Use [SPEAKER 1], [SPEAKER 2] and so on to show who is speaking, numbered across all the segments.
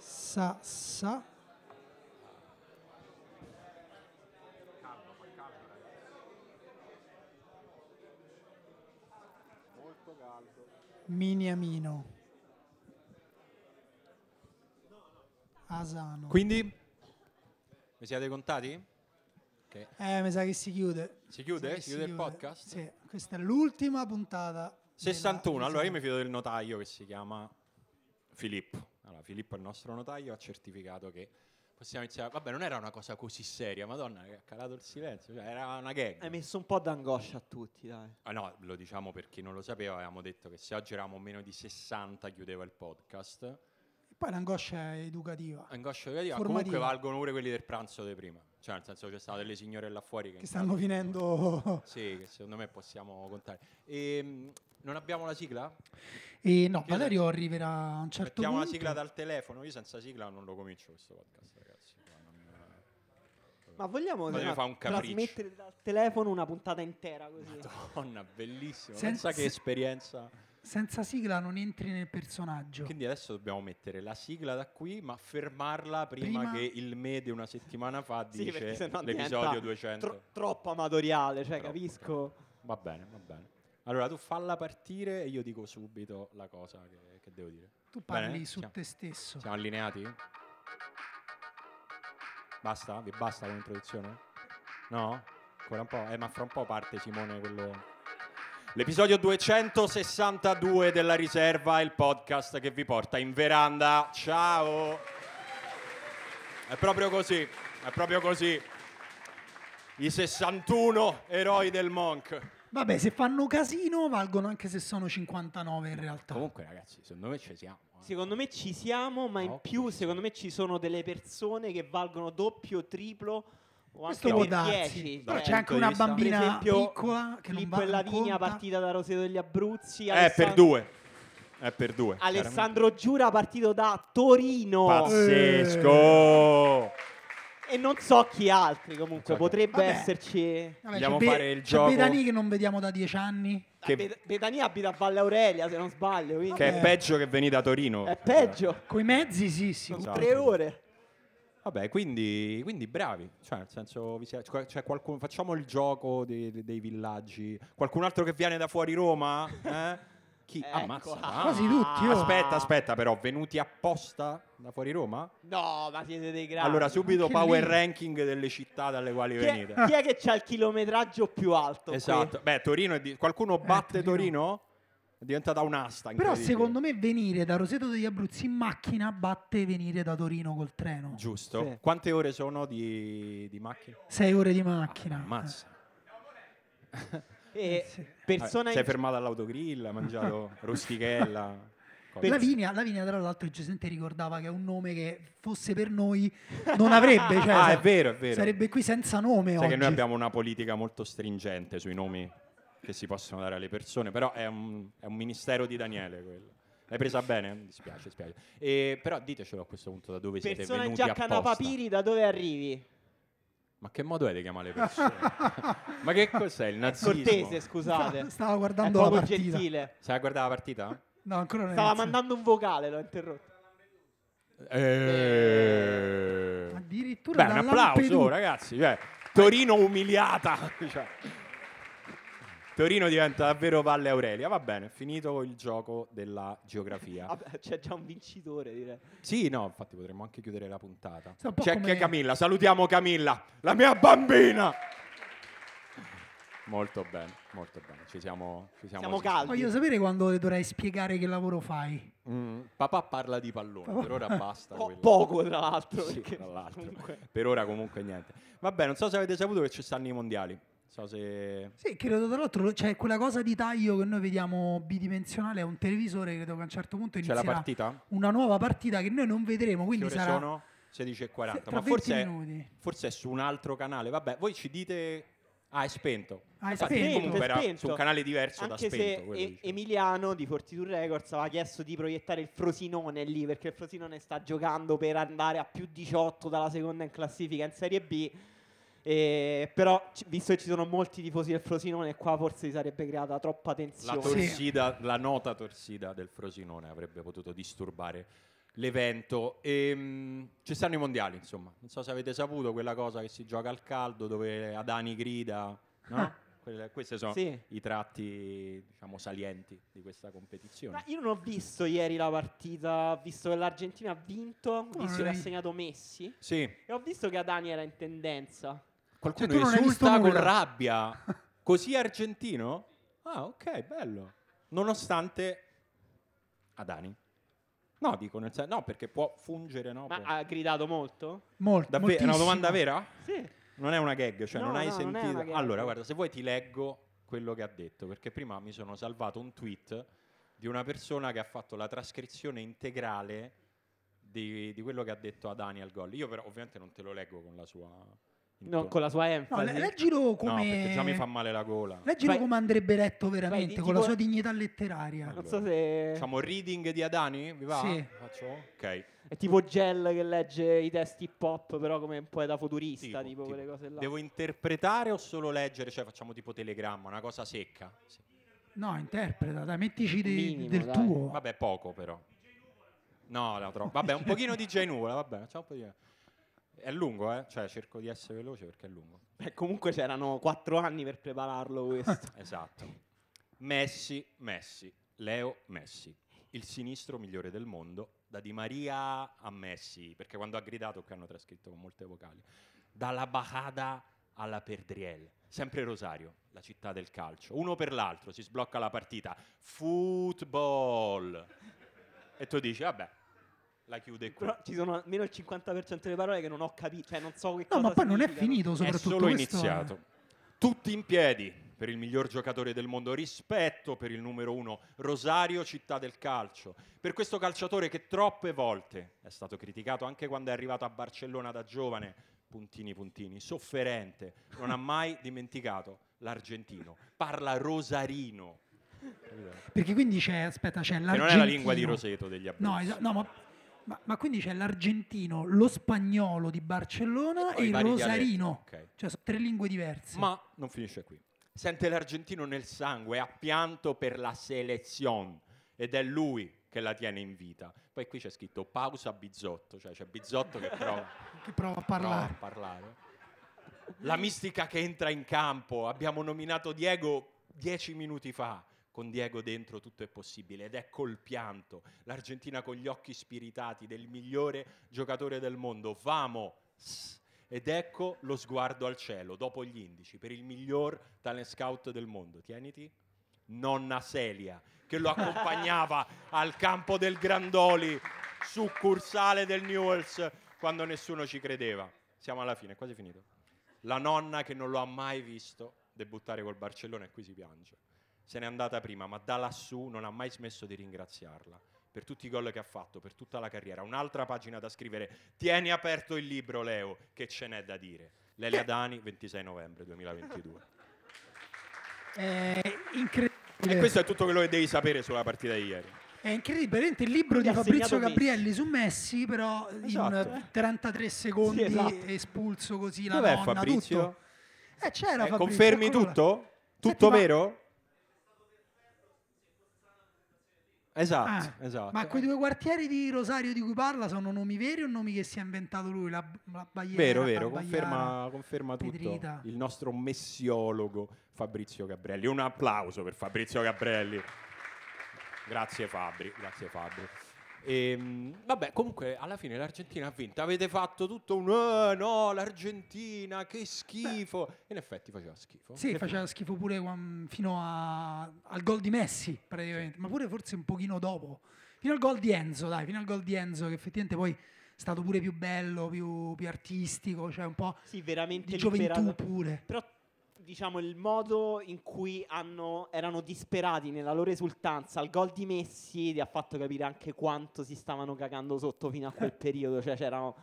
[SPEAKER 1] sa, sa. Miniamino. Asano.
[SPEAKER 2] Quindi? Mi siete contati? Ok.
[SPEAKER 1] Eh, mi sa che si chiude.
[SPEAKER 2] Si chiude?
[SPEAKER 1] Mi sa che
[SPEAKER 2] Si chiude il podcast?
[SPEAKER 1] Sì, questa è l'ultima puntata. della-
[SPEAKER 2] 61, allora io mi fido del notaio che si chiama Filippo. Allora, Filippo, il nostro notaio, ha certificato che possiamo iniziare. Vabbè, non era una cosa così seria, madonna, che ha calato il silenzio, cioè, era una gag.
[SPEAKER 3] Hai messo un po' d'angoscia a tutti, dai.
[SPEAKER 2] Ah, no, lo diciamo per chi non lo sapeva, avevamo detto che se oggi eravamo meno di 60 chiudeva il podcast.
[SPEAKER 1] Poi l'angoscia è educativa.
[SPEAKER 2] Angoscia negativa,
[SPEAKER 1] Formativa.
[SPEAKER 2] comunque valgono pure quelli del pranzo di prima. Cioè, nel senso c'è state delle signore là fuori che,
[SPEAKER 1] Che stanno finendo...
[SPEAKER 2] Sì, che secondo me possiamo contare. Ehm, non abbiamo la sigla?
[SPEAKER 1] E no,
[SPEAKER 2] Chiude.
[SPEAKER 1] Valerio arriverà a un certo
[SPEAKER 2] Mettiamo la
[SPEAKER 1] punto.
[SPEAKER 2] sigla dal telefono, io senza sigla non lo comincio questo podcast, ragazzi. Qua non-
[SPEAKER 3] Ma vogliamo
[SPEAKER 2] Voglio
[SPEAKER 3] tra-
[SPEAKER 2] fare un capriccio.
[SPEAKER 3] trasmettere dal telefono una puntata intera così.
[SPEAKER 2] Madonna, bellissimo.
[SPEAKER 1] Senza-
[SPEAKER 2] Pensa che esperienza.
[SPEAKER 1] Senza sigla non entri nel personaggio.
[SPEAKER 2] Quindi adesso dobbiamo mettere la sigla da qui, ma fermarla prima,
[SPEAKER 1] Prima-
[SPEAKER 2] che il me di una settimana fa
[SPEAKER 3] Sì,
[SPEAKER 2] dice
[SPEAKER 3] perché sennò diventa
[SPEAKER 2] l'episodio 200.
[SPEAKER 3] tro- troppo amatoriale, cioè
[SPEAKER 2] Troppo,
[SPEAKER 3] capisco.
[SPEAKER 2] Va bene, va bene. Allora tu falla partire e io dico subito la cosa che, che devo dire.
[SPEAKER 1] Tu
[SPEAKER 2] Bene?
[SPEAKER 1] parli su
[SPEAKER 2] siamo,
[SPEAKER 1] te stesso.
[SPEAKER 2] siamo allineati? Basta? Vi basta con l'introduzione? No? Ancora un po'? Eh, ma fra un po' parte Simone quello... L'episodio 262 della riserva, il podcast che vi porta in veranda. Ciao! È proprio così, è proprio così. I 61 eroi del Monk.
[SPEAKER 1] Vabbè, se fanno casino valgono anche se sono 59 in realtà.
[SPEAKER 2] Comunque, ragazzi, secondo me ci siamo. eh.
[SPEAKER 3] Secondo me ci siamo, ma in
[SPEAKER 2] No,
[SPEAKER 3] più
[SPEAKER 2] ci
[SPEAKER 3] secondo me ci sono delle persone che valgono doppio, triplo o
[SPEAKER 1] Questo
[SPEAKER 3] anche
[SPEAKER 1] può
[SPEAKER 3] per
[SPEAKER 1] darsi.
[SPEAKER 3] 10.
[SPEAKER 1] Però
[SPEAKER 2] dal
[SPEAKER 1] c'è anche
[SPEAKER 2] punto di
[SPEAKER 1] una
[SPEAKER 2] vista-
[SPEAKER 3] per
[SPEAKER 1] bambina
[SPEAKER 3] esempio,
[SPEAKER 1] piccola che non
[SPEAKER 3] Filippo
[SPEAKER 1] va
[SPEAKER 3] e
[SPEAKER 1] non
[SPEAKER 3] Lavinia,
[SPEAKER 1] conta.
[SPEAKER 3] partita da Roseto degli Abruzzi.
[SPEAKER 2] È Eh, per
[SPEAKER 3] Alessandro-
[SPEAKER 2] due. È per due.
[SPEAKER 3] Alessandro Giura, partito da Torino.
[SPEAKER 2] chiaramente.
[SPEAKER 3] Eh.
[SPEAKER 2] Pazzesco.
[SPEAKER 3] E non so chi altri comunque,
[SPEAKER 2] Non so chi-
[SPEAKER 3] potrebbe
[SPEAKER 1] Vabbè.
[SPEAKER 3] esserci...
[SPEAKER 1] Vabbè,
[SPEAKER 2] Vogliamo
[SPEAKER 1] c'è Be-
[SPEAKER 2] fare il
[SPEAKER 1] c'è
[SPEAKER 2] gioco-
[SPEAKER 1] Bedani che non vediamo da 10 anni.
[SPEAKER 2] Che-
[SPEAKER 3] Bet- Ah, Betania abita a Valle Aurelia, se non sbaglio, quindi
[SPEAKER 2] Che
[SPEAKER 1] Vabbè.
[SPEAKER 2] è peggio che venire da Torino.
[SPEAKER 3] è peggio.
[SPEAKER 1] Coi mezzi sì, sì.
[SPEAKER 2] Esatto.
[SPEAKER 3] Tre ore.
[SPEAKER 2] Vabbè, quindi, quindi bravi. Cioè, nel senso, vi siete- cioè, c'è qualcuno- facciamo il gioco dei, dei villaggi. Qualcun altro che viene da fuori Roma? Eh? Chi?
[SPEAKER 3] Ecco.
[SPEAKER 2] Ammazza.
[SPEAKER 3] Ah.
[SPEAKER 1] Quasi tutti, oh.
[SPEAKER 2] Aspetta, aspetta, però, venuti apposta da fuori Roma?
[SPEAKER 3] No, ma siete dei grandi.
[SPEAKER 2] Allora, subito
[SPEAKER 1] Anche
[SPEAKER 2] power
[SPEAKER 1] lì.
[SPEAKER 2] ranking delle città dalle quali
[SPEAKER 3] chi è,
[SPEAKER 2] venite.
[SPEAKER 3] chi è che c'ha il chilometraggio più alto? qui? Eh,
[SPEAKER 2] Esatto. Beh, Torino è di- qualcuno batte
[SPEAKER 1] Torino.
[SPEAKER 2] Torino. È diventata un'asta.
[SPEAKER 1] Però secondo me venire da Roseto degli Abruzzi in macchina batte venire da Torino col treno.
[SPEAKER 2] Giusto.
[SPEAKER 3] Sì.
[SPEAKER 2] Quante ore sono di, di macchina?
[SPEAKER 1] 6 ore di macchina.
[SPEAKER 2] Ah, Ammazza.
[SPEAKER 3] E
[SPEAKER 1] Eh, sì.
[SPEAKER 3] persona
[SPEAKER 2] Sei
[SPEAKER 3] in-
[SPEAKER 2] fermato all'autogrill, hai mangiato rustichella.
[SPEAKER 1] Eh.
[SPEAKER 2] cosa.
[SPEAKER 1] Lavinia, Lavinia, tra l'altro, giustamente ricordava che è un nome che fosse per noi non avrebbe. Cioè,
[SPEAKER 2] Ah,
[SPEAKER 1] sa-
[SPEAKER 2] è vero, è vero.
[SPEAKER 1] Sarebbe qui senza nome
[SPEAKER 2] Sai
[SPEAKER 1] oggi.
[SPEAKER 2] che noi abbiamo una politica molto stringente sui nomi che si possono dare alle persone, però è un, è un ministero di Daniele quello. L'hai presa bene? Mi dispiace, dispiace. E, però ditecelo a questo punto da dove siete
[SPEAKER 3] persona in
[SPEAKER 2] venuti
[SPEAKER 3] giacca da
[SPEAKER 2] apposta.
[SPEAKER 3] papiri, da dove arrivi?
[SPEAKER 2] Ma che modo è di chiamare le persone? Ma che cos'è il nazismo?
[SPEAKER 3] Cortese, scusate.
[SPEAKER 1] Sta- Stava
[SPEAKER 3] È
[SPEAKER 1] guardando la
[SPEAKER 3] poco
[SPEAKER 1] partita. Eh,
[SPEAKER 3] gentile.
[SPEAKER 2] Sai a guardare la partita?
[SPEAKER 1] No, ancora non è
[SPEAKER 3] Stava
[SPEAKER 1] iniziato.
[SPEAKER 3] mandando un vocale, l'ho interrotto.
[SPEAKER 2] Eh.
[SPEAKER 1] Addirittura
[SPEAKER 2] Beh, un
[SPEAKER 1] da
[SPEAKER 2] applauso,
[SPEAKER 1] Lampedusa.
[SPEAKER 2] ragazzi. Cioè, Torino umiliata. Cioè, Torino diventa davvero Valle Aurelia. Va bene, finito il gioco della
[SPEAKER 1] Ah.
[SPEAKER 2] geografia.
[SPEAKER 3] Vabbè, c'è già un vincitore, direi.
[SPEAKER 2] Sì, no, infatti potremmo anche chiudere la puntata.
[SPEAKER 1] Sa un po'
[SPEAKER 2] C'è
[SPEAKER 1] come-
[SPEAKER 2] anche Camilla, salutiamo Camilla, la mia bambina. Molto bene, molto bene. Ci siamo, ci siamo,
[SPEAKER 3] Siamo
[SPEAKER 2] sì.
[SPEAKER 3] calmi.
[SPEAKER 1] Voglio sapere quando dovrai spiegare che lavoro fai.
[SPEAKER 2] Mm, papà parla di pallone, per ora basta.
[SPEAKER 1] Oh,
[SPEAKER 3] Po-
[SPEAKER 2] quello.
[SPEAKER 3] poco, tra l'altro.
[SPEAKER 2] Sì,
[SPEAKER 3] perché
[SPEAKER 2] tra l'altro.
[SPEAKER 3] comunque-
[SPEAKER 2] Per ora comunque niente. Vabbè, non so se avete saputo che ci stanno i mondiali. Non so se...
[SPEAKER 1] Sì, credo tra l'altro c'è quella cosa di taglio che noi vediamo bidimensionale a un televisore, credo che a un certo punto
[SPEAKER 2] C'è
[SPEAKER 1] inizierà
[SPEAKER 2] la partita?
[SPEAKER 1] una nuova partita che noi non vedremo,
[SPEAKER 2] Che
[SPEAKER 1] quindi
[SPEAKER 2] ore
[SPEAKER 1] sarà
[SPEAKER 2] sono? 16.40.
[SPEAKER 1] tra
[SPEAKER 2] Ma
[SPEAKER 1] 20
[SPEAKER 2] forse è,
[SPEAKER 1] minuti.
[SPEAKER 2] forse è su un altro canale. Vabbè, voi ci dite... Ah, è spento.
[SPEAKER 1] Ah, è
[SPEAKER 2] Infatti,
[SPEAKER 1] spento.
[SPEAKER 2] Comunque era
[SPEAKER 3] Spento.
[SPEAKER 2] su un canale diverso da
[SPEAKER 3] Anche se
[SPEAKER 2] spento. quello
[SPEAKER 3] E-
[SPEAKER 2] dicevo.
[SPEAKER 3] Emiliano di Fortitude Records aveva chiesto di proiettare il Frosinone lì perché il Frosinone sta giocando per andare a più 18 dalla seconda in classifica in Serie B. E però, c- visto che ci sono molti tifosi del Frosinone, qua forse si sarebbe creata troppa
[SPEAKER 2] La
[SPEAKER 3] tensione.
[SPEAKER 1] Sì.
[SPEAKER 2] torsida, la nota torsida del Frosinone avrebbe potuto disturbare l'evento. Ehm, ci stanno i mondiali, insomma. Non so se avete saputo quella cosa che si gioca al caldo dove Adani grida,
[SPEAKER 1] Ah.
[SPEAKER 2] no? Quelle- questi sono
[SPEAKER 3] Sì.
[SPEAKER 2] i tratti, diciamo, salienti di questa competizione.
[SPEAKER 3] Ma io non ho visto ieri la partita, ho visto che l'Argentina ha vinto, ho
[SPEAKER 1] non
[SPEAKER 3] visto che ha
[SPEAKER 1] hai-
[SPEAKER 3] segnato Messi
[SPEAKER 2] Sì,
[SPEAKER 3] e ho visto che Adani era in tendenza.
[SPEAKER 2] qualcuno
[SPEAKER 1] Cioè, tu non hai
[SPEAKER 2] risulta
[SPEAKER 1] visto
[SPEAKER 2] con
[SPEAKER 1] nulla.
[SPEAKER 2] rabbia. Così argentino? Ah, ok, bello. Nonostante Adani. No, dico nel senso, no, perché può fungere, no?
[SPEAKER 3] Ma
[SPEAKER 2] può-
[SPEAKER 3] ha gridato molto?
[SPEAKER 1] Molto,
[SPEAKER 2] Davvero, è una
[SPEAKER 1] moltissimo.
[SPEAKER 2] domanda vera?
[SPEAKER 3] Sì.
[SPEAKER 2] Non è una gag, cioè
[SPEAKER 3] No,
[SPEAKER 2] non hai
[SPEAKER 3] no, non è
[SPEAKER 2] sentito.
[SPEAKER 3] una gag.
[SPEAKER 2] allora, guarda, se vuoi ti leggo quello che ha detto, perché prima mi sono salvato un tweet di una persona che ha fatto la trascrizione integrale di, di quello che ha detto a Dani al gol. Io però ovviamente non te lo leggo con la sua...
[SPEAKER 3] No,
[SPEAKER 2] intonazione.
[SPEAKER 3] con la sua
[SPEAKER 1] No,
[SPEAKER 3] enfasi.
[SPEAKER 1] le- leggilo
[SPEAKER 2] No,
[SPEAKER 1] come...
[SPEAKER 2] perché già mi fa male la gola.
[SPEAKER 1] Leggilo
[SPEAKER 3] Vai-
[SPEAKER 1] come andrebbe letto veramente,
[SPEAKER 3] vai,
[SPEAKER 1] con la
[SPEAKER 3] tipo-
[SPEAKER 1] sua dignità letteraria.
[SPEAKER 3] Non so se
[SPEAKER 2] Facciamo reading di Adani, vi va?
[SPEAKER 1] Sì.
[SPEAKER 2] Faccio? Ok.
[SPEAKER 3] è tipo Gel che legge i testi hip hop, però come un poeta futurista,
[SPEAKER 2] Tipo,
[SPEAKER 3] tipo,
[SPEAKER 2] tipo.
[SPEAKER 3] quelle cose là.
[SPEAKER 2] Devo interpretare o solo leggere? Cioè facciamo tipo telegramma, una cosa secca. Sì.
[SPEAKER 1] No, interpreta, dai, mettici de-
[SPEAKER 3] Minimo,
[SPEAKER 1] del
[SPEAKER 3] dai.
[SPEAKER 1] tuo.
[SPEAKER 2] Vabbè, poco però. No, no, troppo. Vabbè, un pochino di Nuvola, vabbè, facciamo un po' di- È lungo, eh? Cioè, cerco di essere veloce perché è lungo.
[SPEAKER 3] Beh, comunque c'erano quattro anni per prepararlo questo.
[SPEAKER 2] Esatto. Messi, Messi, Leo Messi, il sinistro migliore del mondo, da Di Maria a Messi, perché quando ha gridato qui hanno trascritto con molte vocali, dalla Bajada alla Perdriel, sempre Rosario, la città del calcio, uno per l'altro, si sblocca la partita, football. E tu dici, vabbè, la chiude qui.
[SPEAKER 3] Però ci sono almeno il 50% delle parole che non ho capito, cioè non so che
[SPEAKER 1] No,
[SPEAKER 3] cosa
[SPEAKER 1] ma poi non è
[SPEAKER 3] significano.
[SPEAKER 1] finito
[SPEAKER 2] È
[SPEAKER 1] soprattutto
[SPEAKER 2] solo
[SPEAKER 1] questo eh. è-
[SPEAKER 2] iniziato. Tutti in piedi per il miglior giocatore del mondo, rispetto per il numero uno, Rosario, città del calcio. Per questo calciatore che troppe volte è stato criticato anche quando è arrivato a Barcellona da giovane, puntini puntini, sofferente, non ha mai dimenticato l'argentino. Parla rosarino. Che
[SPEAKER 1] Perché quindi c'è, aspetta, c'è l'argentino.
[SPEAKER 2] non è la lingua di Roseto degli Abruzzi.
[SPEAKER 1] No, esa- no, ma, ma- ma quindi c'è l'argentino, lo spagnolo di Barcellona
[SPEAKER 2] Poi
[SPEAKER 1] e
[SPEAKER 2] i
[SPEAKER 1] il
[SPEAKER 2] vari
[SPEAKER 1] rosarino.
[SPEAKER 2] dialetti, ok.
[SPEAKER 1] Cioè, sono tre lingue diverse.
[SPEAKER 2] Ma non finisce qui. Sente l'argentino nel sangue, ha pianto per la selezione ed è lui che la tiene in vita. Poi qui c'è scritto pausa Bizzotto, cioè c'è Bizzotto che prova,
[SPEAKER 1] Che prova a
[SPEAKER 2] prova a
[SPEAKER 1] parlare.
[SPEAKER 2] parlare. La mistica che entra in campo, abbiamo nominato Diego dieci minuti fa. Con Diego dentro tutto è possibile ed è col pianto. L'Argentina con gli occhi spiritati del migliore giocatore del mondo. Vamos! Ed ecco lo sguardo al cielo, dopo gli indici, per il miglior talent scout del mondo. Tieniti. Nonna Celia, che lo accompagnava al campo del Grandoli, succursale del Newells, quando nessuno ci credeva. Siamo alla fine, è quasi finito. La nonna che non lo ha mai visto debuttare col Barcellona e qui si piange. Se n'è andata prima, ma da lassù non ha mai smesso di ringraziarla per tutti i gol che ha fatto, per tutta la carriera. Un'altra pagina da scrivere. Tieni aperto il libro, Leo, che ce n'è da dire. Lelia Dani, 26 novembre 2022.
[SPEAKER 1] È incredibile.
[SPEAKER 2] E questo è tutto quello che devi sapere sulla partita di ieri.
[SPEAKER 1] È incredibile, veramente il libro di
[SPEAKER 3] Quindi ha
[SPEAKER 1] Fabrizio
[SPEAKER 3] segnato Messi.
[SPEAKER 1] Gabrielli su Messi, però
[SPEAKER 2] Esatto.
[SPEAKER 1] in 33 secondi
[SPEAKER 3] Sì, esatto.
[SPEAKER 1] espulso così la
[SPEAKER 2] Dov'è
[SPEAKER 1] nonna,
[SPEAKER 2] Fabrizio?
[SPEAKER 1] tutto. Eh, c'era
[SPEAKER 2] Eh,
[SPEAKER 1] Fabrizio,
[SPEAKER 2] confermi
[SPEAKER 1] eccolo là.
[SPEAKER 2] tutto? Tutto
[SPEAKER 1] Senti, ma-
[SPEAKER 2] vero? Esatto,
[SPEAKER 1] Ah,
[SPEAKER 2] esatto.
[SPEAKER 1] Ma quei due quartieri di Rosario di cui parla sono nomi veri o nomi che si è inventato lui? La, la Bagliera,
[SPEAKER 2] Vero, vero,
[SPEAKER 1] Barbaiana.
[SPEAKER 2] conferma, conferma tutto
[SPEAKER 1] Pedrita.
[SPEAKER 2] il nostro messiologo Fabrizio Gabrelli. Un applauso per Fabrizio Gabrelli. Grazie Fabri, grazie Fabri. Ehm, vabbè, comunque alla fine l'Argentina ha vinto. Avete fatto tutto un "Eh, no, l'Argentina, che schifo. In effetti faceva schifo.
[SPEAKER 1] Sì, faceva schifo pure quan- fino a- al gol di Messi, praticamente, ma pure forse un pochino dopo. Fino al gol di Enzo, dai, fino al gol di Enzo, che effettivamente poi è stato pure più bello, più, più artistico, cioè un po'
[SPEAKER 3] Sì, veramente
[SPEAKER 1] di gioventù
[SPEAKER 3] liberato.
[SPEAKER 1] pure.
[SPEAKER 3] Però diciamo il modo in cui hanno- erano disperati nella loro esultanza al gol di Messi ti ha fatto capire anche quanto si stavano cagando sotto fino a quel periodo, cioè c'erano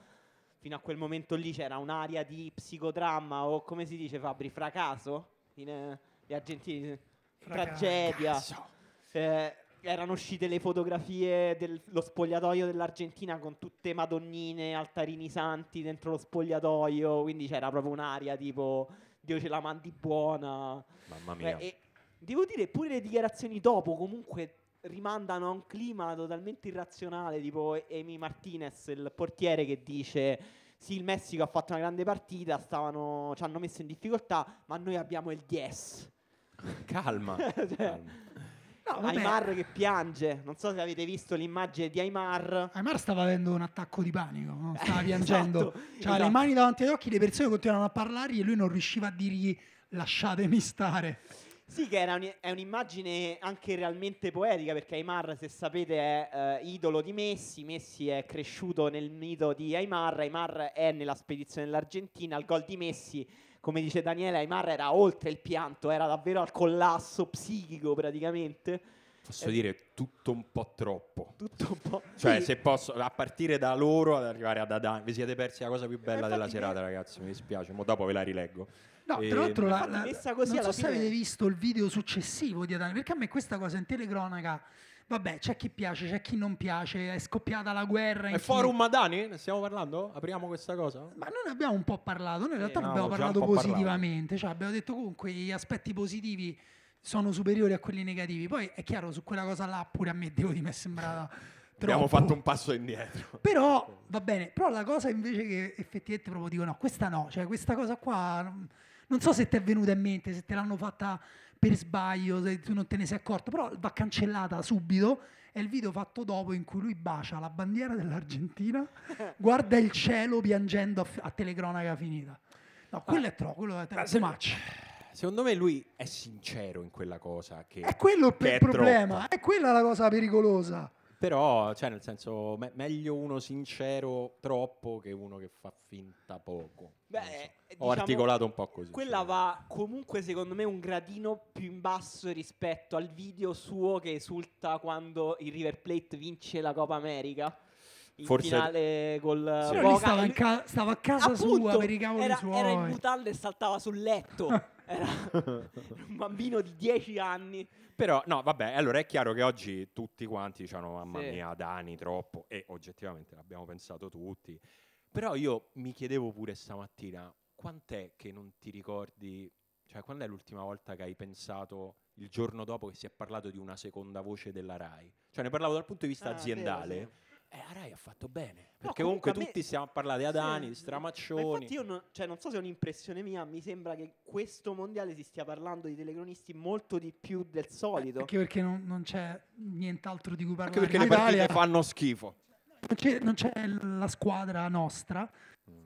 [SPEAKER 3] fino a quel momento lì c'era un'area di psicodramma o come si dice Fabri, fracaso in, eh, gli argentini
[SPEAKER 1] Fracaso.
[SPEAKER 3] tragedia.
[SPEAKER 2] Cazzo.
[SPEAKER 3] Eh, erano uscite le fotografie dello spogliatoio dell'Argentina con tutte madonnine, altarini santi dentro lo spogliatoio, quindi c'era proprio un'aria tipo Dio ce la mandi buona. Eh,
[SPEAKER 2] Mamma
[SPEAKER 3] Beh,
[SPEAKER 2] mia.
[SPEAKER 1] Eh,
[SPEAKER 3] e devo dire pure le dichiarazioni dopo comunque rimandano a un clima totalmente irrazionale, tipo Amy Martinez, il portiere che dice sì, il Messico ha fatto una grande partita, stavano- ci hanno messo in difficoltà, ma noi abbiamo il 10.
[SPEAKER 2] Calma.
[SPEAKER 3] Cioè,
[SPEAKER 2] calma.
[SPEAKER 1] No, vabbè.
[SPEAKER 3] Aymar che piange, non so se avete visto l'immagine di Aymar.
[SPEAKER 1] Aymar stava avendo un attacco di panico, no? stava
[SPEAKER 3] Eh,
[SPEAKER 1] piangendo.
[SPEAKER 3] esatto,
[SPEAKER 1] C'aveva Cioè, le
[SPEAKER 3] esatto.
[SPEAKER 1] mani davanti agli occhi, le persone continuavano a parlargli e lui non riusciva a dirgli lasciatemi stare.
[SPEAKER 3] Sì, che era un- è un'immagine anche realmente poetica, perché Aymar, se sapete, è eh, idolo di Messi. Messi è cresciuto nel mito di Aymar. Aymar è nella spedizione dell'Argentina. Al gol di Messi, come dice Daniele, Aymar era oltre il pianto, era davvero al collasso psichico praticamente.
[SPEAKER 2] Posso dire tutto un po' troppo.
[SPEAKER 3] Tutto un po'.
[SPEAKER 2] Cioè,
[SPEAKER 3] Sì.
[SPEAKER 2] se posso, a partire da loro ad arrivare ad Adani, vi siete persi la cosa più bella
[SPEAKER 3] Eh, infatti
[SPEAKER 2] della
[SPEAKER 3] mi-
[SPEAKER 2] serata, ragazzi. Mi dispiace, ma dopo ve la rileggo.
[SPEAKER 1] No,
[SPEAKER 2] E-
[SPEAKER 1] tra l'altro, la-
[SPEAKER 3] Infatti,
[SPEAKER 1] la-
[SPEAKER 3] messa così
[SPEAKER 1] non so
[SPEAKER 3] alla
[SPEAKER 1] se
[SPEAKER 3] fine-
[SPEAKER 1] avete visto il video successivo di Adani, perché a me questa cosa in telecronaca, vabbè, c'è chi piace, c'è chi non piace, è scoppiata la guerra. in
[SPEAKER 2] È
[SPEAKER 1] chi-
[SPEAKER 2] forum Adani? Ne stiamo parlando? Apriamo questa cosa?
[SPEAKER 1] Ma noi ne abbiamo un po' parlato, noi in realtà ne
[SPEAKER 2] Eh, no,
[SPEAKER 1] abbiamo
[SPEAKER 2] già un
[SPEAKER 1] parlato
[SPEAKER 2] po' parlato.
[SPEAKER 1] positivamente, cioè abbiamo detto comunque gli aspetti positivi sono superiori a quelli negativi. Poi è chiaro, su quella cosa là pure a me devo dire, mi è sembrata troppo.
[SPEAKER 2] Abbiamo fatto un passo indietro.
[SPEAKER 1] Però va bene, però la cosa invece che effettivamente proprio dico no, questa no, cioè questa cosa qua non- non so se ti è venuta in mente, se te l'hanno fatta per sbaglio, se tu non te ne sei accorto, però va cancellata subito. È il video fatto dopo in cui lui bacia la bandiera dell'Argentina, guarda il cielo piangendo a, fi- a telecronaca finita. No, quello è troppo, quello è troppo much.
[SPEAKER 2] Secondo me lui è sincero in quella cosa. Che,
[SPEAKER 1] È quello il
[SPEAKER 2] che è
[SPEAKER 1] problema,
[SPEAKER 2] troppo.
[SPEAKER 1] è quella la cosa pericolosa.
[SPEAKER 2] Però, cioè, nel senso, me- meglio uno sincero troppo che uno che fa finta poco.
[SPEAKER 3] Beh,
[SPEAKER 2] Non so.
[SPEAKER 3] eh,
[SPEAKER 2] Ho
[SPEAKER 3] diciamo,
[SPEAKER 2] articolato un po' così.
[SPEAKER 3] Quella
[SPEAKER 2] cioè.
[SPEAKER 3] va comunque, secondo me, un gradino più in basso rispetto al video suo che esulta quando il River Plate vince la Coppa America. In
[SPEAKER 2] Forse-
[SPEAKER 3] finale col
[SPEAKER 2] Sì.
[SPEAKER 1] Però
[SPEAKER 3] Boca.
[SPEAKER 1] lui stava,
[SPEAKER 3] E
[SPEAKER 1] in ca- stava a casa sua
[SPEAKER 3] Appunto,
[SPEAKER 1] per i cavoli
[SPEAKER 3] era,
[SPEAKER 1] suoi.
[SPEAKER 3] era in mutande e saltava sul letto. Era un bambino di 10 anni.
[SPEAKER 2] Però, no, vabbè, allora è chiaro che oggi tutti quanti dicevano mamma
[SPEAKER 3] Sì.
[SPEAKER 2] mia, Dani, troppo, e oggettivamente l'abbiamo pensato tutti. Però io mi chiedevo pure stamattina, quant'è che non ti ricordi, cioè quando è l'ultima volta che hai pensato il giorno dopo che si è parlato di una seconda voce della RAI? Cioè ne parlavo dal punto di vista
[SPEAKER 3] Ah,
[SPEAKER 2] aziendale.
[SPEAKER 3] vero,
[SPEAKER 2] Eh, la RAI ha fatto bene, perché
[SPEAKER 3] comunque
[SPEAKER 2] comunque,
[SPEAKER 3] a me-
[SPEAKER 2] tutti stiamo a parlare di Adani, di
[SPEAKER 3] Sì. Ma
[SPEAKER 2] Stramaccioni.
[SPEAKER 3] infatti io non, cioè, non so se è un'impressione mia, mi sembra che questo mondiale si stia parlando di telecronisti molto di più del
[SPEAKER 2] Eh,
[SPEAKER 3] solito.
[SPEAKER 1] Anche perché non, non c'è nient'altro di cui parlare.
[SPEAKER 2] Anche perché
[SPEAKER 1] In
[SPEAKER 2] le partite
[SPEAKER 1] Italia
[SPEAKER 2] fanno schifo.
[SPEAKER 1] non c'è, non c'è la squadra nostra,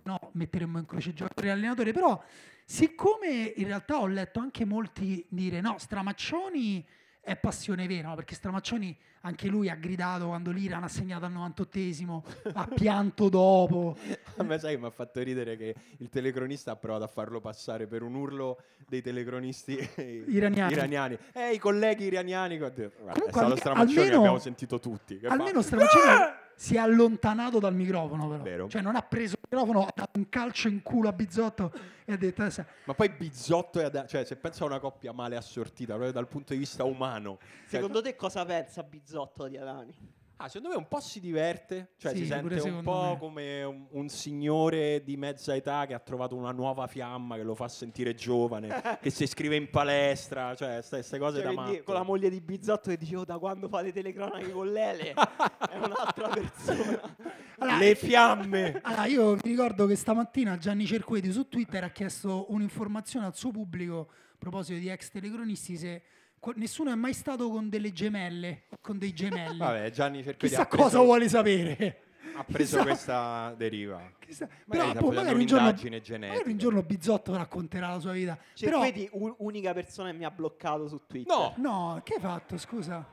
[SPEAKER 1] no, metteremmo in croce giocatori e allenatore, però siccome in realtà ho letto anche molti dire no, Stramaccioni è passione vera, no? perché Stramaccioni anche lui ha gridato quando l'Iran ha segnato al 98esimo, ha pianto dopo.
[SPEAKER 2] A me sai che mi ha fatto ridere che il telecronista ha provato a farlo passare per un urlo dei telecronisti
[SPEAKER 1] Iraniani.
[SPEAKER 2] iraniani. Eh, i colleghi iraniani. che ho detto, guarda,
[SPEAKER 1] Comunque,
[SPEAKER 2] è stato
[SPEAKER 1] alme-
[SPEAKER 2] stramaccione che
[SPEAKER 1] almeno-
[SPEAKER 2] abbiamo sentito tutti. che fa- Ah!
[SPEAKER 1] Almeno Stramaccioni si è allontanato dal microfono, però.
[SPEAKER 2] Vero.
[SPEAKER 1] Cioè non ha preso il microfono, ha dato un calcio in culo a Bizzotto e ha detto "Adesso
[SPEAKER 2] Ma poi Bizzotto e Ada- cioè se pensa a una coppia male assortita, proprio dal punto di vista umano. Cioè,
[SPEAKER 3] Secondo te cosa pensa Bizzotto di Adani?
[SPEAKER 2] ah, secondo me un po' si diverte, cioè
[SPEAKER 1] Sì,
[SPEAKER 2] si
[SPEAKER 1] pure
[SPEAKER 2] sente un
[SPEAKER 1] secondo
[SPEAKER 2] po'
[SPEAKER 1] me.
[SPEAKER 2] come un, un signore di mezza età che ha trovato una nuova fiamma che lo fa sentire giovane, che si iscrive in palestra, cioè queste cose
[SPEAKER 3] Cioè,
[SPEAKER 2] da
[SPEAKER 3] quindi
[SPEAKER 2] matto.
[SPEAKER 3] con la moglie di Bizzotto che dicevo da quando fate telecronache con Lele è un'altra persona.
[SPEAKER 1] Allora-
[SPEAKER 2] Le fiamme!
[SPEAKER 1] Allora, io vi ricordo che stamattina Gianni Cerqueti su Twitter ha chiesto un'informazione al suo pubblico a proposito di ex telecronisti se qu- nessuno è mai stato con delle gemelle, con dei gemelli.
[SPEAKER 2] Vabbè, Gianni cerca di
[SPEAKER 1] Chissà cosa vuole sapere.
[SPEAKER 2] ha preso
[SPEAKER 1] Chissà-
[SPEAKER 2] questa deriva.
[SPEAKER 1] chissà-
[SPEAKER 2] Magari
[SPEAKER 1] Però poi
[SPEAKER 2] sta facendo
[SPEAKER 1] magari un giorno
[SPEAKER 2] un'indagine genetica.
[SPEAKER 1] magari un giorno Bizzotto racconterà la sua vita.
[SPEAKER 3] Cioè,
[SPEAKER 1] Però
[SPEAKER 3] vedi, un- unica persona che mi ha bloccato su Twitter.
[SPEAKER 2] No!
[SPEAKER 1] no, che hai fatto, scusa?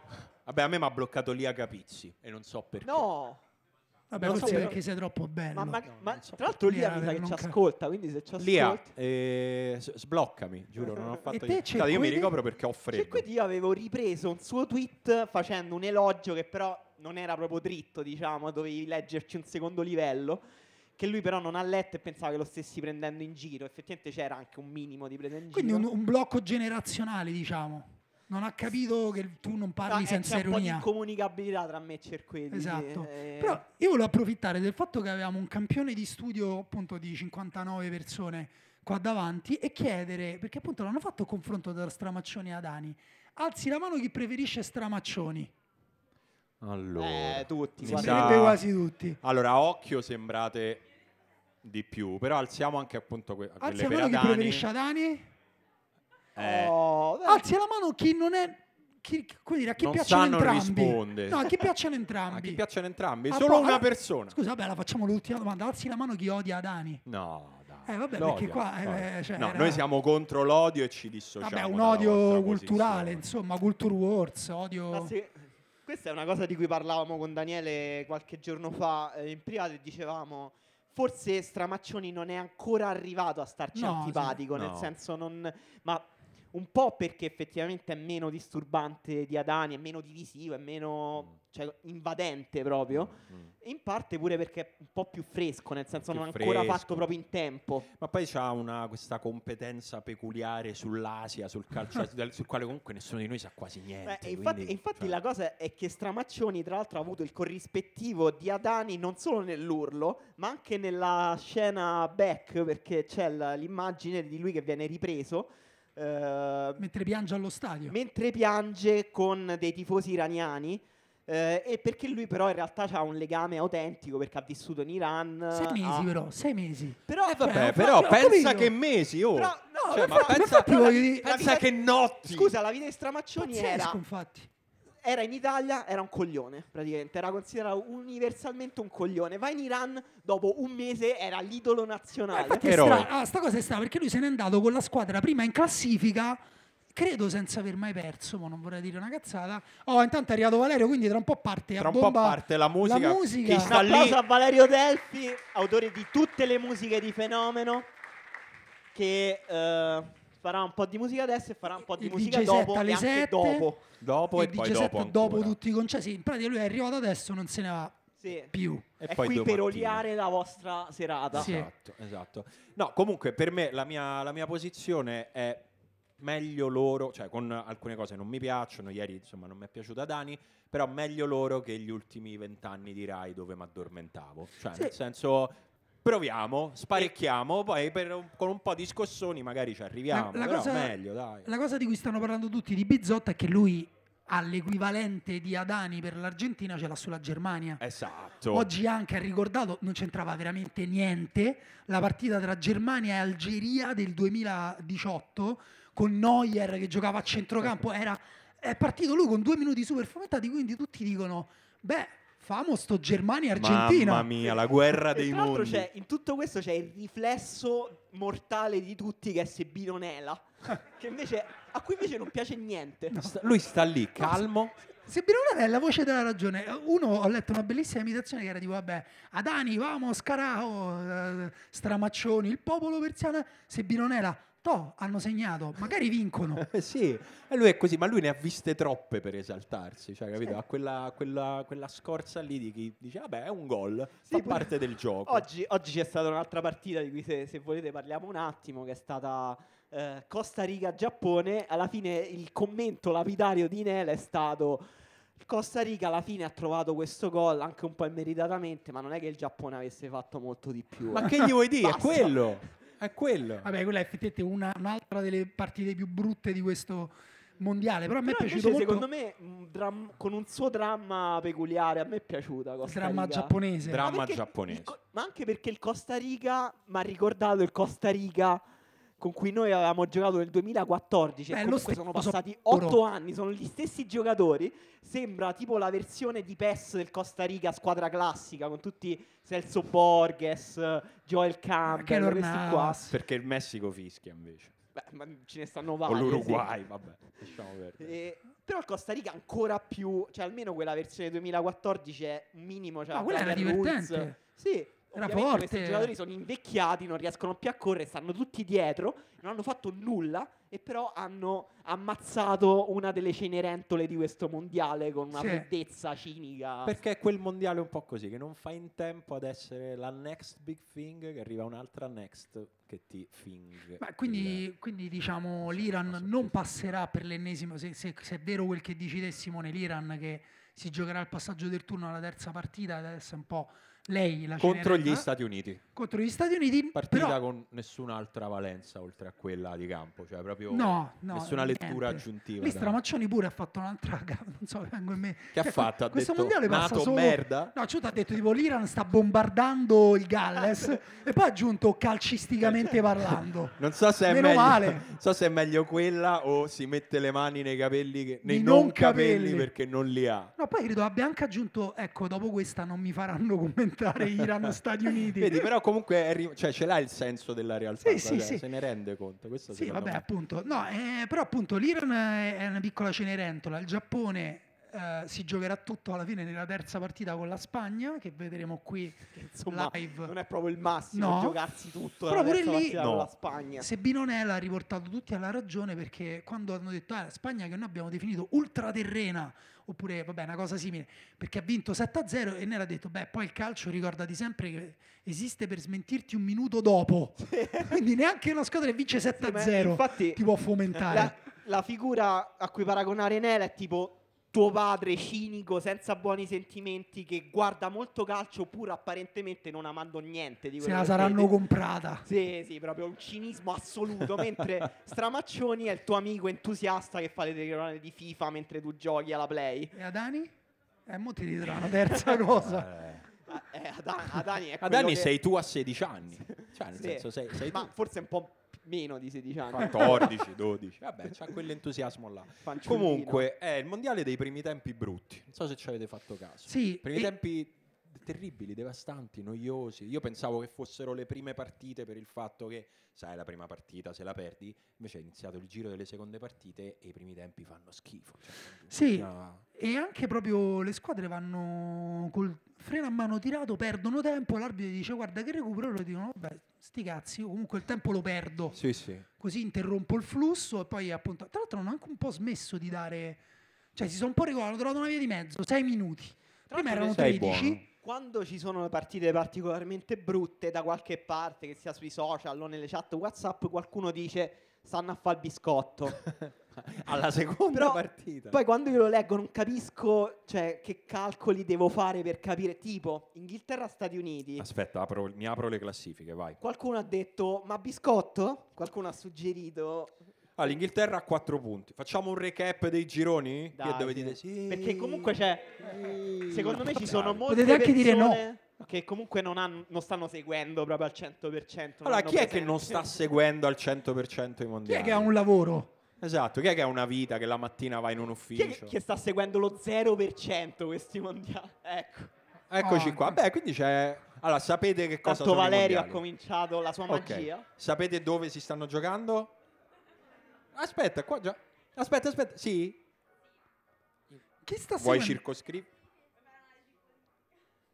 [SPEAKER 2] Vabbè, a me mi ha bloccato lì a Capizzi e non so perché.
[SPEAKER 3] No!
[SPEAKER 1] Vabbè,
[SPEAKER 3] Non
[SPEAKER 1] forse
[SPEAKER 3] so,
[SPEAKER 1] perché sei troppo bello.
[SPEAKER 3] Ma, ma-
[SPEAKER 2] No,
[SPEAKER 3] ma
[SPEAKER 2] non so.
[SPEAKER 3] tra l'altro Lia
[SPEAKER 1] Lia,
[SPEAKER 3] mi sa che
[SPEAKER 1] non
[SPEAKER 3] ci
[SPEAKER 1] ca-
[SPEAKER 3] ascolta, quindi se ci
[SPEAKER 2] Lia,
[SPEAKER 3] ascolta... Cioè,
[SPEAKER 2] eh, s- sbloccami, giuro, non ho fatto
[SPEAKER 1] te,
[SPEAKER 2] niente. Guarda, Io mi
[SPEAKER 1] Cerqueti?
[SPEAKER 2] ricopro perché ho
[SPEAKER 3] Cioè,
[SPEAKER 2] freddo.
[SPEAKER 3] quindi io avevo ripreso un suo tweet facendo un elogio che però non era proprio dritto, diciamo, dovevi leggerci un secondo livello, che lui però non ha letto e pensava che lo stessi prendendo in giro. Effettivamente c'era anche un minimo di presa in
[SPEAKER 1] Quindi
[SPEAKER 3] giro.
[SPEAKER 1] un, un blocco generazionale, diciamo. Non ha capito che tu non parli
[SPEAKER 3] Ah, eh,
[SPEAKER 1] senza
[SPEAKER 3] c'è un po' di
[SPEAKER 1] ironia.
[SPEAKER 3] incomunicabilità tra me e Cerqueti. sì,
[SPEAKER 1] Esatto.
[SPEAKER 3] eh.
[SPEAKER 1] Però io volevo approfittare del fatto che avevamo un campione di studio appunto di 59 persone qua davanti e chiedere, perché appunto l'hanno fatto il confronto tra Stramaccioni e Adani. Alzi la mano chi preferisce Stramaccioni.
[SPEAKER 2] Allora,
[SPEAKER 3] Eh, tutti.
[SPEAKER 2] Mi
[SPEAKER 3] guarda.
[SPEAKER 1] Sembrerebbe
[SPEAKER 2] sa-
[SPEAKER 1] quasi tutti.
[SPEAKER 2] allora, occhio, sembrate di più, però alziamo anche appunto que-
[SPEAKER 1] Alzi
[SPEAKER 2] quelle
[SPEAKER 1] la
[SPEAKER 2] per
[SPEAKER 1] mano chi
[SPEAKER 2] Adani.
[SPEAKER 1] preferisce Adani.
[SPEAKER 2] Eh,
[SPEAKER 3] Oh, dai.
[SPEAKER 1] Alzi la mano chi non è. Chi, come dire, a chi
[SPEAKER 2] Non
[SPEAKER 1] piacciono
[SPEAKER 2] sa, non
[SPEAKER 1] entrambi.
[SPEAKER 2] risponde.
[SPEAKER 1] No, a chi piacciono entrambi.
[SPEAKER 2] a chi piacciono entrambi?
[SPEAKER 1] Ah,
[SPEAKER 2] Solo
[SPEAKER 1] poi-
[SPEAKER 2] una
[SPEAKER 1] ah,
[SPEAKER 2] persona.
[SPEAKER 1] Scusa, vabbè, la facciamo l'ultima domanda. Alzi la mano chi odia Adani.
[SPEAKER 2] No, dai.
[SPEAKER 1] Eh, vabbè,
[SPEAKER 2] L'odio,
[SPEAKER 1] perché qua, eh,
[SPEAKER 2] l'odio.
[SPEAKER 1] cioè,
[SPEAKER 2] no,
[SPEAKER 1] era-
[SPEAKER 2] noi siamo contro l'odio e ci dissociamo.
[SPEAKER 1] Vabbè, un
[SPEAKER 2] dalla vostra
[SPEAKER 1] odio
[SPEAKER 2] posizione.
[SPEAKER 1] culturale, insomma, culture wars,
[SPEAKER 3] Ma
[SPEAKER 1] odio...
[SPEAKER 3] se- Questa è una cosa di cui parlavamo con Daniele qualche giorno fa eh, in privato e dicevamo forse Stramaccioni non è ancora arrivato a starci
[SPEAKER 1] No,
[SPEAKER 3] antipatico,
[SPEAKER 2] sì.
[SPEAKER 3] nel
[SPEAKER 2] No.
[SPEAKER 3] senso non... Ma un po' perché effettivamente è meno disturbante di Adani, è meno divisivo, è meno cioè, invadente proprio.
[SPEAKER 2] Mm.
[SPEAKER 3] In parte pure perché è un po' più fresco, nel senso
[SPEAKER 2] Più
[SPEAKER 3] non ha ancora
[SPEAKER 2] fresco.
[SPEAKER 3] fatto proprio in tempo.
[SPEAKER 2] Ma poi c'ha una, questa competenza peculiare sull'Asia, sul calcio, del- sul quale comunque nessuno di noi sa quasi niente.
[SPEAKER 3] Eh, infatti,
[SPEAKER 2] quindi,
[SPEAKER 3] infatti
[SPEAKER 2] cioè,
[SPEAKER 3] la cosa è che Stramaccioni, tra l'altro, ha avuto il corrispettivo di Adani non solo nell'urlo, ma anche nella scena back, perché c'è la- l'immagine di lui che viene ripreso. eh,
[SPEAKER 1] Mentre piange allo stadio.
[SPEAKER 3] mentre piange con dei tifosi iraniani. eh, e perché lui, però, in realtà ha un legame autentico perché ha vissuto in Iran.
[SPEAKER 1] Sei mesi
[SPEAKER 2] Ah.
[SPEAKER 3] ha-
[SPEAKER 1] però, sei mesi.
[SPEAKER 3] Però,
[SPEAKER 2] eh, vabbè,
[SPEAKER 1] ho
[SPEAKER 2] però
[SPEAKER 1] capito, ho
[SPEAKER 2] pensa
[SPEAKER 1] capito.
[SPEAKER 2] che mesi, oh.
[SPEAKER 3] però- no,
[SPEAKER 2] Cioè,
[SPEAKER 1] ma
[SPEAKER 2] ma
[SPEAKER 1] infatti- ma
[SPEAKER 2] pensa,
[SPEAKER 1] infatti voglio dire-
[SPEAKER 2] pensa
[SPEAKER 3] la vita-
[SPEAKER 2] che notti.
[SPEAKER 3] Scusa, la vita di Stramaccioni era
[SPEAKER 1] Pazzesco, infatti.
[SPEAKER 3] era in Italia, era un coglione, praticamente, era considerato universalmente un coglione. Va in Iran, dopo un mese era l'idolo
[SPEAKER 2] Eh,
[SPEAKER 1] Ma
[SPEAKER 3] nazionale.
[SPEAKER 1] infatti è
[SPEAKER 2] Eroe.
[SPEAKER 1] stra- ah, sta cosa è strana perché lui se n'è andato con la squadra prima in classifica, credo senza aver mai perso, ma non vorrei dire una cazzata. Oh, intanto è arrivato Valerio, quindi tra un po' parte a
[SPEAKER 2] Tra un po'
[SPEAKER 1] bomba
[SPEAKER 2] parte la musica.
[SPEAKER 1] musica.
[SPEAKER 2] Chi
[SPEAKER 1] Un
[SPEAKER 3] Un
[SPEAKER 2] sta lì?
[SPEAKER 3] applauso a Valerio Delfi, autore di tutte le musiche di Fenomeno, che eh, farà un po' di musica adesso e farà un po' di
[SPEAKER 1] Il
[SPEAKER 3] musica
[SPEAKER 1] DJ
[SPEAKER 3] dopo
[SPEAKER 1] set alle
[SPEAKER 3] e anche
[SPEAKER 1] 7.
[SPEAKER 3] dopo.
[SPEAKER 2] Dopo e
[SPEAKER 1] il
[SPEAKER 2] poi
[SPEAKER 1] 17
[SPEAKER 2] dopo.
[SPEAKER 1] dopo
[SPEAKER 2] ancora.
[SPEAKER 1] tutti i concerti. Sì, in pratica lui è arrivato adesso, non se ne va
[SPEAKER 3] Sì.
[SPEAKER 1] più.
[SPEAKER 2] E
[SPEAKER 3] è
[SPEAKER 2] poi
[SPEAKER 3] qui
[SPEAKER 2] domattina.
[SPEAKER 3] per oliare la vostra serata.
[SPEAKER 1] Sì.
[SPEAKER 2] Esatto, esatto. No, comunque per me la mia, la mia posizione è meglio loro, cioè con alcune cose non mi piacciono, ieri insomma non mi è piaciuta Dani, però meglio loro che gli ultimi vent'anni di Rai dove mi addormentavo. Cioè
[SPEAKER 1] Sì.
[SPEAKER 2] nel senso proviamo, sparecchiamo, poi per un- con un po' di scossoni magari ci arriviamo,
[SPEAKER 1] La- la
[SPEAKER 2] però
[SPEAKER 1] cosa-
[SPEAKER 2] meglio dai.
[SPEAKER 1] La cosa di cui stanno parlando tutti di Bizzotta è che lui ha l'equivalente di Adani per l'Argentina, ce l'ha sulla Germania.
[SPEAKER 2] Esatto.
[SPEAKER 1] Oggi anche ha ricordato, non c'entrava veramente niente, la partita tra Germania e Algeria del 2018 con Neuer che giocava a centrocampo. Era, è partito lui con due minuti super fomentati, quindi tutti dicono, beh, famo sto Germania-Argentina.
[SPEAKER 2] Mamma mia, la guerra
[SPEAKER 3] E
[SPEAKER 2] dei
[SPEAKER 3] tra l'altro
[SPEAKER 2] mondi.
[SPEAKER 3] c'è, in tutto questo c'è il riflesso mortale di tutti che è Sebino Nela, che invece, a cui invece non piace niente.
[SPEAKER 2] Sta- Lui sta lì calmo.
[SPEAKER 1] Se Birulana è la voce della ragione, uno ho letto una bellissima imitazione che era tipo, vabbè, Adani, vamos, carao, eh, stramaccioni, il popolo persiano, se Bironera, to, hanno segnato, magari vincono.
[SPEAKER 2] Eh, sì, e lui è così, ma lui ne ha viste troppe per esaltarsi, cioè, capito? Ha quella, quella- quella scorza lì di chi dice, vabbè, è un gol,
[SPEAKER 3] Sì,
[SPEAKER 2] fa parte del gioco.
[SPEAKER 3] Oggi, oggi c'è stata un'altra partita di cui se, se volete parliamo un attimo, che è stata eh, Costa Rica-Giappone. Alla fine il commento lapidario di Nela è stato... "Il Costa Rica alla fine ha trovato questo gol anche un po' immeritatamente, ma non è che il Giappone avesse fatto molto di più.
[SPEAKER 2] Ma
[SPEAKER 3] eh."
[SPEAKER 2] che gli vuoi dire? È
[SPEAKER 3] Basta.
[SPEAKER 2] quello, è quello.
[SPEAKER 1] Vabbè, quella è effettivamente una- un'altra delle partite più brutte di questo mondiale, però a me
[SPEAKER 3] Però
[SPEAKER 1] è piaciuto
[SPEAKER 3] invece,
[SPEAKER 1] molto
[SPEAKER 3] secondo me, un dram- con un suo dramma peculiare, a me è piaciuta
[SPEAKER 1] il
[SPEAKER 3] Costa
[SPEAKER 1] dramma
[SPEAKER 3] Rica.
[SPEAKER 1] giapponese.
[SPEAKER 2] Dramma
[SPEAKER 3] perché il
[SPEAKER 2] giapponese.
[SPEAKER 3] co- ma anche perché il Costa Rica mi ha ricordato il Costa Rica con cui noi avevamo giocato nel 2014.
[SPEAKER 1] Beh,
[SPEAKER 3] e
[SPEAKER 1] lo
[SPEAKER 3] comunque sono
[SPEAKER 1] stesso
[SPEAKER 3] passati
[SPEAKER 1] loro.
[SPEAKER 3] otto anni, sono gli stessi giocatori. Sembra tipo la versione di PES del Costa Rica, squadra classica, con tutti Celso Borges, Joel Campbell,
[SPEAKER 1] Keylor
[SPEAKER 3] questi qua.
[SPEAKER 1] Navas.
[SPEAKER 2] Perché il Messico fischia invece,
[SPEAKER 3] Beh, ma ce ne stanno vari.
[SPEAKER 2] o l'Uruguay, vabbè, lasciamo perdere.
[SPEAKER 3] Eh, però il Costa Rica ancora più, cioè almeno quella versione 2014 è un minimo. Cioè
[SPEAKER 1] Ma quella era
[SPEAKER 3] Robert Woods.
[SPEAKER 1] divertente.
[SPEAKER 3] Sì.
[SPEAKER 1] Era
[SPEAKER 3] ovviamente
[SPEAKER 1] forte.
[SPEAKER 3] Questi giocatori sono invecchiati, non riescono più a correre, stanno tutti dietro, non hanno fatto nulla e però hanno ammazzato una delle cenerentole di questo mondiale con una
[SPEAKER 1] Sì.
[SPEAKER 3] freddezza cinica.
[SPEAKER 2] Perché è quel mondiale un po' così, che non fa in tempo ad essere la next big thing, che arriva un'altra next che ti fing.
[SPEAKER 1] Ma quindi,
[SPEAKER 2] eh.
[SPEAKER 1] quindi, diciamo l'Iran non passerà per l'ennesimo, se, se- se è vero quel che dici te Simone, l'Iran che si giocherà il passaggio del turno alla terza partita, adesso è un po' Lei, la
[SPEAKER 2] contro gli
[SPEAKER 1] Cenerella,
[SPEAKER 2] Stati Uniti.
[SPEAKER 1] contro gli Stati Uniti,
[SPEAKER 2] Partita
[SPEAKER 1] però
[SPEAKER 2] con nessun'altra valenza oltre a quella di campo, cioè proprio
[SPEAKER 1] No, no,
[SPEAKER 2] nessuna
[SPEAKER 1] niente.
[SPEAKER 2] lettura aggiuntiva.
[SPEAKER 1] lì
[SPEAKER 2] da-
[SPEAKER 1] Stramaccioni pure ha fatto un'altra ga- non so, vengo in me.
[SPEAKER 2] Che ha
[SPEAKER 1] Cioè,
[SPEAKER 2] fatto? Ha
[SPEAKER 1] questo
[SPEAKER 2] detto,
[SPEAKER 1] mondiale passa
[SPEAKER 2] "Nato,
[SPEAKER 1] solo
[SPEAKER 2] merda".
[SPEAKER 1] No, Ciuta ha detto tipo l'Iran sta bombardando il Galles e poi ha aggiunto calcisticamente parlando.
[SPEAKER 2] Non so se, è
[SPEAKER 1] Meno
[SPEAKER 2] meglio,
[SPEAKER 1] male.
[SPEAKER 2] so se è meglio quella o si mette le mani nei capelli, che- nei
[SPEAKER 1] Nei
[SPEAKER 2] non,
[SPEAKER 1] non
[SPEAKER 2] capelli,
[SPEAKER 1] capelli.
[SPEAKER 2] perché non li ha.
[SPEAKER 1] No, poi credo abbia anche aggiunto, ecco, dopo questa non mi faranno commentare Iran Stati Uniti.
[SPEAKER 2] Vedi, però comunque è ri- cioè, ce l'ha il senso della realtà,
[SPEAKER 1] Sì, sì,
[SPEAKER 2] cioè,
[SPEAKER 1] sì.
[SPEAKER 2] se ne rende conto. Questo
[SPEAKER 1] Sì,
[SPEAKER 2] secondo
[SPEAKER 1] vabbè,
[SPEAKER 2] me-
[SPEAKER 1] appunto. No, eh, però appunto l'Iran è è una piccola cenerentola. Il Giappone eh, si giocherà tutto alla fine nella terza partita con la Spagna, che vedremo qui
[SPEAKER 3] Insomma,
[SPEAKER 1] live.
[SPEAKER 3] non è proprio il massimo
[SPEAKER 1] No.
[SPEAKER 3] giocarsi tutto
[SPEAKER 1] Però
[SPEAKER 3] la
[SPEAKER 1] pure
[SPEAKER 3] terza
[SPEAKER 1] lì-
[SPEAKER 3] partita
[SPEAKER 2] No.
[SPEAKER 3] con la Spagna.
[SPEAKER 1] Se Binonella ha riportato tutti alla ragione perché quando hanno detto ah, la Spagna che noi abbiamo definito ultraterrena oppure vabbè una cosa simile perché ha vinto 7-0 e Nera ha detto beh poi il calcio ricordati sempre che esiste per smentirti un minuto dopo quindi neanche una squadra che vince 7-0
[SPEAKER 3] infatti
[SPEAKER 1] ti può fomentare
[SPEAKER 3] la, la figura a cui paragonare Nela è tipo tuo padre cinico, senza buoni sentimenti, che guarda molto calcio pur apparentemente non amando niente di
[SPEAKER 1] se
[SPEAKER 3] quello
[SPEAKER 1] la
[SPEAKER 3] che
[SPEAKER 1] saranno
[SPEAKER 3] vede.
[SPEAKER 1] comprata
[SPEAKER 3] Sì, sì, proprio un cinismo assoluto. mentre Stramaccioni è il tuo amico entusiasta che fa le telecronache di FIFA mentre tu giochi alla play.
[SPEAKER 1] e Adani? eh mo ti dirà una terza cosa
[SPEAKER 2] Eh.
[SPEAKER 3] Ah, eh, Ada- Adani è
[SPEAKER 2] Ad
[SPEAKER 3] quello
[SPEAKER 2] anni
[SPEAKER 3] che-
[SPEAKER 2] sei tu a 16 anni, cioè nel
[SPEAKER 3] Sì.
[SPEAKER 2] senso sei, sei
[SPEAKER 3] ma
[SPEAKER 2] tu.
[SPEAKER 3] forse un po' meno di 16 anni.
[SPEAKER 2] 14, 12, vabbè, c'ha quell'entusiasmo là.
[SPEAKER 3] Fanciullino.
[SPEAKER 2] Comunque, è il mondiale dei primi tempi brutti. Non so se ci avete fatto caso.
[SPEAKER 1] Sì,
[SPEAKER 2] primi
[SPEAKER 1] e-
[SPEAKER 2] tempi terribili, devastanti, noiosi. Io pensavo che fossero le prime partite per il fatto che, sai, la prima partita se la perdi, invece è iniziato il giro delle seconde partite e i primi tempi fanno schifo. Cioè,
[SPEAKER 1] Sì.
[SPEAKER 2] no.
[SPEAKER 1] E anche proprio le squadre vanno col freno a mano tirato, perdono tempo, l'arbitro dice guarda che recupero, loro dicono vabbè sti cazzi, io comunque il tempo lo perdo,
[SPEAKER 2] Sì, sì.
[SPEAKER 1] così interrompo il flusso e poi appunto, tra l'altro hanno anche un po' smesso di dare, cioè si sono un po' regolati, hanno trovato una via di mezzo, 6 minuti, prima
[SPEAKER 3] l'altro
[SPEAKER 1] erano
[SPEAKER 2] Sei buono.
[SPEAKER 1] 13,
[SPEAKER 3] Quando ci sono le partite particolarmente brutte da qualche parte, che sia sui social o nelle chat WhatsApp, qualcuno dice stanno a fare il biscotto.
[SPEAKER 2] Alla seconda
[SPEAKER 3] Però
[SPEAKER 2] partita.
[SPEAKER 3] Poi quando io lo leggo non capisco cioè, che calcoli devo fare per capire. Tipo, Inghilterra-Stati Uniti.
[SPEAKER 2] Aspetta, apro- mi apro le classifiche, vai.
[SPEAKER 3] Qualcuno ha detto, ma biscotto? Qualcuno ha suggerito.
[SPEAKER 2] Ah, l'Inghilterra ha 4 punti. Facciamo un recap dei gironi?
[SPEAKER 3] Dai,
[SPEAKER 2] che dove
[SPEAKER 3] sì.
[SPEAKER 2] dite sì.
[SPEAKER 3] Perché comunque c'è... Secondo me ci sono molte
[SPEAKER 1] Potete anche dire no.
[SPEAKER 3] persone che comunque non, hanno- non stanno seguendo proprio al 100%. non
[SPEAKER 2] Allora,
[SPEAKER 3] hanno
[SPEAKER 2] chi è che
[SPEAKER 3] presente.
[SPEAKER 2] non sta seguendo al 100% i
[SPEAKER 1] chi
[SPEAKER 2] mondiali?
[SPEAKER 1] è che ha un lavoro?
[SPEAKER 2] Esatto, chi è che ha una vita che la mattina va in un
[SPEAKER 3] Chi è
[SPEAKER 2] ufficio?
[SPEAKER 3] che- che sta seguendo lo 0% questi mondiali?
[SPEAKER 2] Eh,
[SPEAKER 3] Ecco.
[SPEAKER 2] Eccoci
[SPEAKER 1] Ah,
[SPEAKER 2] qua. Beh, quindi c'è Allora, sapete che cosa
[SPEAKER 3] Tanto
[SPEAKER 2] sono i
[SPEAKER 3] Valerio ha
[SPEAKER 2] mondiali?
[SPEAKER 3] cominciato la sua
[SPEAKER 2] Ok.
[SPEAKER 3] magia.
[SPEAKER 2] Sapete dove si stanno giocando? Aspetta, qua già. Aspetta, aspetta. Sì.
[SPEAKER 1] Chi sta
[SPEAKER 2] Vuoi
[SPEAKER 1] seguendo?
[SPEAKER 2] circoscrivere?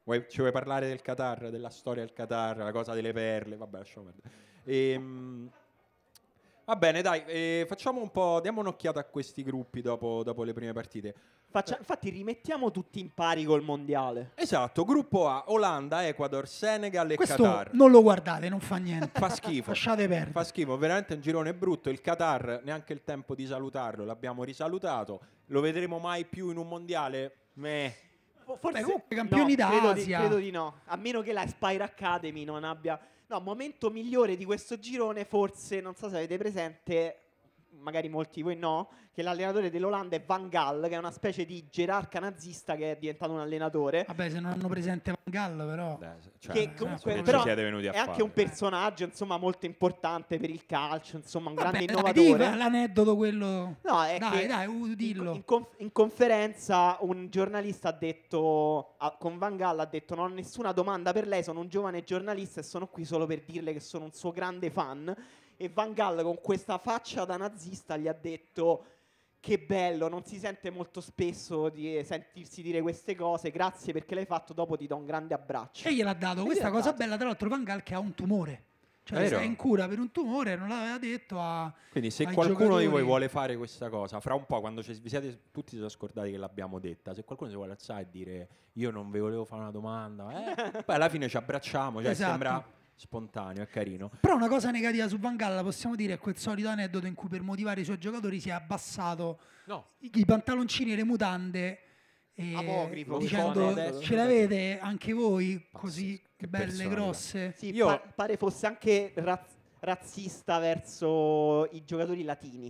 [SPEAKER 2] Vuoi, ci vuoi parlare del Qatar, della storia del Qatar, la cosa delle perle? Vabbè, lasciamo perdere. Ehm, va bene, dai, eh, facciamo un po'. Diamo un'occhiata a questi gruppi dopo, dopo le prime partite. Eh.
[SPEAKER 3] Faccia- infatti rimettiamo tutti in pari col mondiale.
[SPEAKER 2] Esatto, gruppo A: Olanda, Ecuador, Senegal e
[SPEAKER 1] Questo
[SPEAKER 2] Qatar.
[SPEAKER 1] non lo guardate, non fa niente,
[SPEAKER 2] Fa schifo.
[SPEAKER 1] lasciate perdere.
[SPEAKER 2] Fa schifo, veramente un girone brutto. Il Qatar, neanche il tempo di salutarlo, l'abbiamo risalutato. Lo vedremo mai più in un mondiale? Meh.
[SPEAKER 3] Fo- Forse
[SPEAKER 1] Beh, comunque campioni
[SPEAKER 3] no, credo di-
[SPEAKER 1] d'Asia.
[SPEAKER 3] credo di no, a meno che la Spire Academy non abbia... No, momento migliore di questo girone forse, non so se avete presente, magari molti di voi no, che l'allenatore dell'Olanda è Van Gaal, che è una specie di gerarca nazista che è diventato un allenatore.
[SPEAKER 1] Vabbè, se non hanno presente Van Gallo però...
[SPEAKER 2] Beh, cioè,
[SPEAKER 3] che
[SPEAKER 2] nel
[SPEAKER 3] comunque
[SPEAKER 2] senso, che
[SPEAKER 3] però
[SPEAKER 2] ci siete venuti a
[SPEAKER 3] è anche
[SPEAKER 2] fare?
[SPEAKER 3] un personaggio insomma molto importante per il calcio, insomma un grande
[SPEAKER 1] Vabbè, dai,
[SPEAKER 3] innovatore.
[SPEAKER 1] dì, l'aneddoto quello...
[SPEAKER 3] No, è
[SPEAKER 1] dai,
[SPEAKER 3] che
[SPEAKER 1] dai, uh,
[SPEAKER 3] In,
[SPEAKER 1] dillo.
[SPEAKER 3] in conf- in conferenza un giornalista ha detto, a- con Van Gaal ha detto non ho nessuna domanda per lei, sono un giovane giornalista e sono qui solo per dirle che sono un suo grande fan. E Van Gaal con questa faccia da nazista gli ha detto che bello, non si sente molto spesso di eh, sentirsi dire queste cose, grazie perché l'hai fatto, dopo ti do un grande abbraccio.
[SPEAKER 1] E gliel'ha dato.
[SPEAKER 3] E
[SPEAKER 1] Questa
[SPEAKER 3] gliel'ha
[SPEAKER 1] cosa
[SPEAKER 3] dato.
[SPEAKER 1] bella, tra l'altro, Van Gaal che ha un tumore. Cioè,
[SPEAKER 2] Vero?
[SPEAKER 1] sta in cura per un tumore, non l'aveva detto a...
[SPEAKER 2] Quindi se
[SPEAKER 1] ai
[SPEAKER 2] qualcuno di voi
[SPEAKER 1] giocatori.
[SPEAKER 2] vuole fare questa cosa, fra un po', quando ci- vi siete tutti si sono scordati che l'abbiamo detta, se qualcuno si vuole alzare e dire io non vi volevo fare una domanda, eh, poi alla fine ci abbracciamo, cioè
[SPEAKER 1] Esatto.
[SPEAKER 2] sembra spontaneo, è carino.
[SPEAKER 1] Però una cosa negativa su Van Gaal, la possiamo dire, è quel solito aneddoto in cui per motivare i suoi giocatori si è abbassato
[SPEAKER 2] No,
[SPEAKER 1] i i pantaloncini e le mutande E
[SPEAKER 3] Apocrifo,
[SPEAKER 1] dicendo,
[SPEAKER 3] un po' adesso.
[SPEAKER 1] ce l'avete anche voi
[SPEAKER 2] Pazzesco,
[SPEAKER 1] così
[SPEAKER 2] che
[SPEAKER 1] belle
[SPEAKER 2] personalità.
[SPEAKER 1] grosse?
[SPEAKER 3] Sì,
[SPEAKER 2] Io-
[SPEAKER 3] pa- pare fosse anche raz- razzista verso i giocatori latini.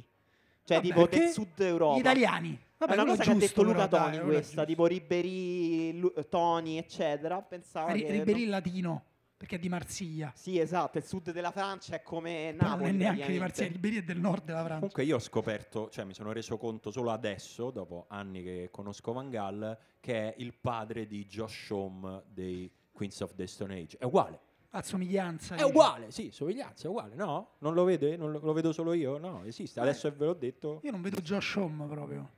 [SPEAKER 3] Cioè,
[SPEAKER 1] Vabbè,
[SPEAKER 3] tipo
[SPEAKER 1] perché
[SPEAKER 3] del sud Europa.
[SPEAKER 1] Gli italiani. Vabbè,
[SPEAKER 3] è una
[SPEAKER 1] quello
[SPEAKER 3] cosa che ha detto
[SPEAKER 1] giusto, però,
[SPEAKER 3] Luca
[SPEAKER 1] dai,
[SPEAKER 3] Toni
[SPEAKER 1] quello è
[SPEAKER 3] questa,
[SPEAKER 1] giusto.
[SPEAKER 3] tipo Ribery, Lu- Toni, eccetera. Pensavo
[SPEAKER 1] Ri-
[SPEAKER 3] che
[SPEAKER 1] Ribéry latino, perché è di Marsiglia.
[SPEAKER 3] Sì, esatto, il sud della Francia è come
[SPEAKER 1] Però non
[SPEAKER 3] Napoli.
[SPEAKER 1] è neanche di
[SPEAKER 3] praticamente.
[SPEAKER 1] Marsiglia, Ribéry è del nord della Francia.
[SPEAKER 2] Comunque io ho scoperto, cioè mi sono reso conto solo adesso, dopo anni che conosco Van Gaal, che è il padre di Josh Home dei Queens of the Stone Age. È uguale.
[SPEAKER 1] A somiglianza.
[SPEAKER 2] È
[SPEAKER 1] dici.
[SPEAKER 2] uguale, sì, somiglianza, è uguale. No? Non lo vede? Non lo, lo vedo solo io? No, esiste.
[SPEAKER 1] Eh.
[SPEAKER 2] Adesso ve l'ho detto.
[SPEAKER 1] Io non vedo Josh Home proprio.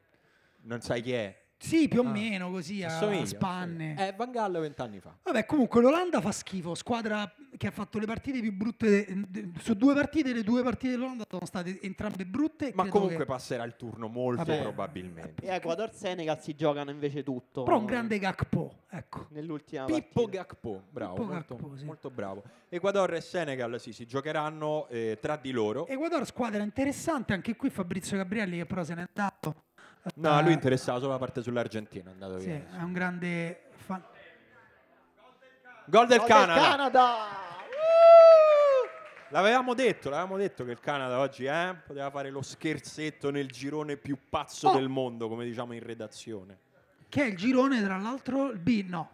[SPEAKER 2] Non sai chi è.
[SPEAKER 1] Sì, più o
[SPEAKER 2] Ah.
[SPEAKER 1] meno così, a,
[SPEAKER 2] Assomiglia,
[SPEAKER 1] a spanne.
[SPEAKER 2] assomiglia. Eh, Van Gaal vent'anni fa.
[SPEAKER 1] Vabbè, comunque l'Olanda fa schifo, squadra che ha fatto le partite più brutte. de- de- su due partite, le due partite dell'Olanda sono state entrambe brutte.
[SPEAKER 2] Ma
[SPEAKER 1] credo
[SPEAKER 2] comunque
[SPEAKER 1] che-
[SPEAKER 2] passerà il turno molto
[SPEAKER 1] Vabbè.
[SPEAKER 2] probabilmente.
[SPEAKER 3] E Ecuador Senegal si giocano invece tutto.
[SPEAKER 1] Però un grande Gakpo, ecco.
[SPEAKER 3] nell'ultima
[SPEAKER 2] Pippo
[SPEAKER 3] partita.
[SPEAKER 2] Gakpo, bravo,
[SPEAKER 1] Pippo
[SPEAKER 2] molto,
[SPEAKER 1] Gakpo, sì.
[SPEAKER 2] molto bravo. Ecuador e Senegal sì, si giocheranno eh, tra di loro.
[SPEAKER 1] Ecuador squadra interessante, anche qui Fabrizio Gabrielli che però se n'è andato.
[SPEAKER 2] No, a lui
[SPEAKER 1] Eh,
[SPEAKER 2] interessava solo la parte sull'Argentina, è andato
[SPEAKER 1] Sì,
[SPEAKER 2] via.
[SPEAKER 1] è un grande fan.
[SPEAKER 2] Gol del
[SPEAKER 3] Gol
[SPEAKER 2] Canada.
[SPEAKER 3] Oh, Woo!
[SPEAKER 2] L'avevamo detto, l'avevamo detto che il Canada oggi eh, poteva fare lo scherzetto nel girone più pazzo
[SPEAKER 1] Oh.
[SPEAKER 2] del mondo, come diciamo in redazione.
[SPEAKER 1] Che è il girone, tra l'altro, il B, no.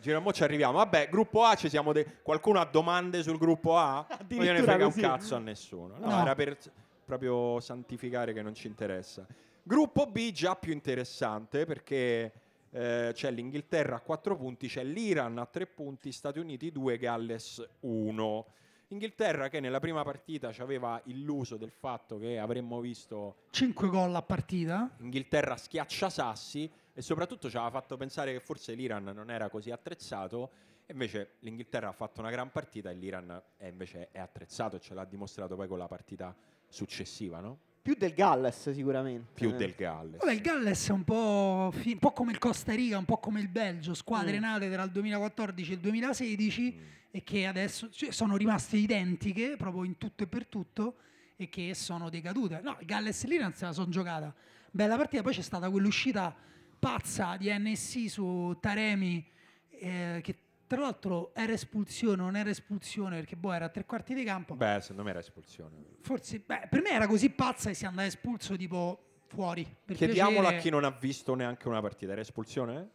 [SPEAKER 2] Giro, mo ci arriviamo. Vabbè, gruppo A ci siamo. de- Qualcuno ha domande sul gruppo A? Non gliene
[SPEAKER 3] Addirittura
[SPEAKER 2] frega
[SPEAKER 3] così.
[SPEAKER 2] un cazzo a nessuno. No,
[SPEAKER 1] No.
[SPEAKER 2] era per s- proprio santificare che non ci interessa. Gruppo B già più interessante perché eh, c'è l'Inghilterra a 4 punti, c'è l'Iran a 3 punti, Stati Uniti 2, Galles 1. Inghilterra che nella prima partita ci aveva illuso del fatto che avremmo visto
[SPEAKER 1] 5 gol a partita.
[SPEAKER 2] Inghilterra schiaccia sassi e soprattutto ci aveva fatto pensare che forse l'Iran non era così attrezzato. e Invece l'Inghilterra ha fatto una gran partita e l'Iran è invece è attrezzato e ce l'ha dimostrato poi con la partita successiva, no?
[SPEAKER 3] Più del Galles sicuramente.
[SPEAKER 2] Più
[SPEAKER 3] Eh.
[SPEAKER 2] del Galles.
[SPEAKER 1] Vabbè, il Galles è un po', fi- un po' come il Costa Rica, un po' come il Belgio, squadre
[SPEAKER 3] Mm.
[SPEAKER 1] nate tra il 2014 e il 2016
[SPEAKER 2] Mm.
[SPEAKER 1] e che adesso cioè, sono rimaste identiche proprio in tutto e per tutto e che sono decadute. No, il Galles lì non se la sono giocata. Bella partita, poi c'è stata quell'uscita pazza di NSI su Taremi eh, che tra l'altro era espulsione o non era espulsione perché boh era a tre quarti di campo.
[SPEAKER 2] Beh, secondo me era espulsione.
[SPEAKER 1] Forse beh, per me era così pazza che si andava espulso tipo fuori. Per
[SPEAKER 2] Chiediamolo
[SPEAKER 1] piacere.
[SPEAKER 2] a chi non ha visto neanche una partita. Era espulsione?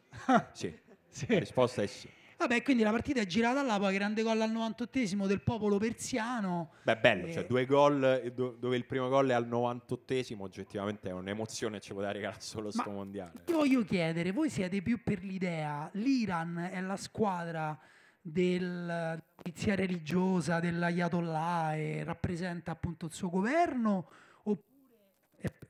[SPEAKER 2] Sì.
[SPEAKER 1] Sì.
[SPEAKER 2] La risposta è sì.
[SPEAKER 1] Vabbè, quindi la partita è girata là, poi grande gol al 98 del popolo persiano.
[SPEAKER 2] Beh, bello,
[SPEAKER 1] Eh.
[SPEAKER 2] cioè due gol eh, do- dove il primo gol è al 98esimo, oggettivamente è un'emozione che ci poteva regalare solo sto
[SPEAKER 1] Ma-
[SPEAKER 2] mondiale.
[SPEAKER 1] Ti voglio chiedere, voi siete più per l'idea, l'Iran è la squadra del polizia religiosa dell'Ayatollah e rappresenta appunto il suo governo oppure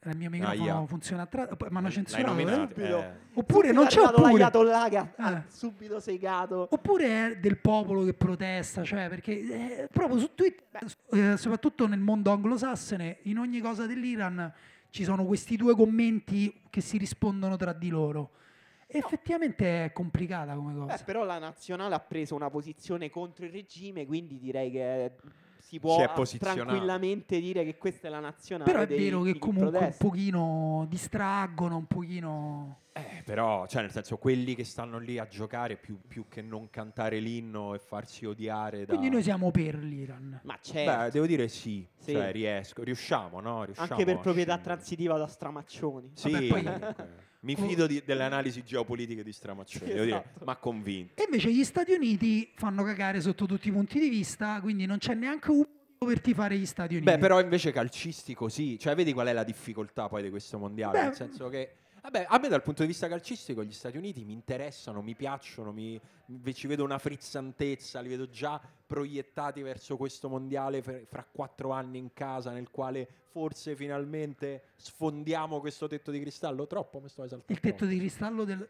[SPEAKER 1] eh, il mio microfono
[SPEAKER 2] Aia.
[SPEAKER 1] funziona a tratti, mi hanno
[SPEAKER 2] L'hai
[SPEAKER 1] censurato.
[SPEAKER 2] nominato,
[SPEAKER 1] eh?
[SPEAKER 3] subito.
[SPEAKER 2] eh.
[SPEAKER 1] Oppure non c'è
[SPEAKER 3] Arrivato
[SPEAKER 1] oppure.
[SPEAKER 3] l'Ayatollah che ha- ha
[SPEAKER 1] Eh.
[SPEAKER 3] subito segato.
[SPEAKER 1] Oppure è del popolo che protesta, cioè perché eh, proprio su Twitter, eh, soprattutto nel mondo anglosassone, in ogni cosa dell'Iran ci sono questi due commenti che si rispondono tra di loro. Effettivamente è complicata come
[SPEAKER 3] Beh,
[SPEAKER 1] cosa.
[SPEAKER 3] però la nazionale ha preso una posizione contro il regime, quindi direi che si può
[SPEAKER 2] Si è
[SPEAKER 3] a-
[SPEAKER 2] posizionata.
[SPEAKER 3] tranquillamente dire che questa è la nazionale.
[SPEAKER 1] Però è
[SPEAKER 3] dei-
[SPEAKER 1] vero
[SPEAKER 3] di
[SPEAKER 1] che
[SPEAKER 3] chi
[SPEAKER 1] comunque un
[SPEAKER 3] protesta.
[SPEAKER 1] pochino distraggono, un pochino...
[SPEAKER 2] Eh, però, cioè, nel senso, quelli che stanno lì a giocare più, più che non cantare l'inno e farsi odiare da...
[SPEAKER 1] Quindi noi siamo per l'Iran.
[SPEAKER 3] Ma c'è.
[SPEAKER 2] Beh, devo dire sì,
[SPEAKER 3] Certo. Sì.
[SPEAKER 2] Cioè, riesco, riusciamo, no? Riusciamo
[SPEAKER 3] anche per
[SPEAKER 2] a
[SPEAKER 3] proprietà
[SPEAKER 2] scendere.
[SPEAKER 3] transitiva da Stramaccioni.
[SPEAKER 2] Sì,
[SPEAKER 1] Vabbè, poi-
[SPEAKER 2] comunque. mi
[SPEAKER 1] Co-
[SPEAKER 2] fido di- delle analisi geopolitiche di Stramaccioni,
[SPEAKER 3] Sì,
[SPEAKER 2] devo dire,
[SPEAKER 3] esatto.
[SPEAKER 2] ma convinto.
[SPEAKER 1] E invece gli Stati Uniti fanno cagare sotto tutti i punti di vista, quindi non c'è neanche un per tifare gli Stati Uniti.
[SPEAKER 2] Beh, però invece calcistico sì, cioè vedi qual è la difficoltà poi di questo mondiale,
[SPEAKER 1] Beh-
[SPEAKER 2] nel senso che... Vabbè, a me dal punto di vista calcistico gli Stati Uniti mi interessano, mi piacciono, mi- mi- ci vedo una frizzantezza, li vedo già proiettati verso questo mondiale fr- fra quattro anni in casa nel quale forse finalmente sfondiamo questo tetto di cristallo. Troppo mi sto esaltando.
[SPEAKER 1] Il tetto di cristallo del...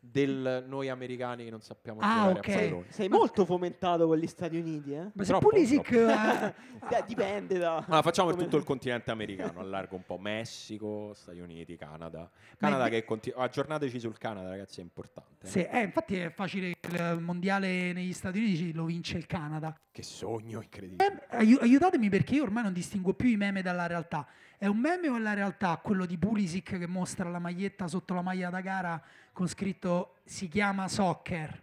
[SPEAKER 2] del noi americani che non sappiamo
[SPEAKER 1] Ah,
[SPEAKER 2] giocare
[SPEAKER 1] ok.
[SPEAKER 2] a pallone.
[SPEAKER 3] Sei
[SPEAKER 1] Ma-
[SPEAKER 3] molto fomentato con gli Stati Uniti, eh?
[SPEAKER 1] Ma se
[SPEAKER 4] Troppo,
[SPEAKER 1] Pulisic
[SPEAKER 4] troppo.
[SPEAKER 1] eh,
[SPEAKER 3] Beh, dipende da...
[SPEAKER 2] Ma facciamo per
[SPEAKER 3] come-
[SPEAKER 2] tutto il continente americano, allargo un po' Messico, Stati Uniti, Canada.
[SPEAKER 1] Ma
[SPEAKER 2] Canada
[SPEAKER 1] inve-
[SPEAKER 2] che continua. Aggiornateci sul Canada, ragazzi, è importante.
[SPEAKER 1] Sì, eh, infatti è facile che il mondiale negli Stati Uniti lo vince il Canada.
[SPEAKER 2] Che sogno incredibile.
[SPEAKER 1] Eh, aiu- aiutatemi perché io ormai non distingo più i meme dalla realtà. È un meme o è la realtà quello di Pulisic che mostra la maglietta sotto la maglia da gara con scritto si chiama soccer?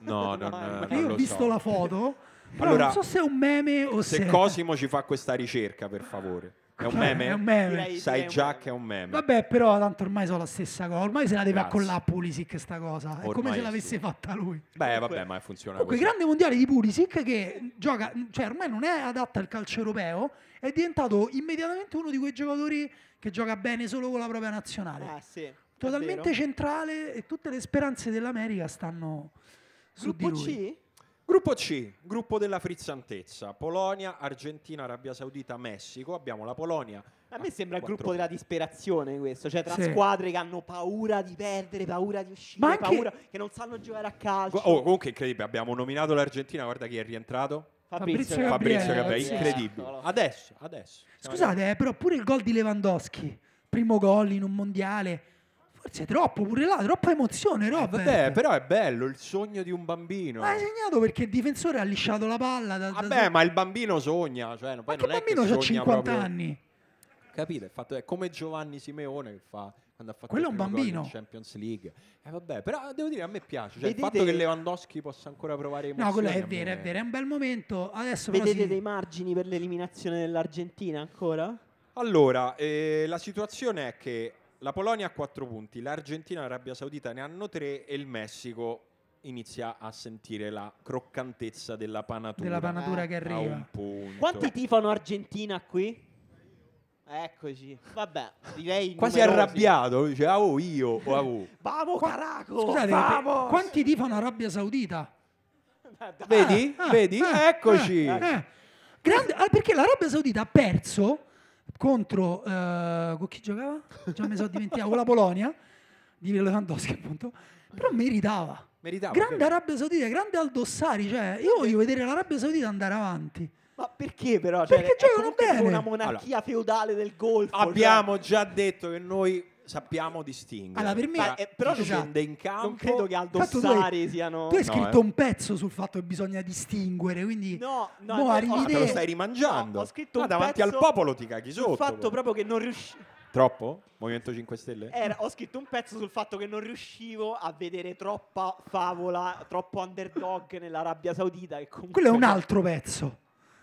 [SPEAKER 2] No, non,
[SPEAKER 3] No,
[SPEAKER 2] non
[SPEAKER 1] Perché io
[SPEAKER 2] lo
[SPEAKER 1] ho visto
[SPEAKER 2] so.
[SPEAKER 1] la foto, però
[SPEAKER 2] Allora,
[SPEAKER 1] non so se è un meme o se,
[SPEAKER 2] Se Cosimo ci fa questa ricerca, per favore. È un meme?
[SPEAKER 1] è un meme.
[SPEAKER 3] Direi-
[SPEAKER 2] Sai
[SPEAKER 3] un
[SPEAKER 2] già
[SPEAKER 3] meme.
[SPEAKER 2] che è un meme.
[SPEAKER 1] Vabbè, però tanto ormai sono la stessa cosa. Ormai se la deve
[SPEAKER 2] Grazie.
[SPEAKER 1] accollare Pulisic sta cosa. È come
[SPEAKER 2] Ormai
[SPEAKER 1] se
[SPEAKER 2] sì.
[SPEAKER 1] l'avesse fatta lui.
[SPEAKER 2] Beh, vabbè, ma funziona
[SPEAKER 1] Comunque,
[SPEAKER 2] così.
[SPEAKER 1] grande mondiale di Pulisic che gioca, cioè ormai non è adatta al calcio europeo, è diventato immediatamente uno di quei giocatori che gioca bene solo con la propria nazionale.
[SPEAKER 3] Ah, sì. è
[SPEAKER 1] Totalmente
[SPEAKER 3] vero.
[SPEAKER 1] centrale e tutte le speranze dell'America stanno su di
[SPEAKER 3] Gruppo
[SPEAKER 1] lui.
[SPEAKER 3] C?
[SPEAKER 2] Gruppo C, gruppo della frizzantezza. Polonia, Argentina, Arabia Saudita, Messico. Abbiamo la Polonia.
[SPEAKER 3] A me sembra il
[SPEAKER 2] Quattro
[SPEAKER 3] gruppo della disperazione questo, cioè tra
[SPEAKER 1] Sì.
[SPEAKER 3] squadre che hanno paura di perdere, paura di uscire,
[SPEAKER 1] Ma anche-
[SPEAKER 3] paura che non sanno giocare a calcio.
[SPEAKER 2] Gu- Oh, comunque incredibile, abbiamo nominato l'Argentina, guarda chi è rientrato.
[SPEAKER 1] Fabrizio Gabriele,
[SPEAKER 2] Fabrizio Gabriele,
[SPEAKER 1] sì.
[SPEAKER 2] incredibile.
[SPEAKER 3] Eccolo.
[SPEAKER 2] Adesso, adesso. Siamo
[SPEAKER 1] Scusate, eh, però pure il gol di Lewandowski, primo gol in un mondiale, forse è troppo, pure là, troppa emozione,
[SPEAKER 2] arrivati. Eh,
[SPEAKER 1] Robert.
[SPEAKER 2] vabbè, però è bello il sogno di un bambino.
[SPEAKER 1] Ma hai segnato perché il difensore ha lisciato la palla. Da, da-
[SPEAKER 2] Vabbè, ma il bambino sogna, cioè, poi
[SPEAKER 1] ma che
[SPEAKER 2] non è
[SPEAKER 1] bambino
[SPEAKER 2] che
[SPEAKER 1] ha
[SPEAKER 2] sogna
[SPEAKER 1] 50
[SPEAKER 2] proprio-
[SPEAKER 1] anni?
[SPEAKER 2] Capito? Il fatto è come Giovanni Simeone che fa quando ha fatto
[SPEAKER 1] Quello
[SPEAKER 2] il
[SPEAKER 1] è un
[SPEAKER 2] primo gol
[SPEAKER 1] bambino.
[SPEAKER 2] in Champions League. Eh, vabbè, però devo dire a me piace, cioè, il
[SPEAKER 3] Vedete-
[SPEAKER 2] fatto che Lewandowski possa ancora provare
[SPEAKER 1] No,
[SPEAKER 2] emozioni.
[SPEAKER 1] quello è
[SPEAKER 2] a
[SPEAKER 1] vero,
[SPEAKER 2] me-
[SPEAKER 1] è vero, è un bel momento. Adesso però
[SPEAKER 3] Vedete
[SPEAKER 1] sì.
[SPEAKER 3] dei margini per l'eliminazione dell'Argentina ancora?
[SPEAKER 2] Allora, eh, la situazione è che la Polonia ha 4 punti, l'Argentina e l'Arabia Saudita ne hanno 3 e il Messico inizia a sentire la croccantezza della panatura.
[SPEAKER 1] della panatura che
[SPEAKER 2] A un
[SPEAKER 1] arriva.
[SPEAKER 2] punto.
[SPEAKER 3] Quanti tifano Argentina qui? Eccoci. Vabbè, direi
[SPEAKER 2] Quasi
[SPEAKER 3] numerosi.
[SPEAKER 2] arrabbiato, dice "Ah, oh, io o ah, oh".
[SPEAKER 3] Vamo Caraco!
[SPEAKER 1] Scusate,
[SPEAKER 3] vamos!
[SPEAKER 1] per- quanti tifano Arabia Saudita?
[SPEAKER 2] Vedi?
[SPEAKER 1] Ah,
[SPEAKER 2] Vedi?
[SPEAKER 1] ah,
[SPEAKER 2] Eccoci.
[SPEAKER 1] ah, ah. Grande- ah, perché l'Arabia Saudita ha perso contro eh, con chi giocava? Già mi sono dimenticato, con la Polonia di Lewandowski appunto. Però meritava.
[SPEAKER 2] Meritava.
[SPEAKER 1] grande
[SPEAKER 2] vedi?
[SPEAKER 1] Arabia Saudita, grande Aldossari, cioè io voglio vedere l'Arabia Saudita andare avanti.
[SPEAKER 3] Ma perché però? Cioè,
[SPEAKER 1] Perché
[SPEAKER 3] è
[SPEAKER 1] giocano
[SPEAKER 3] comunque
[SPEAKER 1] bene.
[SPEAKER 3] una monarchia feudale del golfo. cioè-
[SPEAKER 2] Abbiamo già detto che noi sappiamo distinguere.
[SPEAKER 1] Allora, per me-
[SPEAKER 2] Tra
[SPEAKER 1] Ma, eh,
[SPEAKER 2] chi
[SPEAKER 1] però scusa,
[SPEAKER 2] scende in campo.
[SPEAKER 3] Non credo che Aldo
[SPEAKER 1] Infatti tu
[SPEAKER 3] Sari siano
[SPEAKER 1] Tu hai
[SPEAKER 2] No,
[SPEAKER 1] scritto
[SPEAKER 2] eh.
[SPEAKER 1] un pezzo sul fatto che bisogna distinguere, quindi
[SPEAKER 3] No, no,
[SPEAKER 1] Mo
[SPEAKER 3] no,
[SPEAKER 1] arrivi
[SPEAKER 2] Ah, te lo
[SPEAKER 1] te.
[SPEAKER 2] stai rimangiando.
[SPEAKER 3] No, ho scritto
[SPEAKER 2] Ma
[SPEAKER 3] un
[SPEAKER 2] davanti
[SPEAKER 3] pezzo
[SPEAKER 2] al popolo ti caghi sotto.
[SPEAKER 3] sul fatto
[SPEAKER 2] poi.
[SPEAKER 3] proprio che non riuscivo.
[SPEAKER 2] Troppo? Movimento 5 Stelle?
[SPEAKER 3] ho scritto un pezzo sul fatto che non riuscivo a vedere troppa favola, troppo underdog nell'Arabia Saudita. Che comunque
[SPEAKER 1] quello è un altro pezzo.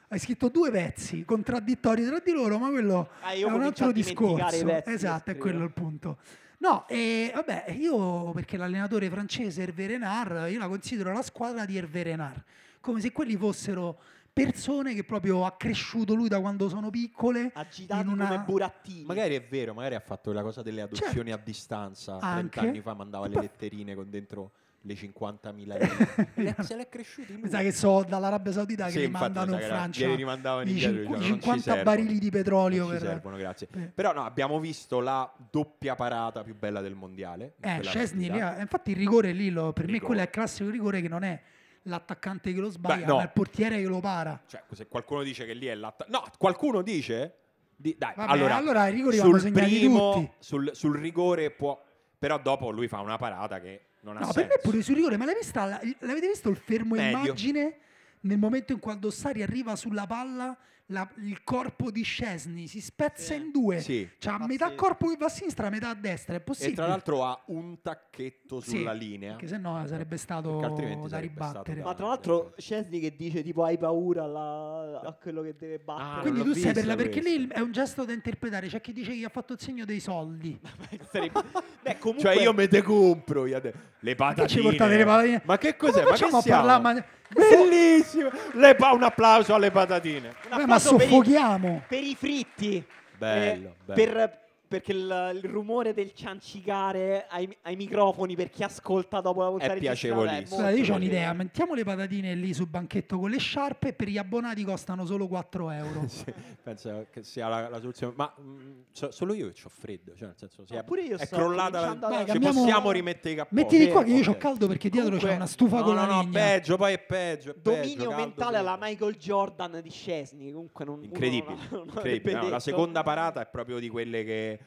[SPEAKER 1] Hai scritto due pezzi contraddittori tra di loro, ma quello
[SPEAKER 3] Ah,
[SPEAKER 1] è
[SPEAKER 3] io
[SPEAKER 1] un
[SPEAKER 3] comincio a
[SPEAKER 1] altro
[SPEAKER 3] dimenticare i
[SPEAKER 1] discorso.
[SPEAKER 3] pezzi che
[SPEAKER 1] esatto, è
[SPEAKER 3] scrivo.
[SPEAKER 1] quello il punto. No, e vabbè, io perché l'allenatore francese Hervé Renard, io la considero la squadra di Hervé Renard, come se quelli fossero persone che proprio ha cresciuto lui da quando sono piccole.
[SPEAKER 3] Agitati
[SPEAKER 1] in una-
[SPEAKER 3] come burattini.
[SPEAKER 2] Magari è vero, magari ha fatto la cosa delle adozioni a distanza.
[SPEAKER 1] Certo. Anche.
[SPEAKER 2] 30 anni fa mandava le
[SPEAKER 1] Poi-
[SPEAKER 2] letterine con dentro le 50.000 euro. Le- Se l'è cresciuti lui.
[SPEAKER 1] Mi sa che so dall'Arabia Saudita che
[SPEAKER 2] Sì,
[SPEAKER 1] li
[SPEAKER 2] infatti,
[SPEAKER 1] mandano
[SPEAKER 2] mi
[SPEAKER 1] in
[SPEAKER 2] sa che era-
[SPEAKER 1] Francia.
[SPEAKER 2] glieli rimandavano
[SPEAKER 1] i
[SPEAKER 2] indietro,
[SPEAKER 1] cinqu-
[SPEAKER 2] dicevano, non ci
[SPEAKER 1] 50
[SPEAKER 2] servono.
[SPEAKER 1] barili di petrolio
[SPEAKER 2] Non ci
[SPEAKER 1] per-
[SPEAKER 2] servono, grazie.
[SPEAKER 1] per-
[SPEAKER 2] Però no, abbiamo visto la doppia parata più bella del mondiale. in
[SPEAKER 1] Eh,
[SPEAKER 2] quella
[SPEAKER 1] Szczesny
[SPEAKER 2] partita.
[SPEAKER 1] lì ha- infatti il rigore lì, lo- per me
[SPEAKER 2] Rigore.
[SPEAKER 1] quello è il classico rigore che non è l'attaccante che lo sbaglia,
[SPEAKER 2] no.
[SPEAKER 1] ma il portiere che lo para.
[SPEAKER 2] Cioè, se qualcuno dice che lì è l'attacco. No, qualcuno dice. Di- dai,
[SPEAKER 1] Vabbè,
[SPEAKER 2] allora,
[SPEAKER 1] allora i rigori vanno
[SPEAKER 2] sul
[SPEAKER 1] segnati tutti.
[SPEAKER 2] primo, sul, sul rigore può. Però dopo lui fa una parata che non ha
[SPEAKER 1] No,
[SPEAKER 2] senso.
[SPEAKER 1] per me pure sul rigore, ma l'hai vista la- l'avete visto il fermo
[SPEAKER 2] Medio.
[SPEAKER 1] immagine nel momento in cui Aldossari arriva sulla palla, la- il corpo di Scesni si spezza
[SPEAKER 3] Sì.
[SPEAKER 1] in due.
[SPEAKER 2] Sì.
[SPEAKER 1] Cioè,
[SPEAKER 3] Pazzesco.
[SPEAKER 1] metà corpo che va a sinistra, metà a destra, è possibile.
[SPEAKER 2] E tra l'altro ha un tacchetto
[SPEAKER 1] Sì,
[SPEAKER 2] sulla linea.
[SPEAKER 1] perché sennò sarebbe stato
[SPEAKER 2] Perché altrimenti
[SPEAKER 1] da
[SPEAKER 2] sarebbe stato
[SPEAKER 1] ribattere.
[SPEAKER 2] da-
[SPEAKER 3] Ma tra l'altro Scesni che dice tipo hai paura alla- a quello che deve battere.
[SPEAKER 2] Ah,
[SPEAKER 1] Quindi
[SPEAKER 2] non
[SPEAKER 1] tu
[SPEAKER 2] l'ho
[SPEAKER 1] sei per la...
[SPEAKER 2] vista
[SPEAKER 1] perché lì
[SPEAKER 2] questa.
[SPEAKER 1] è un gesto da interpretare, c'è chi dice che gli ha fatto il segno dei soldi.
[SPEAKER 3] Sarebbe- Beh, comunque
[SPEAKER 2] Cioè io me te compro io ade- le patatine.
[SPEAKER 1] ci portate le patatine?
[SPEAKER 2] Ah, Ma che
[SPEAKER 1] Come
[SPEAKER 2] cos'è? Ma che
[SPEAKER 1] facciamo a
[SPEAKER 2] siamo?
[SPEAKER 1] parlare? Ma-
[SPEAKER 2] Bellissimo! Le pa- un applauso alle patatine.
[SPEAKER 3] un
[SPEAKER 1] Vabbè, ma
[SPEAKER 3] applauso per i-
[SPEAKER 1] soffochiamo.
[SPEAKER 3] per i fritti.
[SPEAKER 2] Bello,
[SPEAKER 3] Eh,
[SPEAKER 2] bello.
[SPEAKER 3] Per Perché il, il rumore del ciancicare ai, ai microfoni per chi ascolta dopo la puntata registrata
[SPEAKER 2] piacevolissimo.
[SPEAKER 3] molto
[SPEAKER 1] Guarda, io ho
[SPEAKER 2] Molto
[SPEAKER 1] un'idea, mettiamo le patatine lì sul banchetto con le sciarpe, per gli abbonati costano solo 4 euro.
[SPEAKER 2] Sì, penso che sia la, la soluzione. Ma mh, so- solo io che ho freddo. Cioè, nel senso, si
[SPEAKER 3] No,
[SPEAKER 2] è,
[SPEAKER 3] pure io
[SPEAKER 2] è
[SPEAKER 3] sto
[SPEAKER 2] crollata
[SPEAKER 3] cominciando ad
[SPEAKER 2] la.
[SPEAKER 1] Vai,
[SPEAKER 2] Ci
[SPEAKER 1] cambiamo-
[SPEAKER 2] possiamo rimettere i cappotti.
[SPEAKER 1] Mettili qua
[SPEAKER 2] Sì,
[SPEAKER 1] che io ho
[SPEAKER 2] ok.
[SPEAKER 1] caldo perché dietro
[SPEAKER 3] Comunque-
[SPEAKER 1] c'è una stufa
[SPEAKER 2] No,
[SPEAKER 1] con la
[SPEAKER 2] no, no,
[SPEAKER 1] legna.
[SPEAKER 2] peggio, poi è peggio. È peggio,
[SPEAKER 3] Dominio
[SPEAKER 2] caldo,
[SPEAKER 3] mentale alla
[SPEAKER 2] freddo.
[SPEAKER 3] Michael Jordan di Scesni. Comunque non uno
[SPEAKER 2] Incredibile.
[SPEAKER 3] non- non
[SPEAKER 2] incredibile.
[SPEAKER 3] avrebbe
[SPEAKER 2] No, la
[SPEAKER 3] detto.
[SPEAKER 2] seconda parata è proprio di quelle che.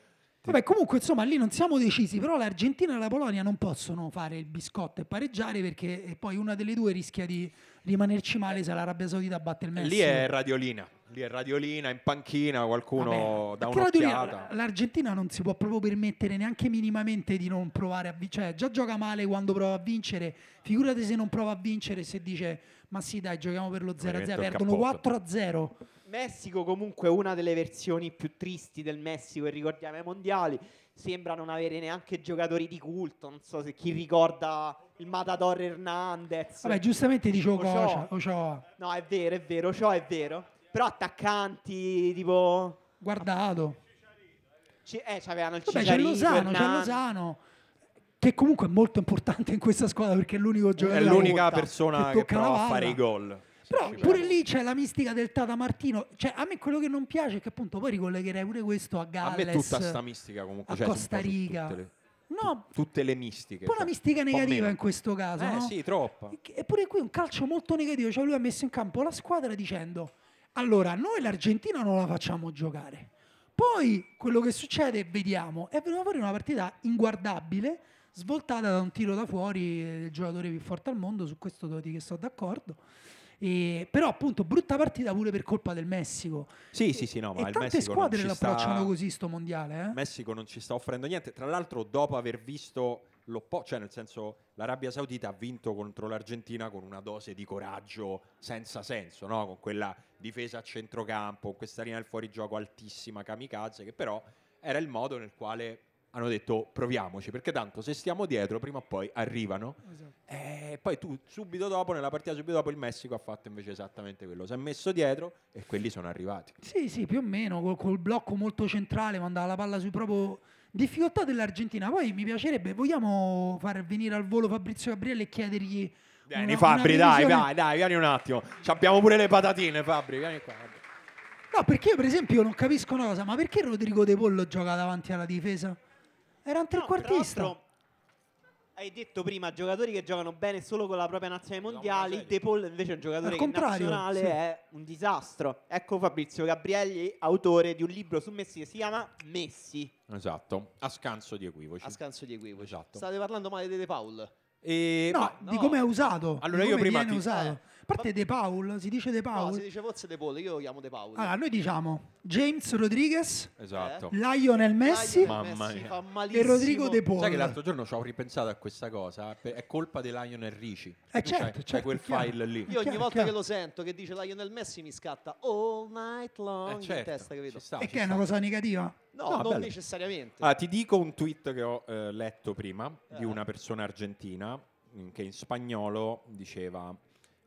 [SPEAKER 1] Vabbè, comunque, insomma, lì non siamo decisi, però l'Argentina e la Polonia non possono fare il biscotto e pareggiare perché eh, poi una delle due rischia di rimanerci male se l'Arabia Saudita batte il Messico.
[SPEAKER 2] Lì è radiolina. Lì è radiolina in panchina. Qualcuno
[SPEAKER 1] Vabbè,
[SPEAKER 2] dà
[SPEAKER 1] perché la teoria-
[SPEAKER 2] un'occhiata.
[SPEAKER 1] L'Argentina non si può proprio permettere neanche minimamente di non provare a vincere. Cioè, già gioca male quando prova a vincere. Figurati se non prova a vincere se dice "Ma sì, dai, giochiamo per lo 0 a 0".
[SPEAKER 2] metto il
[SPEAKER 1] Perdono
[SPEAKER 2] cappotto.
[SPEAKER 1] 4 a 0.
[SPEAKER 3] Messico comunque è una delle versioni più tristi del Messico e ricordiamo ai mondiali sembra non avere neanche giocatori di culto non so se chi ricorda il Matador Hernandez
[SPEAKER 1] Vabbè, giustamente dicevo
[SPEAKER 3] Ochoa.
[SPEAKER 1] Cocia, Ochoa.
[SPEAKER 3] no è vero è vero ciò è vero però attaccanti tipo
[SPEAKER 1] guardato.
[SPEAKER 3] ci- eh c'avevano il
[SPEAKER 1] Vabbè, c'è
[SPEAKER 3] Chicharito,
[SPEAKER 1] Lozano, c'è
[SPEAKER 3] Hernan-
[SPEAKER 1] Lozano che comunque è molto importante in questa squadra perché è l'unico
[SPEAKER 2] È
[SPEAKER 1] giocatore
[SPEAKER 2] l'unica
[SPEAKER 3] volta
[SPEAKER 2] persona
[SPEAKER 1] che
[SPEAKER 2] che,
[SPEAKER 1] tocca la
[SPEAKER 2] prova a
[SPEAKER 1] palla.
[SPEAKER 2] fare i gol. se
[SPEAKER 1] Però
[SPEAKER 2] ci
[SPEAKER 1] pure
[SPEAKER 2] pensi.
[SPEAKER 1] lì c'è la mistica del Tata Martino. Cioè, a me quello che non piace è che appunto poi ricollegherei pure questo a
[SPEAKER 2] A
[SPEAKER 1] Galles.
[SPEAKER 2] me tutta sta mistica comunque.
[SPEAKER 1] a
[SPEAKER 2] cioè, sono un
[SPEAKER 1] Costa
[SPEAKER 2] po' su
[SPEAKER 1] Rica.
[SPEAKER 2] Tutte le,
[SPEAKER 1] No,
[SPEAKER 2] tutte le mistiche.
[SPEAKER 1] un po' una
[SPEAKER 2] cioè,
[SPEAKER 1] mistica
[SPEAKER 2] un po'
[SPEAKER 1] negativa
[SPEAKER 2] meno.
[SPEAKER 1] in questo caso.
[SPEAKER 2] Eh
[SPEAKER 1] no?
[SPEAKER 2] sì, troppa.
[SPEAKER 1] Eppure qui un calcio molto negativo. Cioè, lui ha messo in campo la squadra dicendo: Allora, noi l'Argentina non la facciamo giocare. Poi quello che succede, vediamo. È venuta fuori una partita inguardabile, svoltata da un tiro da fuori del giocatore più forte al mondo. Su questo devo dire che sono d'accordo. E- però, appunto, brutta partita pure per colpa del Messico.
[SPEAKER 2] Sì, sì, sì, no, ma
[SPEAKER 1] e
[SPEAKER 2] il
[SPEAKER 1] tante
[SPEAKER 2] Messico
[SPEAKER 1] squadre
[SPEAKER 2] non ci
[SPEAKER 1] l'approcciano
[SPEAKER 2] sta...
[SPEAKER 1] così sto mondiale. Eh?
[SPEAKER 2] Il Messico non ci sta offrendo niente. Tra l'altro, dopo aver visto l'opposto, cioè nel senso l'Arabia Saudita ha vinto contro l'Argentina con una dose di coraggio senza senso, no? con quella difesa a centrocampo, con questa linea del fuorigioco altissima, kamikaze, che però era il modo nel quale hanno detto proviamoci, perché tanto se stiamo dietro prima o poi arrivano.
[SPEAKER 1] Esatto.
[SPEAKER 2] E poi tu subito dopo, nella partita subito dopo, il Messico ha fatto invece esattamente quello, si è messo dietro e quelli sono arrivati.
[SPEAKER 1] Sì, sì, più o meno, col, col blocco molto centrale, mandava la palla sui proprio difficoltà dell'Argentina. Poi mi piacerebbe, vogliamo far venire al volo Fabrizio Gabriele e chiedergli
[SPEAKER 2] Vieni
[SPEAKER 1] una-
[SPEAKER 2] Fabri,
[SPEAKER 1] una
[SPEAKER 2] dai,
[SPEAKER 1] previsione?
[SPEAKER 2] dai, dai, vieni un attimo. Ci abbiamo pure le patatine, Fabri, vieni qua. Fabri.
[SPEAKER 1] No, perché io per esempio non capisco una cosa, ma perché Rodrigo De Pollo gioca davanti alla difesa? Era un
[SPEAKER 3] No, tra
[SPEAKER 1] trequartista.
[SPEAKER 3] l'altro, hai detto prima giocatori che giocano bene solo con la propria nazionale
[SPEAKER 2] Madonna,
[SPEAKER 3] mondiale.
[SPEAKER 2] serio?
[SPEAKER 3] De Paul invece è un giocatore
[SPEAKER 1] Al
[SPEAKER 3] che in
[SPEAKER 1] contrario,
[SPEAKER 3] nazionale
[SPEAKER 1] sì.
[SPEAKER 3] è un disastro. Ecco Fabrizio Gabrielli, autore di un libro su Messi che si chiama Messi
[SPEAKER 2] Esatto, a scanso di equivoci.
[SPEAKER 5] A scanso di equivoci.
[SPEAKER 2] Esatto.
[SPEAKER 5] State parlando male di De Paul.
[SPEAKER 2] E-
[SPEAKER 1] no,
[SPEAKER 2] ma-
[SPEAKER 1] di
[SPEAKER 5] no.
[SPEAKER 1] come è usato.
[SPEAKER 2] Allora
[SPEAKER 1] di
[SPEAKER 2] io
[SPEAKER 1] come
[SPEAKER 2] prima
[SPEAKER 1] viene
[SPEAKER 2] ti-
[SPEAKER 1] usato.
[SPEAKER 5] eh,
[SPEAKER 1] A parte De Paul, si dice De
[SPEAKER 5] No,
[SPEAKER 1] Paul.
[SPEAKER 5] si dice forse De Paul, io lo chiamo De Paul.
[SPEAKER 1] Allora, noi diciamo James Rodriguez,
[SPEAKER 2] Esatto.
[SPEAKER 1] Eh? Lionel Messi
[SPEAKER 5] Lionel
[SPEAKER 2] Mamma
[SPEAKER 5] Messi
[SPEAKER 2] mia.
[SPEAKER 5] fa malissimo.
[SPEAKER 1] e Rodrigo De Paul.
[SPEAKER 2] Sai che l'altro giorno ci ho ripensato a questa cosa, pe- è colpa di Lionel Ricci.
[SPEAKER 1] Eh,
[SPEAKER 2] Tu
[SPEAKER 1] certo,
[SPEAKER 2] c'hai- c'hai
[SPEAKER 1] certo,
[SPEAKER 2] quel
[SPEAKER 1] chiaro.
[SPEAKER 2] file lì.
[SPEAKER 5] Io ogni
[SPEAKER 1] Chiaro,
[SPEAKER 5] volta
[SPEAKER 1] chiaro.
[SPEAKER 5] che lo sento che dice Lionel Messi mi scatta all night
[SPEAKER 2] Eh,
[SPEAKER 5] long in
[SPEAKER 2] certo,
[SPEAKER 5] testa, capito?
[SPEAKER 2] ci sta,
[SPEAKER 1] e
[SPEAKER 2] ci
[SPEAKER 1] che è
[SPEAKER 2] sta.
[SPEAKER 1] una cosa negativa?
[SPEAKER 5] No,
[SPEAKER 2] No,
[SPEAKER 5] non
[SPEAKER 2] bello.
[SPEAKER 5] necessariamente.
[SPEAKER 2] Ah, ti dico un tweet che ho eh, letto prima di
[SPEAKER 5] Eh.
[SPEAKER 2] una persona argentina mm, che in spagnolo diceva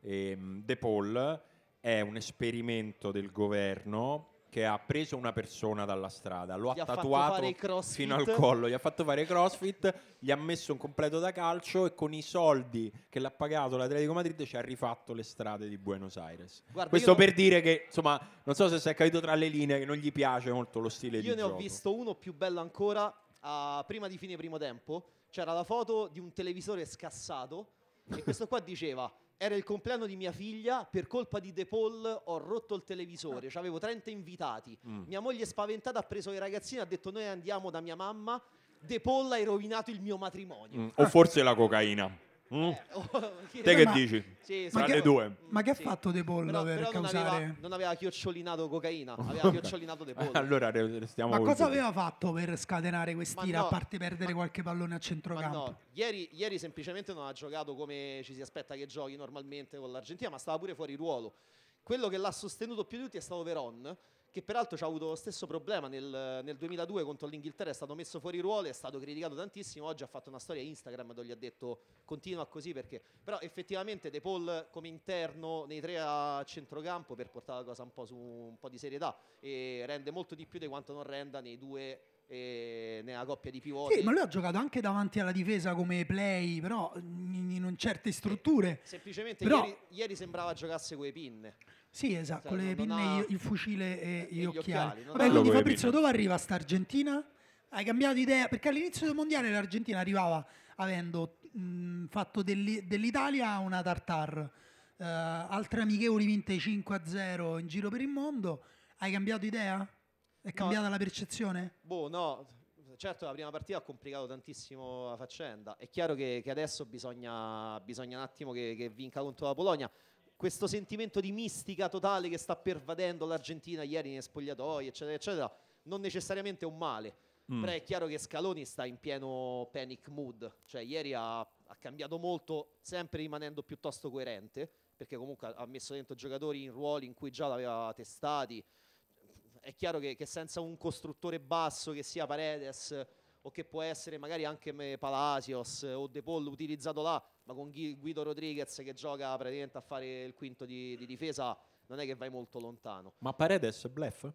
[SPEAKER 2] ehm, De Paul è un esperimento del governo che ha preso una persona dalla strada, lo ha,
[SPEAKER 5] Gli ha fatto
[SPEAKER 2] tatuato
[SPEAKER 5] fare i crossfit.
[SPEAKER 2] fino al collo, gli ha fatto fare i crossfit, gli ha messo un completo da calcio e con i soldi che l'ha pagato l'Atletico Madrid ci ha rifatto le strade di Buenos Aires.
[SPEAKER 5] Guarda,
[SPEAKER 2] Questo
[SPEAKER 5] io non-
[SPEAKER 2] per dire che, insomma, non so se si è capito tra le linee che non gli piace molto lo stile di
[SPEAKER 5] Io ne
[SPEAKER 2] gioco.
[SPEAKER 5] ho visto uno più bello ancora ah, prima di fine primo tempo. C'era la foto di un televisore scassato e questo qua diceva era il compleanno di mia figlia, per colpa di De Paul ho rotto il
[SPEAKER 2] Ah.
[SPEAKER 5] televisore, avevo 30 invitati.
[SPEAKER 2] Mm.
[SPEAKER 5] Mia moglie spaventata ha preso i ragazzini e ha detto noi andiamo da mia mamma, De Paul hai rovinato il mio matrimonio.
[SPEAKER 2] Mm, O forse la cocaina. Mm?
[SPEAKER 5] Eh, oh, chi-
[SPEAKER 2] Te che
[SPEAKER 1] Ma-
[SPEAKER 2] dici?
[SPEAKER 5] Sì, sì,
[SPEAKER 1] Ma che-
[SPEAKER 5] sì.
[SPEAKER 2] le due.
[SPEAKER 1] Ma che ha
[SPEAKER 5] Sì.
[SPEAKER 1] fatto De Paul
[SPEAKER 5] Però,
[SPEAKER 1] per
[SPEAKER 5] però non,
[SPEAKER 1] causare...
[SPEAKER 5] aveva, non aveva chiocciolinato cocaina, aveva chiocciolinato De Paul.
[SPEAKER 2] allora re- restiamo
[SPEAKER 1] Ma
[SPEAKER 2] col
[SPEAKER 1] cosa
[SPEAKER 2] due.
[SPEAKER 1] aveva fatto per scatenare quest'ira,
[SPEAKER 5] Ma no,
[SPEAKER 1] a parte perdere
[SPEAKER 5] ma-
[SPEAKER 1] qualche pallone a
[SPEAKER 5] Ma
[SPEAKER 1] centrocampo?
[SPEAKER 5] no, ieri, ieri semplicemente non ha giocato come ci si aspetta che giochi normalmente con l'Argentina, ma stava pure fuori ruolo. Quello che l'ha sostenuto più di tutti è stato Veron, che peraltro ci ha avuto lo stesso problema nel, nel 2002 contro l'Inghilterra, è stato messo fuori ruolo, è stato criticato tantissimo, oggi ha fatto una storia Instagram dove gli ha detto continua così perché... Però effettivamente De Paul come interno nei tre a centrocampo per portare la cosa un po' su un po' di serietà e rende molto di più di quanto non renda nei due e nella coppia di pivoti.
[SPEAKER 1] Sì, ma lui ha giocato anche davanti alla difesa come play, però in, in certe strutture.
[SPEAKER 5] Semplicemente
[SPEAKER 1] Però-
[SPEAKER 5] ieri, ieri sembrava giocasse con le pinne.
[SPEAKER 1] Sì, esatto,
[SPEAKER 5] Cioè,
[SPEAKER 1] le
[SPEAKER 5] non
[SPEAKER 1] pinne,
[SPEAKER 5] ha-
[SPEAKER 1] i- il fucile e,
[SPEAKER 5] e
[SPEAKER 1] gli
[SPEAKER 5] gli
[SPEAKER 1] occhiali.
[SPEAKER 5] occhiali,
[SPEAKER 1] Vabbè,
[SPEAKER 5] non ha-
[SPEAKER 1] quindi
[SPEAKER 2] Quello
[SPEAKER 1] Fabrizio,
[SPEAKER 2] con le
[SPEAKER 1] dove arriva sta Argentina? Hai cambiato idea? Perché all'inizio del mondiale l'Argentina arrivava avendo mh, fatto dell'i- dell'Italia una tartar, eh, altre amichevoli vinte 5-0 in giro per il mondo. Hai cambiato idea? È cambiata la percezione?
[SPEAKER 5] Boh, no. Certo, la prima partita ha complicato tantissimo la faccenda. È chiaro che, che adesso bisogna, bisogna un attimo che, che vinca contro la Polonia. Questo sentimento di mistica totale che sta pervadendo l'Argentina ieri negli spogliatoi, eccetera, eccetera, non necessariamente è un male.
[SPEAKER 2] Mm.
[SPEAKER 5] Però è chiaro che Scaloni sta in pieno panic mood. Cioè, ieri ha, ha cambiato molto, sempre rimanendo piuttosto coerente, perché comunque ha- ha messo dentro giocatori in ruoli in cui già l'aveva testati. È chiaro che, che senza un costruttore basso che sia Paredes o che può essere magari anche me- Palacios o De Paul utilizzato là, ma con Ghi- Guido Rodriguez che gioca praticamente a fare il quinto di- di difesa, non è che vai molto lontano.
[SPEAKER 2] Ma Paredes è bluff?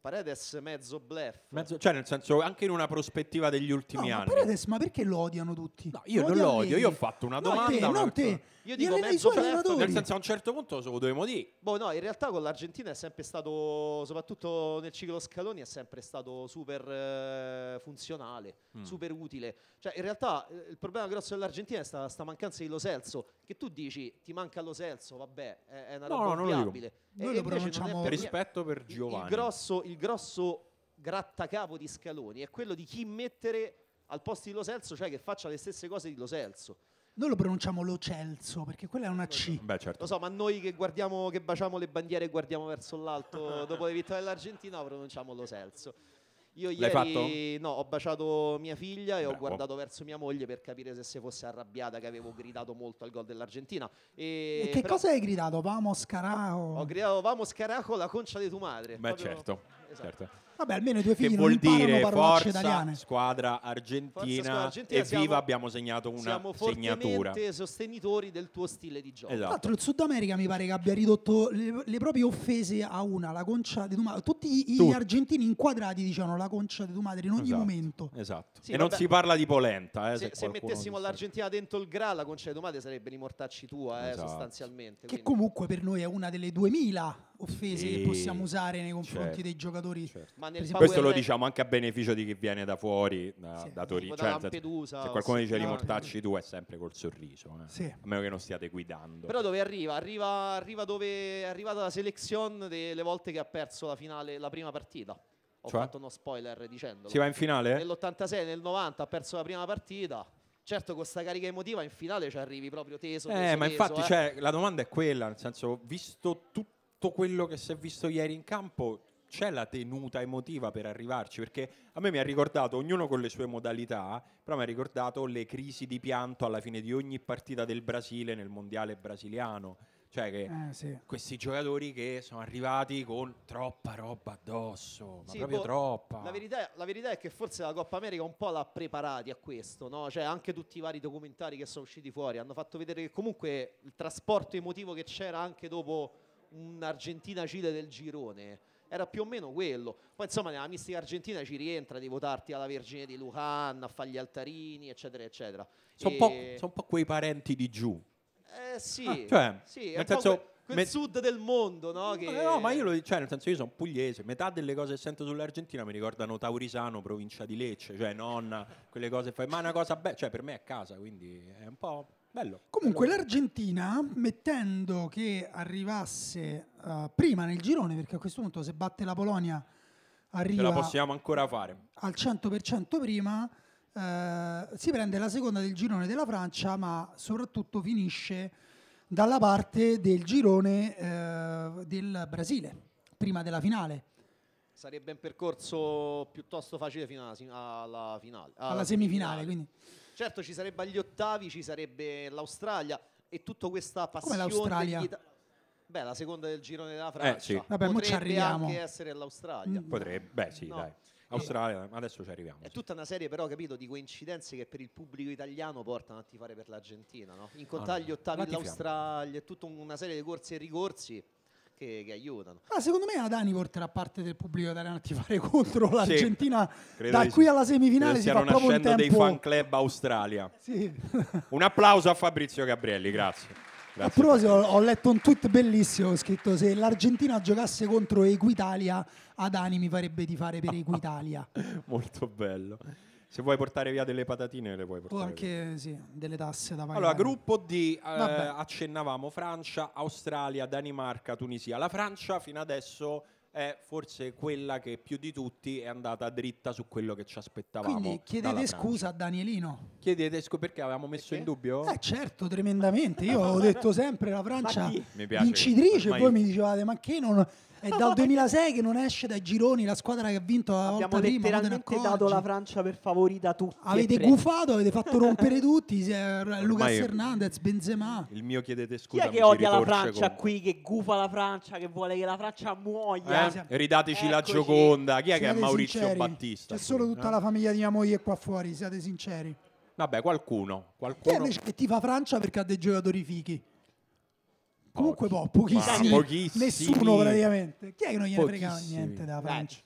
[SPEAKER 5] Paredes mezzo bluff.
[SPEAKER 2] Mezzo- cioè, nel senso, anche in una prospettiva degli
[SPEAKER 1] No,
[SPEAKER 2] ultimi
[SPEAKER 1] ma
[SPEAKER 2] anni.
[SPEAKER 1] Paredes, ma perché lo odiano tutti?
[SPEAKER 2] No, io non
[SPEAKER 1] odiano
[SPEAKER 2] lo odio,
[SPEAKER 1] me.
[SPEAKER 2] io ho fatto una
[SPEAKER 1] No, te,
[SPEAKER 2] domanda,
[SPEAKER 1] non
[SPEAKER 2] una-
[SPEAKER 1] te.
[SPEAKER 5] Io
[SPEAKER 1] Gli
[SPEAKER 5] dico
[SPEAKER 1] allena- i
[SPEAKER 5] mezzo
[SPEAKER 1] suoi
[SPEAKER 5] blef,
[SPEAKER 1] allenatori.
[SPEAKER 2] Nel senso, a un certo punto se lo dovevo dire.
[SPEAKER 5] Boh, no, in realtà con l'Argentina è sempre stato, soprattutto nel ciclo Scaloni, è sempre stato super eh, funzionale,
[SPEAKER 2] Mm.
[SPEAKER 5] super utile. Cioè, in realtà eh, il problema grosso dell'Argentina è sta, sta mancanza di Lo Celso, che tu dici ti manca Lo Celso, vabbè, è, è una
[SPEAKER 2] No,
[SPEAKER 5] roba
[SPEAKER 2] no, non lo dico.
[SPEAKER 5] ovviabile. E-
[SPEAKER 1] Noi
[SPEAKER 5] e
[SPEAKER 1] lo
[SPEAKER 5] invece non è
[SPEAKER 1] pronunciamo-
[SPEAKER 5] per niente-
[SPEAKER 2] Rispetto per
[SPEAKER 5] il-
[SPEAKER 2] Giovanni.
[SPEAKER 5] Il grosso, il grosso grattacapo di Scaloni è quello di chi mettere al posto di Lo Celso, cioè che faccia le stesse cose di Lo Celso.
[SPEAKER 1] Noi lo pronunciamo lo Celso, perché quella è una C.
[SPEAKER 2] Beh, certo.
[SPEAKER 5] Lo so, ma noi che guardiamo, che baciamo le bandiere e guardiamo verso l'alto dopo le vittorie dell'Argentina, pronunciamo lo Celso. Io
[SPEAKER 2] L'hai
[SPEAKER 5] ieri no, ho baciato mia figlia e ho
[SPEAKER 2] Bravo.
[SPEAKER 5] guardato verso mia moglie per capire se si fosse arrabbiata che avevo gridato molto al gol dell'Argentina. E,
[SPEAKER 1] E che
[SPEAKER 5] Eh, però
[SPEAKER 1] cosa hai gridato? Vamos, carao.
[SPEAKER 5] Ho gridato vamos carajo la concia di tua madre.
[SPEAKER 2] Beh,
[SPEAKER 5] Proprio-
[SPEAKER 2] certo.
[SPEAKER 5] Esatto.
[SPEAKER 2] certo.
[SPEAKER 1] Vabbè, almeno i tuoi
[SPEAKER 2] Che
[SPEAKER 1] figli non
[SPEAKER 2] vuol
[SPEAKER 1] imparano
[SPEAKER 2] dire
[SPEAKER 1] parolacce
[SPEAKER 2] forza Esatto.
[SPEAKER 1] italiane.
[SPEAKER 2] squadra
[SPEAKER 5] Forza
[SPEAKER 2] argentina,
[SPEAKER 5] squadra argentina,
[SPEAKER 2] e
[SPEAKER 5] siamo-
[SPEAKER 2] viva abbiamo segnato una
[SPEAKER 5] Siamo
[SPEAKER 2] segnatura.
[SPEAKER 5] fortemente sostenitori del tuo stile di gioco.
[SPEAKER 1] Tra
[SPEAKER 2] Esatto.
[SPEAKER 1] l'altro il Sud America mi pare che abbia ridotto le, le proprie offese a una, la concia di tua madre. Tutti gli, gli
[SPEAKER 2] Tutti.
[SPEAKER 1] argentini inquadrati dicevano la concia di tua madre in ogni
[SPEAKER 2] Esatto,
[SPEAKER 1] momento.
[SPEAKER 2] Esatto.
[SPEAKER 5] Sì,
[SPEAKER 2] e non
[SPEAKER 5] vabbè.
[SPEAKER 2] si parla di polenta. Eh,
[SPEAKER 5] se, se
[SPEAKER 2] qualcuno
[SPEAKER 5] mettessimo
[SPEAKER 2] non sa.
[SPEAKER 5] all'Argentina dentro il gra, la concia di tua madre sarebbe rimortacci tua, eh,
[SPEAKER 2] Esatto.
[SPEAKER 5] sostanzialmente.
[SPEAKER 1] Che
[SPEAKER 5] quindi-
[SPEAKER 1] comunque per noi è una delle 2000 offese che
[SPEAKER 2] Sì,
[SPEAKER 1] possiamo usare nei confronti
[SPEAKER 2] certo,
[SPEAKER 1] dei giocatori.
[SPEAKER 2] certo.
[SPEAKER 5] Ma
[SPEAKER 1] Per
[SPEAKER 5] nel
[SPEAKER 1] esempio-
[SPEAKER 2] Questo lo
[SPEAKER 5] Power-
[SPEAKER 2] diciamo anche a beneficio di chi viene da fuori, da,
[SPEAKER 1] Sì.
[SPEAKER 2] da Torino.
[SPEAKER 5] Tipo da
[SPEAKER 2] Cioè, nel senso,
[SPEAKER 5] Lampedusa
[SPEAKER 2] se
[SPEAKER 5] o
[SPEAKER 2] qualcuno dice
[SPEAKER 5] Sicilia.
[SPEAKER 2] rimortacci tu è sempre col sorriso. eh.
[SPEAKER 1] Sì.
[SPEAKER 2] A meno che non stiate guidando.
[SPEAKER 5] Però dove arriva? Arriva, arriva dove è arrivata la selezione delle volte che ha perso la finale, la prima partita. Ho
[SPEAKER 2] Cioè?
[SPEAKER 5] fatto uno spoiler dicendolo.
[SPEAKER 2] si va in finale?
[SPEAKER 5] Nell'86, nel 90 ha perso la prima partita. Certo, con sta carica emotiva in finale ci arrivi proprio teso.
[SPEAKER 2] Eh,
[SPEAKER 5] teso,
[SPEAKER 2] ma
[SPEAKER 5] teso,
[SPEAKER 2] infatti
[SPEAKER 5] eh.
[SPEAKER 2] cioè, la domanda è quella, nel senso, visto tutto quello che si è visto ieri in campo, c'è la tenuta emotiva per arrivarci? Perché a me mi ha ricordato, ognuno con le sue modalità, però mi ha ricordato le crisi di pianto alla fine di ogni partita del Brasile nel mondiale brasiliano. Cioè che
[SPEAKER 1] Eh, sì.
[SPEAKER 2] questi giocatori che sono arrivati con troppa roba addosso, ma
[SPEAKER 5] Sì,
[SPEAKER 2] proprio
[SPEAKER 5] boh,
[SPEAKER 2] troppa.
[SPEAKER 5] La verità, la verità è che forse la Coppa America un po' l'ha preparati a questo, no? Cioè, anche tutti i vari documentari che sono usciti fuori hanno fatto vedere che comunque il trasporto emotivo che c'era anche dopo un'Argentina-Cile del girone era più o meno quello. Poi, insomma, nella mistica argentina ci rientra di votarti alla Vergine di Lujan, a fare gli altarini, eccetera, eccetera.
[SPEAKER 2] Sono
[SPEAKER 5] E-
[SPEAKER 2] un, po', sono un po' quei parenti di giù.
[SPEAKER 5] Eh sì,
[SPEAKER 2] Ah, cioè,
[SPEAKER 5] sì, è
[SPEAKER 2] nel
[SPEAKER 5] un po'
[SPEAKER 2] senso,
[SPEAKER 5] que- quel
[SPEAKER 2] me-
[SPEAKER 5] sud del mondo, no?
[SPEAKER 2] Ma
[SPEAKER 5] Che...
[SPEAKER 2] No, ma io lo cioè, nel senso, io sono pugliese. Metà delle cose che sento sull'Argentina mi ricordano Taurisano, provincia di Lecce, cioè nonna, quelle cose. fai- Ma è una cosa bella, cioè per me è casa, quindi è un po' bello.
[SPEAKER 1] Comunque
[SPEAKER 2] Bello.
[SPEAKER 1] l'Argentina, mettendo che arrivasse eh, prima nel girone, perché a questo punto se batte la Polonia
[SPEAKER 2] ce la
[SPEAKER 1] arriva
[SPEAKER 2] possiamo ancora fare.
[SPEAKER 1] al 100% prima, eh, si prende la seconda del girone della Francia, ma soprattutto finisce dalla parte del girone eh, del Brasile, prima della finale,
[SPEAKER 5] Sarebbe un percorso piuttosto facile fino alla, sin- alla finale.
[SPEAKER 2] Ah,
[SPEAKER 1] alla semifinale. Quindi.
[SPEAKER 5] Certo, ci sarebbe agli ottavi, ci sarebbe l'Australia e tutta questa passione.
[SPEAKER 1] l'Australia?
[SPEAKER 5] degli Ita- Beh, la seconda del girone della Francia.
[SPEAKER 2] Eh, sì.
[SPEAKER 1] Vabbè, mo
[SPEAKER 5] Potrebbe
[SPEAKER 1] ci arriviamo.
[SPEAKER 5] anche essere l'Australia.
[SPEAKER 1] Mm.
[SPEAKER 2] Potrebbe, beh, sì,
[SPEAKER 5] No.
[SPEAKER 2] dai. Australia, adesso ci arriviamo.
[SPEAKER 5] È
[SPEAKER 2] sì.
[SPEAKER 5] tutta una serie, però, capito, di coincidenze che per il pubblico italiano portano a tifare per l'Argentina, no? Incontrare
[SPEAKER 2] Ah,
[SPEAKER 5] gli ottavi
[SPEAKER 2] la tifiamo.
[SPEAKER 5] dell'Australia, è tutta una serie di corsi e ricorsi che che, che aiutano.
[SPEAKER 1] Ma Ah, secondo me Adani porterà parte del pubblico italiano a tifare contro l'Argentina
[SPEAKER 2] credo
[SPEAKER 1] da
[SPEAKER 2] di
[SPEAKER 1] qui
[SPEAKER 2] sì.
[SPEAKER 1] alla semifinale.
[SPEAKER 2] Credo
[SPEAKER 1] Si
[SPEAKER 2] stiano
[SPEAKER 1] fa proprio un
[SPEAKER 2] nascendo dei
[SPEAKER 1] tempo.
[SPEAKER 2] fan club Australia.
[SPEAKER 1] Sì.
[SPEAKER 2] Un applauso a Fabrizio Gabrielli, grazie. Grazie,
[SPEAKER 1] A proposito,
[SPEAKER 2] Fabrizio.
[SPEAKER 1] ho ho letto un tweet bellissimo ho scritto se l'Argentina giocasse contro Equitalia, Adani mi farebbe di fare
[SPEAKER 2] Ah,
[SPEAKER 1] per Equitalia.
[SPEAKER 2] molto bello. Se vuoi portare via delle patatine, le puoi
[SPEAKER 1] O
[SPEAKER 2] portare. via.
[SPEAKER 1] anche sì, delle tasse da pagare.
[SPEAKER 2] Allora, gruppo D, eh,
[SPEAKER 1] Vabbè.
[SPEAKER 2] accennavamo Francia, Australia, Danimarca, Tunisia. La Francia fino adesso è forse quella che più di tutti è andata dritta su quello che ci aspettavamo.
[SPEAKER 1] Quindi
[SPEAKER 2] dalla
[SPEAKER 1] chiedete
[SPEAKER 2] Francia.
[SPEAKER 1] scusa a Danielino.
[SPEAKER 2] Chiedete scusa perché avevamo messo in dubbio?
[SPEAKER 1] Eh certo, tremendamente. Io ho detto sempre la Francia
[SPEAKER 3] Ma chi?
[SPEAKER 2] Mi piace
[SPEAKER 1] vincitrice,
[SPEAKER 2] che ormai-
[SPEAKER 1] voi mi dicevate "Ma che non è dal 2006 che non esce dai gironi la squadra che ha vinto la
[SPEAKER 3] Abbiamo
[SPEAKER 1] volta prima, non te ne
[SPEAKER 3] letteralmente dato la
[SPEAKER 1] accorgi?"
[SPEAKER 3] Francia per favorita a tutti. e
[SPEAKER 1] Avete
[SPEAKER 3] tre.
[SPEAKER 1] gufato, avete fatto rompere tutti, si è- Lucas
[SPEAKER 2] Ormai-
[SPEAKER 1] Hernandez, Benzema.
[SPEAKER 2] Il mio chiedete
[SPEAKER 3] Chi
[SPEAKER 2] scusa.
[SPEAKER 3] è
[SPEAKER 2] mi
[SPEAKER 3] che
[SPEAKER 2] ci
[SPEAKER 3] odia la
[SPEAKER 2] ritorce
[SPEAKER 3] Francia
[SPEAKER 2] con-
[SPEAKER 3] qui, che gufa la Francia, che vuole che la Francia
[SPEAKER 1] Ecco
[SPEAKER 3] muoia?
[SPEAKER 2] Eh? Ridateci la
[SPEAKER 3] Eccoci.
[SPEAKER 2] Gioconda. Chi è che è
[SPEAKER 1] Siate
[SPEAKER 2] Maurizio
[SPEAKER 1] sinceri,
[SPEAKER 2] Battista?
[SPEAKER 1] C'è solo tutta
[SPEAKER 2] Eh?
[SPEAKER 1] la famiglia di mia moglie qua fuori, siate sinceri.
[SPEAKER 2] Vabbè, qualcuno.
[SPEAKER 1] Te
[SPEAKER 2] qualcuno...
[SPEAKER 1] invece che tifa Francia perché ha dei giocatori fichi. Comunque po', pochissimi,
[SPEAKER 2] Ma pochissimi.
[SPEAKER 1] Nessuno praticamente. Chi è che non gliene frega
[SPEAKER 2] Pochissimi. Eh.
[SPEAKER 1] niente della Francia?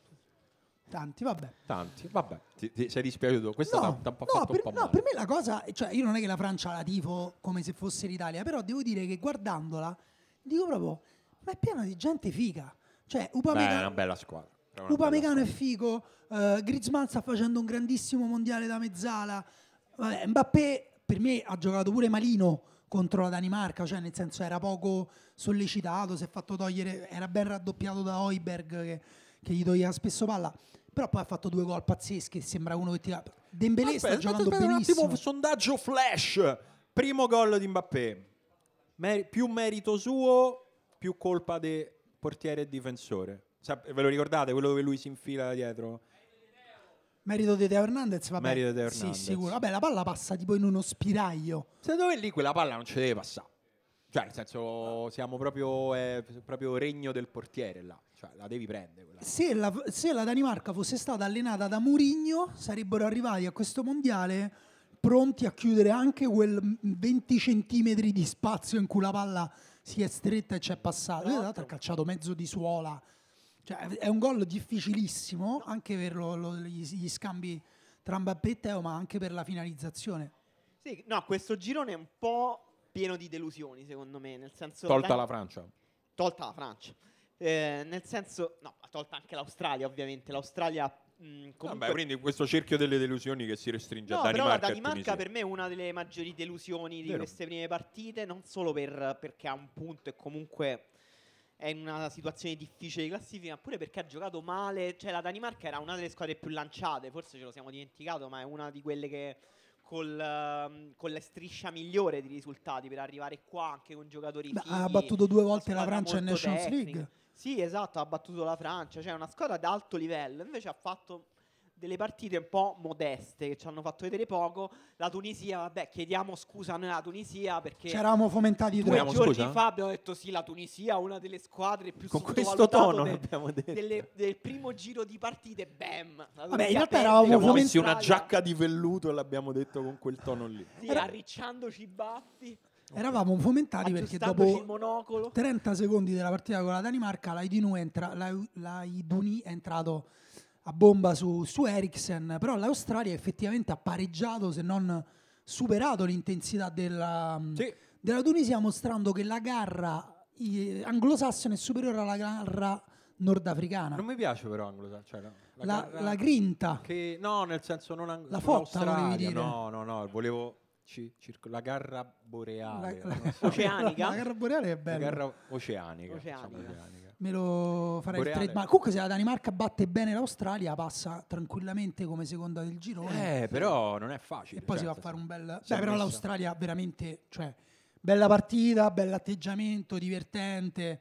[SPEAKER 1] Tanti, vabbè.
[SPEAKER 2] Tanti, vabbè, ti, ti sei dispiaciuto. Questo
[SPEAKER 1] No,
[SPEAKER 2] ti ha un po'
[SPEAKER 1] no,
[SPEAKER 2] fatto
[SPEAKER 1] per,
[SPEAKER 2] un po'
[SPEAKER 1] no,
[SPEAKER 2] male.
[SPEAKER 1] per me la cosa, cioè io non è che la Francia la tifo come se fosse l'Italia, però devo dire che guardandola dico proprio, ma è piena di gente figa. Cioè,
[SPEAKER 2] Beh, è
[SPEAKER 1] Upamecano,
[SPEAKER 2] una bella squadra. È una
[SPEAKER 1] Upamecano
[SPEAKER 2] bella
[SPEAKER 1] è figo, eh, Griezmann sta facendo un grandissimo mondiale da mezzala, Vabbè, Mbappé per me ha giocato pure malino contro la Danimarca, cioè nel senso era poco sollecitato, si è fatto togliere, era ben raddoppiato da Hoiberg che, che gli toglieva spesso palla, però poi ha fatto due gol pazzeschi, sembra uno che tira... Dembélé
[SPEAKER 2] squadra.
[SPEAKER 1] sta
[SPEAKER 2] Aspetta,
[SPEAKER 1] giocando
[SPEAKER 2] aspetta, aspetta
[SPEAKER 1] benissimo.
[SPEAKER 2] un attimo, sondaggio flash. Primo gol di Mbappé. Mer- più merito suo, più colpa del portiere e difensore. Sap- ve lo ricordate quello dove lui si infila dietro?
[SPEAKER 1] Merito di Teo Hernandez, vabbè.
[SPEAKER 2] Merito di Teo
[SPEAKER 1] Sì,
[SPEAKER 2] Hernandez.
[SPEAKER 1] sicuro. Vabbè, la palla passa tipo in uno spiraglio.
[SPEAKER 2] Secondo me lì quella palla non ci deve passare. Cioè, nel senso, siamo proprio, eh, proprio regno del portiere là. Cioè, la devi prendere quella.
[SPEAKER 1] Se la, se la Danimarca fosse stata allenata da Murigno, sarebbero arrivati a questo mondiale pronti a chiudere anche quel m- 20 centimetri di spazio in cui la palla si è stretta e c'è passata. Lui, tra l'altro, ha calciato mezzo di suola. Cioè, è un gol difficilissimo anche per lo- lo- gli, gli scambi tra Mbappé e Teo, ma anche per la finalizzazione.
[SPEAKER 3] Sì, no, questo girone è un po' pieno di delusioni, secondo me. Nel senso,
[SPEAKER 2] Tolta
[SPEAKER 3] Dan-
[SPEAKER 2] la Francia.
[SPEAKER 3] tolta la Francia. Eh, nel senso, no, tolta anche l'Australia, ovviamente. L'Australia mh, comunque
[SPEAKER 2] Vabbè, quindi questo cerchio delle delusioni che si restringe
[SPEAKER 3] No,
[SPEAKER 2] a
[SPEAKER 3] però la
[SPEAKER 2] Danimarca,
[SPEAKER 3] Danimarca
[SPEAKER 2] e Tunisia.
[SPEAKER 3] per me è una delle maggiori delusioni di
[SPEAKER 2] Vero.
[SPEAKER 3] queste prime partite, non solo per- perché ha un punto e comunque è in una situazione difficile di classifica, ma pure perché ha giocato male. Cioè la Danimarca era una delle squadre più lanciate, forse ce lo siamo dimenticato, ma è una di quelle che col, ehm, con la striscia migliore di risultati per arrivare qua anche con giocatori
[SPEAKER 1] Beh,
[SPEAKER 3] fighi,
[SPEAKER 1] ha battuto due
[SPEAKER 3] una
[SPEAKER 1] volte la
[SPEAKER 3] squadra
[SPEAKER 1] Francia in
[SPEAKER 3] molto
[SPEAKER 1] Nations
[SPEAKER 3] tecnica.
[SPEAKER 1] League.
[SPEAKER 3] Sì, esatto, ha battuto la Francia, cioè una squadra ad alto livello, invece ha fatto delle partite un po' modeste che ci hanno fatto vedere poco. La Tunisia, vabbè, chiediamo scusa noi alla Tunisia perché
[SPEAKER 1] Ci eravamo fomentati
[SPEAKER 3] due
[SPEAKER 1] troppo.
[SPEAKER 2] Vogliamo
[SPEAKER 3] giorni
[SPEAKER 2] scusa?
[SPEAKER 3] fa abbiamo detto sì, la Tunisia è una delle squadre più
[SPEAKER 2] Con questo
[SPEAKER 3] sottovalutate
[SPEAKER 2] tono
[SPEAKER 3] del-
[SPEAKER 2] l'abbiamo detto.
[SPEAKER 3] delle- del primo giro di partite, bam. la
[SPEAKER 1] Vabbè, in
[SPEAKER 3] Tunisia
[SPEAKER 1] realtà
[SPEAKER 3] perde
[SPEAKER 1] eravamo
[SPEAKER 2] Siamo
[SPEAKER 3] contro
[SPEAKER 2] messi una
[SPEAKER 3] l'Australia.
[SPEAKER 2] giacca di velluto e l'abbiamo detto con quel tono lì.
[SPEAKER 3] Sì,
[SPEAKER 1] Era-
[SPEAKER 3] arricciandoci i baffi,
[SPEAKER 1] Eravamo fomentati perché
[SPEAKER 3] aggiustandoci il
[SPEAKER 1] dopo
[SPEAKER 3] monocolo.
[SPEAKER 1] 30 secondi della partita con la Danimarca, l'Aidunu entra, la- l'Aiduni è entrato a bomba su, su Eriksen, però l'Australia effettivamente ha pareggiato, se non superato l'intensità della,
[SPEAKER 2] Sì.
[SPEAKER 1] della Tunisia, mostrando che la gara eh, anglosassone è superiore alla gara nordafricana.
[SPEAKER 2] Non mi piace però anglosassone. Cioè, no,
[SPEAKER 1] Ah. La,
[SPEAKER 2] garra-
[SPEAKER 1] la grinta.
[SPEAKER 2] che- no, nel senso non anglo-
[SPEAKER 1] La fotta,
[SPEAKER 2] l'Australia,
[SPEAKER 1] volevi dire.
[SPEAKER 2] No, no, no, volevo ci- circo- la garra boreale,
[SPEAKER 1] La- la-
[SPEAKER 2] non so,
[SPEAKER 3] Oceanica.
[SPEAKER 1] La gara boreale è
[SPEAKER 2] la
[SPEAKER 1] bella.
[SPEAKER 2] garra oceanica,
[SPEAKER 3] Oceanica.
[SPEAKER 2] insomma, oceanica.
[SPEAKER 1] Me lo farei il
[SPEAKER 2] Boreale.
[SPEAKER 1] trademark. Comunque, se la Danimarca batte bene l'Australia, passa tranquillamente come seconda del girone.
[SPEAKER 2] Eh, però non è facile.
[SPEAKER 1] e poi si va
[SPEAKER 2] cioè,
[SPEAKER 1] a
[SPEAKER 2] nel
[SPEAKER 1] fare un
[SPEAKER 2] senso-
[SPEAKER 1] bel.
[SPEAKER 2] si è
[SPEAKER 1] Beh, però
[SPEAKER 2] messa-
[SPEAKER 1] l'Australia veramente. Cioè, bella partita, bell'atteggiamento, divertente.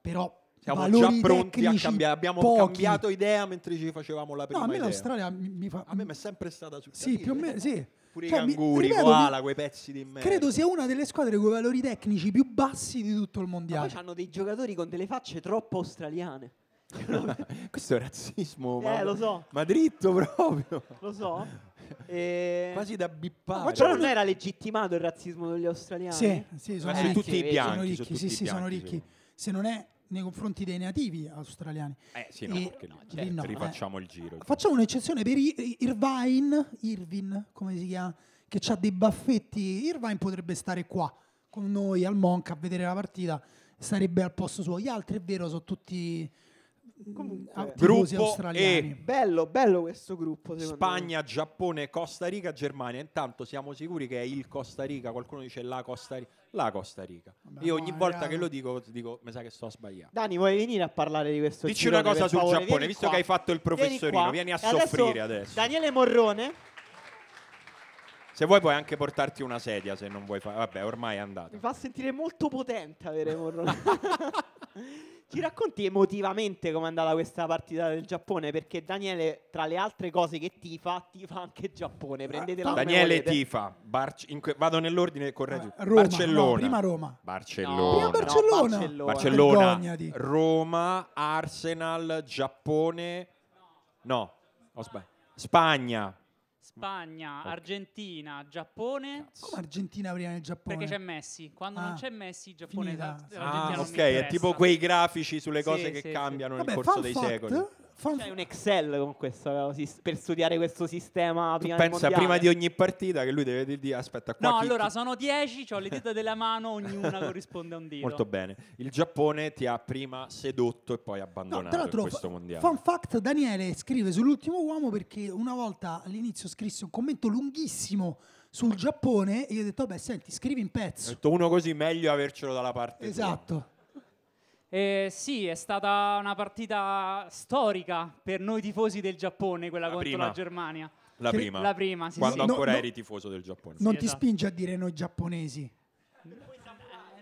[SPEAKER 1] Però.
[SPEAKER 2] Siamo
[SPEAKER 1] valori
[SPEAKER 2] già pronti a
[SPEAKER 1] tecnici
[SPEAKER 2] cambiare. Abbiamo
[SPEAKER 1] pochi.
[SPEAKER 2] cambiato idea mentre ci facevamo la
[SPEAKER 1] No,
[SPEAKER 2] prima
[SPEAKER 1] a me
[SPEAKER 2] idea.
[SPEAKER 1] l'Australia mi, mi fa.
[SPEAKER 2] A me mi è sempre stata sul
[SPEAKER 1] sì,
[SPEAKER 2] capito.
[SPEAKER 1] più o meno. Sì.
[SPEAKER 2] Pure
[SPEAKER 1] Cioè,
[SPEAKER 2] i
[SPEAKER 1] mi-
[SPEAKER 2] canguri, i
[SPEAKER 1] ripeto,
[SPEAKER 2] koala, quei pezzi di merda.
[SPEAKER 1] Credo sia una delle squadre con i valori tecnici più bassi di tutto il
[SPEAKER 3] Ma
[SPEAKER 1] mondiale.
[SPEAKER 3] poi hanno dei giocatori con delle facce troppo australiane.
[SPEAKER 2] Questo è razzismo, ma,
[SPEAKER 3] Eh, lo so.
[SPEAKER 2] ma dritto proprio.
[SPEAKER 3] Lo so. Eh, E-
[SPEAKER 2] Quasi da
[SPEAKER 1] Eh. Ma
[SPEAKER 2] bippare. Eh,
[SPEAKER 1] facciamo
[SPEAKER 3] Però
[SPEAKER 1] Cioè,
[SPEAKER 3] non era legittimato il razzismo degli australiani?
[SPEAKER 1] Sì, sì, sono
[SPEAKER 2] Ma sono
[SPEAKER 1] ricchi,
[SPEAKER 2] tutti
[SPEAKER 1] sono
[SPEAKER 2] bianchi,
[SPEAKER 1] ricchi,
[SPEAKER 2] sono
[SPEAKER 1] sì,
[SPEAKER 2] tutti
[SPEAKER 1] sì, sono
[SPEAKER 2] bianchi,
[SPEAKER 1] ricchi.
[SPEAKER 2] sì.
[SPEAKER 1] Se non è nei confronti dei nativi australiani.
[SPEAKER 2] Eh sì, no,
[SPEAKER 1] E-
[SPEAKER 2] perché lì-
[SPEAKER 1] lì
[SPEAKER 2] certo,
[SPEAKER 1] no, eh.
[SPEAKER 2] rifacciamo il giro.
[SPEAKER 1] Facciamo un'eccezione per I- Irvine, Irvin, come si chiama, che ha dei baffetti. Irvine potrebbe stare qua con noi al Monk a vedere la partita, sarebbe al posto suo. Gli altri, è vero, sono tutti mm,
[SPEAKER 3] Comunque-
[SPEAKER 1] tifosi
[SPEAKER 2] Gruppo E.
[SPEAKER 1] australiani.
[SPEAKER 3] Bello, bello questo gruppo. secondo
[SPEAKER 2] Spagna, Giappone, Costa Rica, Germania. Intanto siamo sicuri che è il Costa Rica. Qualcuno dice la Costa Rica. La Costa Rica.
[SPEAKER 1] Vabbè,
[SPEAKER 2] Io
[SPEAKER 1] no,
[SPEAKER 2] ogni volta
[SPEAKER 1] raga.
[SPEAKER 2] che lo dico, dico, mi sa che sto sbagliando.
[SPEAKER 3] me. Dani, vuoi venire a parlare di questo
[SPEAKER 2] Dici
[SPEAKER 3] girone,
[SPEAKER 2] una cosa
[SPEAKER 3] per
[SPEAKER 2] sul
[SPEAKER 3] favore?
[SPEAKER 2] Giappone,
[SPEAKER 3] Vieni
[SPEAKER 2] visto
[SPEAKER 3] qua.
[SPEAKER 2] che hai fatto il professorino,
[SPEAKER 3] qua.
[SPEAKER 2] vieni a
[SPEAKER 3] E adesso
[SPEAKER 2] soffrire adesso.
[SPEAKER 3] Daniele Morrone,
[SPEAKER 2] Se vuoi puoi anche portarti una sedia se non vuoi fare. Vabbè, ormai è andata.
[SPEAKER 3] mi fa sentire molto potente avere Morrone. Ci racconti emotivamente com'è andata questa partita del Giappone? Perché Daniele, tra le altre cose che tifa, tifa anche il Giappone. Prendetela come
[SPEAKER 2] Ah, Daniele
[SPEAKER 3] volete.
[SPEAKER 2] Tifa, Barc- in que- vado nell'ordine corretto.
[SPEAKER 1] Vabbè, Roma,
[SPEAKER 2] Barcellona.
[SPEAKER 1] no, prima Roma.
[SPEAKER 2] Barcellona.
[SPEAKER 1] Prima Barcellona.
[SPEAKER 3] Barcellona.
[SPEAKER 2] Barcellona,
[SPEAKER 1] Vergognati.
[SPEAKER 2] Roma, Arsenal, Giappone. No, ho sbagliato. Spagna.
[SPEAKER 6] Spagna,
[SPEAKER 2] Ok.
[SPEAKER 6] Argentina, Giappone.
[SPEAKER 1] Come Argentina prima del Giappone?
[SPEAKER 6] Perché c'è Messi. Quando
[SPEAKER 1] Ah.
[SPEAKER 6] non c'è Messi, il Giappone
[SPEAKER 1] Finita.
[SPEAKER 6] l'Argentina
[SPEAKER 2] Ah,
[SPEAKER 6] non
[SPEAKER 2] ok,
[SPEAKER 6] mi
[SPEAKER 2] è
[SPEAKER 6] interessa.
[SPEAKER 2] tipo quei grafici sulle
[SPEAKER 6] Sì,
[SPEAKER 2] cose
[SPEAKER 6] sì,
[SPEAKER 2] che
[SPEAKER 6] sì.
[SPEAKER 2] cambiano
[SPEAKER 1] Vabbè,
[SPEAKER 2] nel corso
[SPEAKER 1] fun
[SPEAKER 2] dei
[SPEAKER 1] fact,
[SPEAKER 2] secoli.
[SPEAKER 1] fun
[SPEAKER 3] C'è un Excel con questo, sis- per studiare questo sistema
[SPEAKER 2] Tu
[SPEAKER 3] prima del
[SPEAKER 2] pensa prima
[SPEAKER 3] mondiale.
[SPEAKER 2] di ogni partita che lui deve dirti aspetta qua
[SPEAKER 6] No,
[SPEAKER 2] chi-
[SPEAKER 6] allora
[SPEAKER 2] chi-
[SPEAKER 6] sono 10, ho le dita della mano, ognuna corrisponde a un dito.
[SPEAKER 2] Molto bene. Il Giappone ti ha prima sedotto e poi
[SPEAKER 1] No,
[SPEAKER 2] abbandonato
[SPEAKER 1] tra
[SPEAKER 2] in
[SPEAKER 1] l'altro,
[SPEAKER 2] questo
[SPEAKER 1] fa-
[SPEAKER 2] mondiale.
[SPEAKER 1] fun fact, Daniele scrive sull'ultimo uomo perché una volta all'inizio scrisse un commento lunghissimo sul Giappone e io ho detto, vabbè, senti, scrivi in
[SPEAKER 2] Ho
[SPEAKER 1] pezzo.
[SPEAKER 2] detto uno così meglio avercelo dalla parte
[SPEAKER 1] Esatto.
[SPEAKER 6] Eh, sì, è stata una partita storica per noi tifosi del Giappone, quella
[SPEAKER 2] La
[SPEAKER 6] contro
[SPEAKER 2] prima.
[SPEAKER 6] la Germania.
[SPEAKER 2] tua. La
[SPEAKER 1] Che-
[SPEAKER 2] prima.
[SPEAKER 6] La prima, sì.
[SPEAKER 2] quando
[SPEAKER 6] sì.
[SPEAKER 1] No,
[SPEAKER 2] ancora
[SPEAKER 1] no.
[SPEAKER 2] eri tifoso del Giappone.
[SPEAKER 1] non
[SPEAKER 6] Sì,
[SPEAKER 1] ti
[SPEAKER 6] esatto.
[SPEAKER 1] spinge a dire noi giapponesi.
[SPEAKER 6] Eh,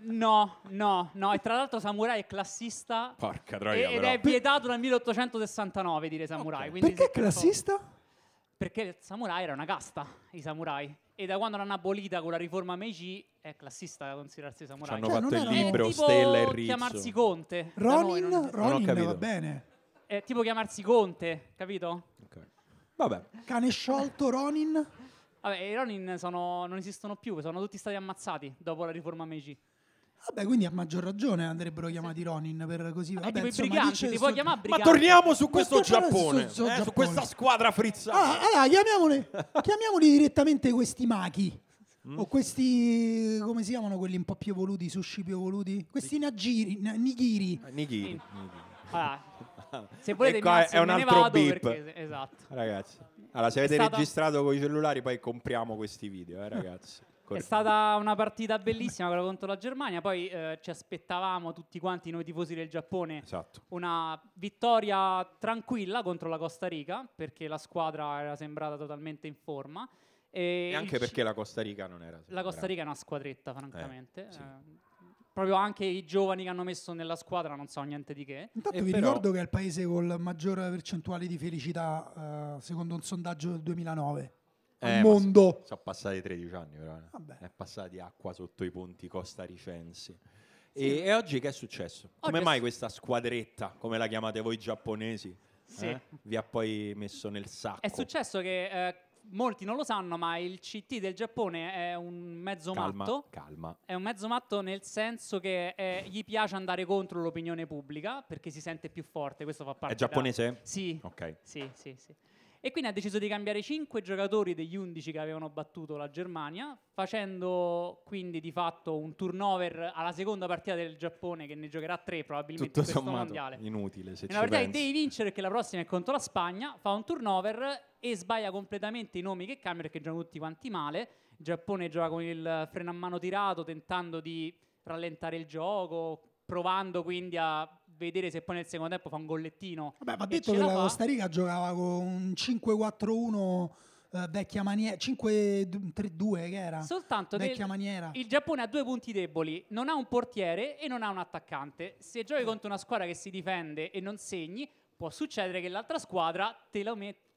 [SPEAKER 6] No, no, no. E tra l'altro Samurai è classista
[SPEAKER 2] Porca
[SPEAKER 6] e-
[SPEAKER 2] troia
[SPEAKER 6] ed
[SPEAKER 2] però.
[SPEAKER 6] è vietato dal 1869 dire Samurai. quindi
[SPEAKER 1] Perché
[SPEAKER 6] se per favore-
[SPEAKER 1] classista?
[SPEAKER 6] Perché il Samurai era una casta, i Samurai. E da quando l'hanno abolita con la riforma Meiji è classista considerarsi Samurai.
[SPEAKER 2] Ci hanno
[SPEAKER 1] Cioè,
[SPEAKER 2] fatto
[SPEAKER 1] non
[SPEAKER 2] il
[SPEAKER 1] erano-
[SPEAKER 6] È
[SPEAKER 2] libro,
[SPEAKER 6] tipo
[SPEAKER 2] Stella e Rizzo.
[SPEAKER 6] chiamarsi Conte. da noi
[SPEAKER 1] Ronin,
[SPEAKER 6] non esiste.
[SPEAKER 2] ho
[SPEAKER 1] Ronin va
[SPEAKER 2] capito.
[SPEAKER 1] bene.
[SPEAKER 6] È tipo chiamarsi Conte, capito?
[SPEAKER 2] Ok. Vabbè.
[SPEAKER 1] Cane sciolto, Ronin.
[SPEAKER 6] Vabbè, i Ronin sono- non esistono più, sono tutti stati ammazzati dopo la riforma Meiji.
[SPEAKER 1] Vabbè, quindi a maggior ragione andrebbero chiamati Ronin per così. Vabbè,
[SPEAKER 6] È tipo
[SPEAKER 1] insomma,
[SPEAKER 6] i briganti,
[SPEAKER 1] dice
[SPEAKER 6] ti
[SPEAKER 1] sto-
[SPEAKER 6] puoi chiamare
[SPEAKER 2] Ma
[SPEAKER 6] briganti.
[SPEAKER 2] torniamo su questo
[SPEAKER 1] questo
[SPEAKER 2] Giappone,
[SPEAKER 1] su- su
[SPEAKER 2] eh, su
[SPEAKER 1] Giappone.
[SPEAKER 2] questa squadra
[SPEAKER 1] Ah,
[SPEAKER 2] frizzata.
[SPEAKER 1] allora, chiamiamoli, chiamiamoli direttamente questi machi.
[SPEAKER 6] Mm.
[SPEAKER 1] O questi, come si chiamano quelli un po' più evoluti, sushi più evoluti? Questi nagiri, na- nigiri.
[SPEAKER 2] Eh, Nigiri.
[SPEAKER 6] Ah, se volete
[SPEAKER 2] E
[SPEAKER 6] mi
[SPEAKER 2] qua
[SPEAKER 6] alzo
[SPEAKER 2] è
[SPEAKER 6] e
[SPEAKER 2] un
[SPEAKER 6] me ne
[SPEAKER 2] altro
[SPEAKER 6] vado
[SPEAKER 2] beep.
[SPEAKER 6] perché- esatto.
[SPEAKER 2] Ragazzi, allora se avete
[SPEAKER 6] stata-
[SPEAKER 2] registrato con i cellulari poi compriamo questi video, eh ragazzi.
[SPEAKER 6] È
[SPEAKER 2] Corri-
[SPEAKER 6] stata una partita bellissima quella contro la Germania, poi eh, ci aspettavamo tutti quanti noi tifosi del Giappone
[SPEAKER 2] Esatto.
[SPEAKER 6] una vittoria tranquilla contro la Costa Rica perché la squadra era sembrata totalmente in forma e,
[SPEAKER 2] E
[SPEAKER 6] il
[SPEAKER 2] anche
[SPEAKER 6] ci-
[SPEAKER 2] perché la Costa Rica non era
[SPEAKER 6] la Costa
[SPEAKER 2] brava.
[SPEAKER 6] Rica è una squadretta francamente.
[SPEAKER 2] sì.
[SPEAKER 6] Eh, proprio anche i giovani che hanno messo nella squadra non so niente di che.
[SPEAKER 1] Intanto
[SPEAKER 2] E
[SPEAKER 1] vi
[SPEAKER 2] però-
[SPEAKER 1] ricordo che è il paese con maggior percentuale di felicità eh, secondo un sondaggio del 2009
[SPEAKER 2] Eh,
[SPEAKER 1] al
[SPEAKER 2] ma
[SPEAKER 1] mondo.
[SPEAKER 2] so- Sono passati 13 anni, però. eh.
[SPEAKER 1] Vabbè.
[SPEAKER 2] È passati acqua sotto i ponti costaricensi. E, e oggi che è successo? Come
[SPEAKER 6] Oggi è
[SPEAKER 2] mai
[SPEAKER 6] su-
[SPEAKER 2] questa squadretta, come la chiamate voi giapponesi,
[SPEAKER 6] Sì.
[SPEAKER 2] eh, vi ha poi messo nel sacco?
[SPEAKER 6] È successo che eh, molti non lo sanno, ma il CT del Giappone è un mezzo
[SPEAKER 2] calma,
[SPEAKER 6] matto.
[SPEAKER 2] calma.
[SPEAKER 6] È un mezzo matto nel senso che eh, gli piace andare contro l'opinione pubblica perché si sente più forte. Questo fa parte.
[SPEAKER 2] È giapponese?
[SPEAKER 6] da- Sì.
[SPEAKER 2] Ok.
[SPEAKER 6] Sì, sì, sì. E quindi ha deciso di cambiare 5 giocatori degli 11 che avevano battuto la Germania, facendo quindi di fatto un turnover alla seconda partita del Giappone che ne giocherà 3 probabilmente
[SPEAKER 2] Tutto
[SPEAKER 6] in questo
[SPEAKER 2] sommato
[SPEAKER 6] mondiale.
[SPEAKER 2] inutile se
[SPEAKER 6] Nella
[SPEAKER 2] ci
[SPEAKER 6] partita che
[SPEAKER 2] pensi.
[SPEAKER 6] devi vincere perché la prossima è contro la Spagna, fa un turnover e sbaglia completamente i nomi che cambiano perché giocano tutti quanti male. Il Giappone gioca con il freno a mano tirato tentando di rallentare il gioco, provando quindi a vedere se poi nel secondo tempo fa un gollettino.
[SPEAKER 1] Vabbè, va
[SPEAKER 6] e
[SPEAKER 1] detto che
[SPEAKER 6] ce
[SPEAKER 1] la
[SPEAKER 6] fa.
[SPEAKER 1] Costa Rica giocava con un 5-4-1 eh, vecchia maniera, 5-3-2 che era,
[SPEAKER 6] Soltanto che
[SPEAKER 1] vecchia
[SPEAKER 6] il,
[SPEAKER 1] maniera.
[SPEAKER 6] il Giappone ha due punti deboli, non ha un portiere e non ha un attaccante. Se giochi contro una squadra che si difende e non segni, può succedere che l'altra squadra te lo mette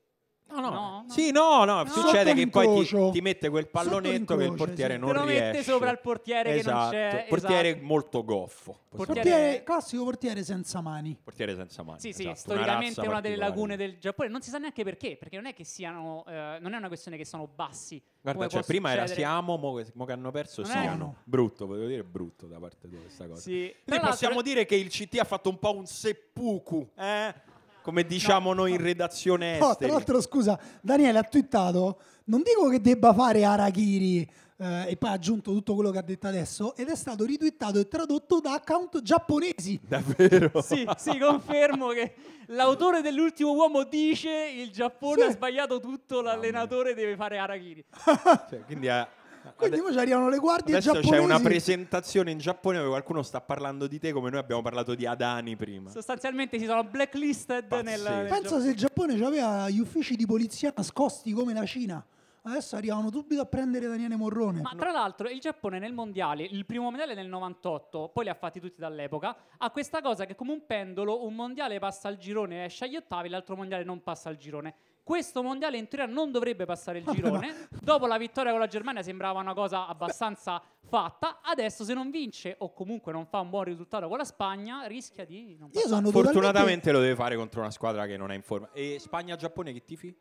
[SPEAKER 2] No, no.
[SPEAKER 6] No, no.
[SPEAKER 2] Sì, no, no,
[SPEAKER 1] Sotto
[SPEAKER 2] succede che poi ti,
[SPEAKER 1] l'incrocio.
[SPEAKER 2] ti mette quel pallonetto che il
[SPEAKER 1] l'incrocio,
[SPEAKER 2] portiere
[SPEAKER 1] sì.
[SPEAKER 2] non
[SPEAKER 6] Te lo
[SPEAKER 2] riesce.
[SPEAKER 6] mette sopra il portiere che non
[SPEAKER 2] Esatto.
[SPEAKER 6] c'è,
[SPEAKER 2] Portiere
[SPEAKER 6] esatto.
[SPEAKER 2] molto goffo. Portiere,
[SPEAKER 6] Portiere-
[SPEAKER 1] Portiere, classico portiere senza mani.
[SPEAKER 2] portiere senza mani.
[SPEAKER 6] Sì, sì,
[SPEAKER 2] esatto,
[SPEAKER 6] storicamente
[SPEAKER 2] razza
[SPEAKER 6] è una, delle
[SPEAKER 2] particolare.
[SPEAKER 6] lagune del Giappone. Non si sa neanche perché, perché non è che siano. eh, non è una questione che sono bassi.
[SPEAKER 2] Guarda,
[SPEAKER 6] come
[SPEAKER 2] cioè,
[SPEAKER 6] può
[SPEAKER 2] prima era
[SPEAKER 6] succedere.
[SPEAKER 2] siamo, mo, che- mo che hanno perso
[SPEAKER 6] Non è-
[SPEAKER 2] siamo. Brutto, voglio dire brutto da parte tua questa cosa.
[SPEAKER 6] Sì. Tra
[SPEAKER 2] Quindi
[SPEAKER 6] l'altro-
[SPEAKER 2] possiamo dire che il CT ha fatto un po' un seppuku, eh? Come diciamo noi in redazione
[SPEAKER 1] Oh, tra
[SPEAKER 2] esteri.
[SPEAKER 1] l'altro, scusa, Daniele ha twittato: Non dico che debba fare Arachiri. eh, e poi ha aggiunto tutto quello che ha detto adesso. Ed è stato ritwittato e tradotto da account giapponesi.
[SPEAKER 2] Davvero?
[SPEAKER 6] Sì, sì, confermo che l'autore dell'ultimo uomo dice il Giappone ha sbagliato tutto, l'allenatore deve fare Arachiri.
[SPEAKER 2] Cioè, quindi eh,
[SPEAKER 1] Quindi poi ci arrivano le guardie
[SPEAKER 2] adesso
[SPEAKER 1] giapponesi.
[SPEAKER 2] c'è una presentazione in Giappone dove qualcuno sta parlando di te come noi abbiamo parlato di Adani prima.
[SPEAKER 6] Sostanzialmente si sono blacklisted nel,
[SPEAKER 2] Pazzesco.
[SPEAKER 6] nel
[SPEAKER 1] Pensa se il Giappone aveva gli uffici di polizia nascosti come la Cina. Adesso arrivano subito a prendere Daniele Morrone.
[SPEAKER 6] Ma tra l'altro il Giappone nel mondiale, il primo mondiale del 98, poi li ha fatti tutti dall'epoca, ha questa cosa che come un pendolo un mondiale passa al girone e esce agli ottavi, l'altro mondiale non passa al girone. Questo mondiale in teoria non dovrebbe passare il
[SPEAKER 1] Vabbè,
[SPEAKER 6] girone. Dopo la vittoria con la Germania sembrava una cosa abbastanza fatta. Adesso se non vince o comunque non fa un buon risultato con la Spagna, rischia di non
[SPEAKER 1] Io
[SPEAKER 6] passare.
[SPEAKER 1] sono totalmente
[SPEAKER 2] Fortunatamente lo deve fare contro una squadra che non è in forma. E Spagna-Giappone che tifi?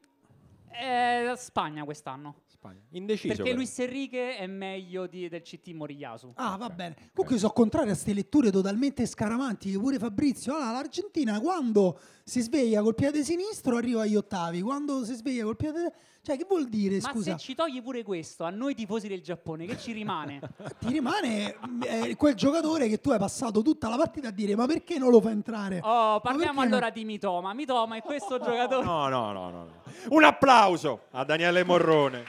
[SPEAKER 6] Eh, Spagna quest'anno.
[SPEAKER 2] Spagna. Indeciso.
[SPEAKER 6] perché
[SPEAKER 2] però.
[SPEAKER 6] Luis Enrique è meglio di- del CT Moriyasu.
[SPEAKER 1] Ah, va bene. Comunque sono contrario a queste letture totalmente scaramanti che pure Fabrizio. Allora, l'Argentina quando si sveglia col piede sinistro arriva agli ottavi, quando si sveglia col piede... Cioè, che vuol dire,
[SPEAKER 6] Ma
[SPEAKER 1] scusa?
[SPEAKER 6] se ci togli pure questo, a noi tifosi del Giappone, che ci rimane?
[SPEAKER 1] Ti rimane eh, quel giocatore che tu hai passato tutta la partita a dire ma perché non lo fa entrare?
[SPEAKER 6] Oh,
[SPEAKER 1] Ma perché
[SPEAKER 6] parliamo
[SPEAKER 1] non-
[SPEAKER 6] allora di Mitoma. Mitoma è questo giocatore.
[SPEAKER 2] No, no, no, no, no. Un applauso a Daniele Morrone.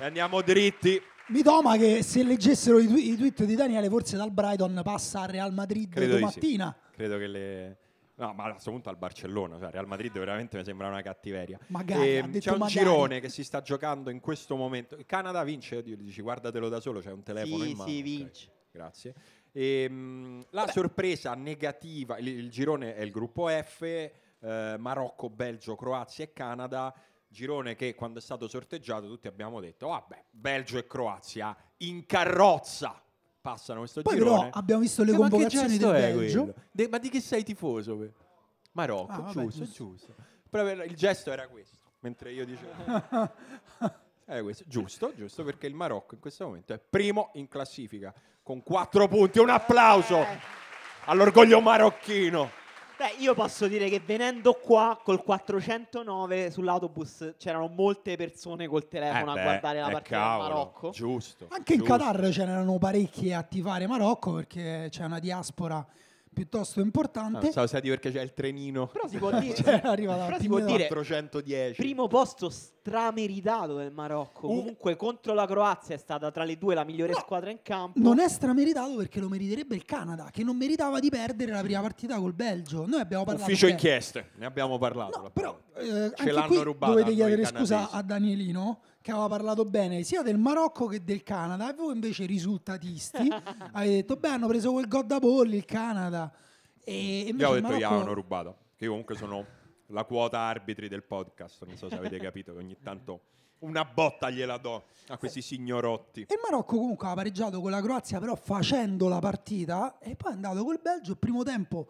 [SPEAKER 2] E andiamo dritti.
[SPEAKER 1] Mi toma che se leggessero i, tw- i tweet di Daniele forse dal Brighton passa al Real Madrid
[SPEAKER 2] Credo di sì.
[SPEAKER 1] domattina.
[SPEAKER 2] Credo che le... No, ma a questo punto al Barcellona, cioè Real Madrid veramente mi sembra una cattiveria. Ehm,
[SPEAKER 1] Magari, ha detto
[SPEAKER 2] c'è un
[SPEAKER 1] magari.
[SPEAKER 2] girone che si sta giocando in questo momento. Il Canada vince, oddio, dici guardatelo da solo, c'è un telefono
[SPEAKER 3] Sì,
[SPEAKER 2] in mano.
[SPEAKER 3] sì,
[SPEAKER 2] ok,
[SPEAKER 3] vince.
[SPEAKER 2] Grazie. Ehm, la sorpresa negativa, il, il girone è il gruppo F, eh, Marocco, Belgio, Croazia e Canada. Girone che quando è stato sorteggiato tutti abbiamo detto, vabbè, Belgio e Croazia in carrozza passano questo
[SPEAKER 1] Poi
[SPEAKER 2] girone.
[SPEAKER 1] però abbiamo visto le
[SPEAKER 6] Cioè,
[SPEAKER 2] Che- Cioè, ma che
[SPEAKER 1] convocazioni del
[SPEAKER 2] gesto è
[SPEAKER 1] Belgio.
[SPEAKER 2] quello? De- ma di chi sei tifoso? pe? Marocco,
[SPEAKER 1] Ah, vabbè,
[SPEAKER 2] giusto,
[SPEAKER 1] giusto.
[SPEAKER 2] giusto. Però per- il gesto era questo, mentre io dicevo... Eh, questo, giusto, giusto, perché il Marocco in questo momento è primo in classifica con quattro punti. Un applauso
[SPEAKER 3] Eh.
[SPEAKER 2] all'orgoglio marocchino.
[SPEAKER 3] Beh, io posso dire che venendo qua col 409 sull'autobus c'erano molte persone col telefono
[SPEAKER 2] Eh beh,
[SPEAKER 3] a guardare la
[SPEAKER 2] eh,
[SPEAKER 3] partita del
[SPEAKER 2] cavolo,
[SPEAKER 3] Marocco.
[SPEAKER 2] Giusto.
[SPEAKER 1] Anche in
[SPEAKER 2] giusto. Ah,
[SPEAKER 1] Qatar ce n'erano parecchie a tifare Marocco perché c'è una diaspora piuttosto
[SPEAKER 2] Ah,
[SPEAKER 1] importante.
[SPEAKER 2] pensavo sia di perché c'è il trenino.
[SPEAKER 3] Però si può dire,
[SPEAKER 1] Cioè, arriva la
[SPEAKER 3] però si può
[SPEAKER 1] timida-
[SPEAKER 3] dire
[SPEAKER 2] 410.
[SPEAKER 3] primo posto strameritato del Marocco.
[SPEAKER 2] Uh.
[SPEAKER 3] Comunque contro la Croazia è stata tra le due la migliore
[SPEAKER 1] No.
[SPEAKER 3] squadra in campo.
[SPEAKER 1] Non è strameritato perché lo meriterebbe il Canada, che non meritava di perdere la prima partita col Belgio. Noi abbiamo parlato
[SPEAKER 2] Ufficio
[SPEAKER 1] bene.
[SPEAKER 2] inchieste, ne abbiamo parlato.
[SPEAKER 1] No,
[SPEAKER 2] la
[SPEAKER 1] però
[SPEAKER 2] parola.
[SPEAKER 1] eh, anche
[SPEAKER 2] l'hanno
[SPEAKER 1] qui
[SPEAKER 2] rubata a
[SPEAKER 1] dovete
[SPEAKER 2] noi
[SPEAKER 1] chiedere scusa
[SPEAKER 2] canadesi.
[SPEAKER 1] a Danielino che aveva parlato bene sia del Marocco che del Canada e voi invece risultatisti avete detto beh hanno preso quel gol da polli il Canada e invece
[SPEAKER 2] Io ho
[SPEAKER 1] il
[SPEAKER 2] detto io
[SPEAKER 1] Marocco-
[SPEAKER 2] hanno rubato, che io comunque sono la quota arbitri del podcast, non so se avete capito che ogni tanto una botta gliela do a questi signorotti.
[SPEAKER 1] E il Marocco comunque ha pareggiato con la Croazia, però facendo la partita, e poi è andato col Belgio, primo tempo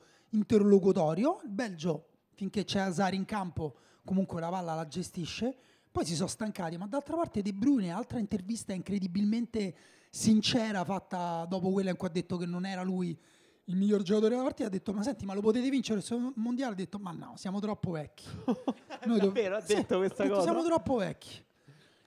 [SPEAKER 1] interlocutorio, il Belgio finché c'è Asari in campo comunque la palla la gestisce, poi si sono stancati, ma d'altra parte De Bruyne, altra intervista incredibilmente sincera fatta dopo quella in cui ha detto che non era lui il miglior giocatore della partita, ha detto ma senti ma lo potete vincere il mondiale? Ha detto ma no, siamo troppo vecchi. Noi dov-
[SPEAKER 3] Davvero, ha
[SPEAKER 1] Sì,
[SPEAKER 3] detto questa
[SPEAKER 1] detto,
[SPEAKER 3] cosa?
[SPEAKER 1] Siamo troppo vecchi.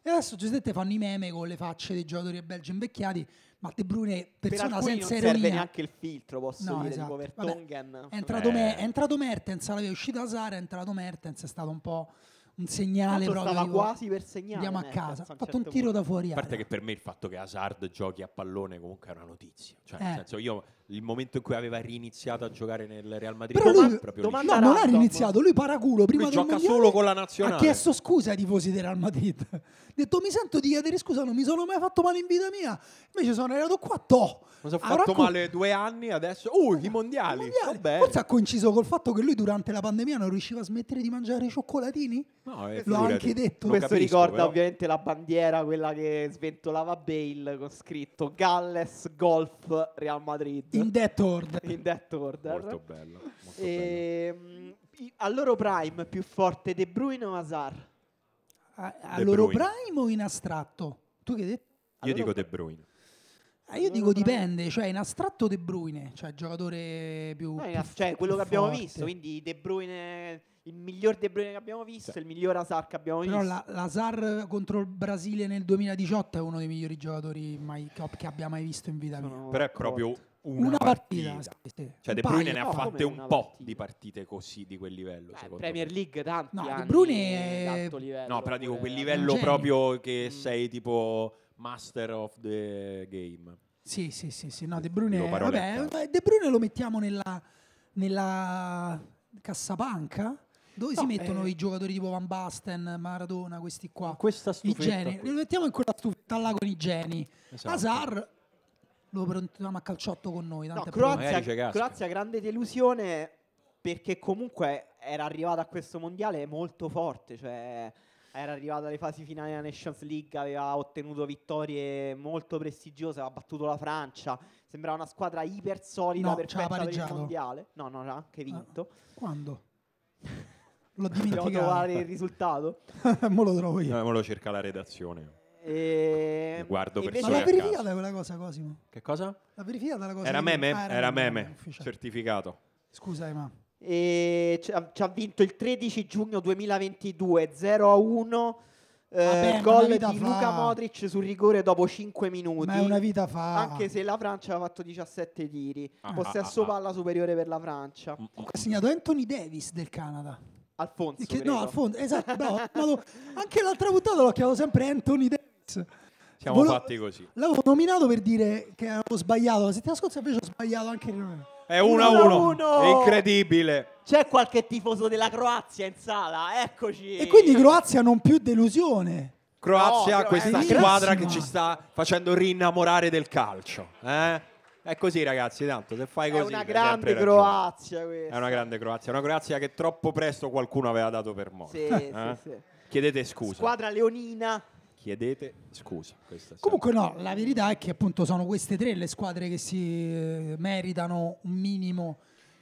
[SPEAKER 1] E adesso Giuseppe fanno i meme con le facce dei giocatori belgi invecchiati, ma De Bruyne
[SPEAKER 3] per
[SPEAKER 1] persona
[SPEAKER 3] alcuni non
[SPEAKER 1] senza
[SPEAKER 3] serve
[SPEAKER 1] ironia.
[SPEAKER 3] neanche il filtro, posso
[SPEAKER 1] No,
[SPEAKER 3] dire,
[SPEAKER 1] esatto.
[SPEAKER 3] tipo Vertonghen.
[SPEAKER 1] È entrato,
[SPEAKER 2] Eh.
[SPEAKER 1] Me- è entrato Mertens, l'aveva uscito Sara, è entrato Mertens, è stato un po' un segnale
[SPEAKER 3] Tanto
[SPEAKER 1] proprio.
[SPEAKER 3] stava
[SPEAKER 1] dico,
[SPEAKER 3] quasi per segnare.
[SPEAKER 1] Andiamo a
[SPEAKER 3] Mertens,
[SPEAKER 1] casa.
[SPEAKER 3] a
[SPEAKER 1] Ha
[SPEAKER 3] un
[SPEAKER 1] fatto un
[SPEAKER 3] certo
[SPEAKER 1] tiro
[SPEAKER 3] punto.
[SPEAKER 1] da fuori.
[SPEAKER 2] A parte
[SPEAKER 1] area.
[SPEAKER 2] che per me il fatto che Hazard giochi a pallone comunque è una notizia. Cioè,
[SPEAKER 1] Eh.
[SPEAKER 2] nel senso, io il momento in cui aveva riniziato a giocare nel Real Madrid
[SPEAKER 1] Però lui-
[SPEAKER 2] è proprio
[SPEAKER 3] domanda-
[SPEAKER 2] lì.
[SPEAKER 1] No, non ha
[SPEAKER 3] random.
[SPEAKER 1] riniziato, lui paraculo prima
[SPEAKER 2] Lui
[SPEAKER 1] del
[SPEAKER 2] gioca
[SPEAKER 1] mondiale
[SPEAKER 2] solo con la nazionale.
[SPEAKER 1] Ha chiesto scusa ai tifosi del Real Madrid. Ha detto mi sento di chiedere scusa, non mi sono mai fatto male in vita mia. Invece sono arrivato qua, toh,
[SPEAKER 2] Mi sono
[SPEAKER 1] Ah,
[SPEAKER 2] fatto
[SPEAKER 1] Rocco-
[SPEAKER 2] male due anni adesso. Uh, i
[SPEAKER 3] Cioè,
[SPEAKER 2] mondiali.
[SPEAKER 1] Mondiali.
[SPEAKER 2] Vabbè.
[SPEAKER 1] Forse ha coinciso col fatto che lui durante la pandemia non riusciva a smettere di mangiare i cioccolatini?
[SPEAKER 2] No,
[SPEAKER 1] L'ho
[SPEAKER 2] eh, figurati.
[SPEAKER 1] anche detto.
[SPEAKER 2] Lo
[SPEAKER 3] Questo
[SPEAKER 2] capisco, eh.
[SPEAKER 3] ricorda
[SPEAKER 2] però.
[SPEAKER 3] ovviamente la bandiera, quella che sventolava Bale con scritto Galles Golf Real Madrid.
[SPEAKER 1] In Death Order.
[SPEAKER 3] in that order.
[SPEAKER 2] Molto bello. molto bello.
[SPEAKER 3] Ehm, i- al loro prime più forte De Bruyne o Hazard?
[SPEAKER 1] A, a
[SPEAKER 2] De
[SPEAKER 1] loro
[SPEAKER 2] Bruyne.
[SPEAKER 1] prime o in astratto? Tu che hai detto?
[SPEAKER 2] Io
[SPEAKER 3] allora-
[SPEAKER 2] dico De Bruyne.
[SPEAKER 1] Ah, io
[SPEAKER 3] Loro
[SPEAKER 1] dico
[SPEAKER 3] prime.
[SPEAKER 1] dipende, cioè in astratto De Bruyne, cioè il giocatore più...
[SPEAKER 3] No,
[SPEAKER 1] Uh, più
[SPEAKER 3] in-
[SPEAKER 1] f-
[SPEAKER 3] cioè
[SPEAKER 1] più
[SPEAKER 3] quello che abbiamo
[SPEAKER 1] forte.
[SPEAKER 3] visto, quindi De Bruyne, il miglior De Bruyne che abbiamo visto, il miglior Hazard che abbiamo
[SPEAKER 1] Però
[SPEAKER 3] visto.
[SPEAKER 1] la, la SAR contro il Brasile nel 2018 è uno dei migliori giocatori mai- che che abbia mai visto in vita mia.
[SPEAKER 3] Sono
[SPEAKER 2] Però è
[SPEAKER 3] d'accordo. Eh,
[SPEAKER 2] proprio una,
[SPEAKER 1] Una,
[SPEAKER 2] partita.
[SPEAKER 1] partita. sì, sì. Un
[SPEAKER 2] Cioè, De Bruyne
[SPEAKER 1] paio.
[SPEAKER 2] ne ha
[SPEAKER 3] no,
[SPEAKER 2] fatte
[SPEAKER 3] come
[SPEAKER 2] un
[SPEAKER 3] una
[SPEAKER 2] po'
[SPEAKER 3] partita.
[SPEAKER 2] di partite così, di quel livello.
[SPEAKER 3] Beh,
[SPEAKER 2] secondo
[SPEAKER 3] Premier
[SPEAKER 2] me.
[SPEAKER 3] League tanti
[SPEAKER 1] No, De
[SPEAKER 3] anni
[SPEAKER 1] Brune è-
[SPEAKER 3] d'alto livello,
[SPEAKER 2] No, però dico
[SPEAKER 3] pure-
[SPEAKER 2] quel livello
[SPEAKER 1] genio.
[SPEAKER 2] proprio che
[SPEAKER 3] Mm.
[SPEAKER 2] sei tipo master of the game.
[SPEAKER 1] Sì, sì, sì, sì, no, De Bruyne,
[SPEAKER 2] Eh, Lo paroletta.
[SPEAKER 1] vabbè, eh, De Bruyne lo mettiamo nella, nella cassapanca dove si
[SPEAKER 3] No,
[SPEAKER 1] mettono
[SPEAKER 3] eh.
[SPEAKER 1] i giocatori tipo Van Basten, Maradona, questi qua.
[SPEAKER 2] Questa
[SPEAKER 1] I
[SPEAKER 2] stufetta
[SPEAKER 1] geni,
[SPEAKER 2] qui.
[SPEAKER 1] lo mettiamo in quella stufetta là con i geni.
[SPEAKER 2] Esatto.
[SPEAKER 1] Hazard lo prontiamo a calciotto con noi,
[SPEAKER 3] No,
[SPEAKER 1] tanto è pronto.
[SPEAKER 2] magari ci
[SPEAKER 3] Croazia,
[SPEAKER 2] casca.
[SPEAKER 3] Croazia grande delusione perché comunque era arrivata a questo mondiale molto forte, cioè era arrivata alle fasi finali della Nations League, aveva ottenuto vittorie molto prestigiose, aveva battuto la Francia, sembrava una squadra iper solida
[SPEAKER 1] No,
[SPEAKER 3] perfetta
[SPEAKER 1] c'ha
[SPEAKER 3] per il
[SPEAKER 1] pareggiato.
[SPEAKER 3] mondiale. No, no, c'ha anche vinto.
[SPEAKER 1] Quando? L'ho
[SPEAKER 3] Dobbiamo trovare il
[SPEAKER 1] dimenticato.
[SPEAKER 3] risultato.
[SPEAKER 1] Mo lo trovo io.
[SPEAKER 2] Eh, me lo cerca la redazione.
[SPEAKER 3] E...
[SPEAKER 2] Guardo
[SPEAKER 3] e
[SPEAKER 2] persone
[SPEAKER 1] Ma
[SPEAKER 2] Solo
[SPEAKER 1] l'ha
[SPEAKER 2] a caso.
[SPEAKER 1] verificata quella cosa, Cosimo?
[SPEAKER 2] Che cosa?
[SPEAKER 1] L'ha verificata la cosa?
[SPEAKER 2] Era
[SPEAKER 1] che-
[SPEAKER 2] meme?
[SPEAKER 1] Ah,
[SPEAKER 2] era,
[SPEAKER 1] meme,
[SPEAKER 2] meme. Certo.
[SPEAKER 1] ufficiale.
[SPEAKER 2] Certificato.
[SPEAKER 1] Scusa, ma
[SPEAKER 3] E ci ha ci ha vinto il 13 giugno 2022 0 a 1. eh,
[SPEAKER 1] Vabbè, ma
[SPEAKER 3] gol
[SPEAKER 1] una vita
[SPEAKER 3] di
[SPEAKER 1] fa.
[SPEAKER 3] Luca Modric sul rigore dopo 5 minuti.
[SPEAKER 1] ma è una vita fa.
[SPEAKER 3] Anche se la Francia aveva fatto 17 tiri.
[SPEAKER 2] Ah,
[SPEAKER 3] Possesso
[SPEAKER 2] ah, Mm. ah, ah.
[SPEAKER 3] palla superiore per la Francia.
[SPEAKER 1] Ha segnato Anthony Davis del Canada.
[SPEAKER 3] Alfonso.
[SPEAKER 1] Che-
[SPEAKER 3] credo.
[SPEAKER 1] no, al fondo, esatto. bravo, ho chiamato- anche l'altra puntata l'ho chiamato sempre Anthony Davis.
[SPEAKER 2] Siamo
[SPEAKER 1] Volo-
[SPEAKER 2] fatti così.
[SPEAKER 1] L'avevo nominato per dire che avevo sbagliato. La settimana scorsa invece ho sbagliato anche il nome.
[SPEAKER 2] È
[SPEAKER 3] Uno a
[SPEAKER 2] 1-1.
[SPEAKER 3] uno.
[SPEAKER 2] È incredibile.
[SPEAKER 3] C'è qualche tifoso della Croazia in sala? Eccoci.
[SPEAKER 1] E quindi Croazia non più delusione.
[SPEAKER 2] Esatto. Croazia,
[SPEAKER 3] No,
[SPEAKER 2] questa
[SPEAKER 1] bellissimo.
[SPEAKER 2] squadra che ci sta facendo rinnamorare del calcio. eh? È così, ragazzi. Tanto se fai
[SPEAKER 3] È
[SPEAKER 2] così,
[SPEAKER 3] una
[SPEAKER 2] hai
[SPEAKER 3] grande
[SPEAKER 2] sempre ragione.
[SPEAKER 3] Croazia questa.
[SPEAKER 2] È una grande Croazia. Una Croazia che troppo presto qualcuno aveva dato per morta.
[SPEAKER 3] Sì,
[SPEAKER 2] eh?
[SPEAKER 3] sì, sì.
[SPEAKER 2] Chiedete scusa.
[SPEAKER 3] Squadra leonina.
[SPEAKER 2] Chiedete scusa. Questa è
[SPEAKER 1] Comunque no, la verità è che appunto sono queste tre le squadre che si eh, meritano un minimo,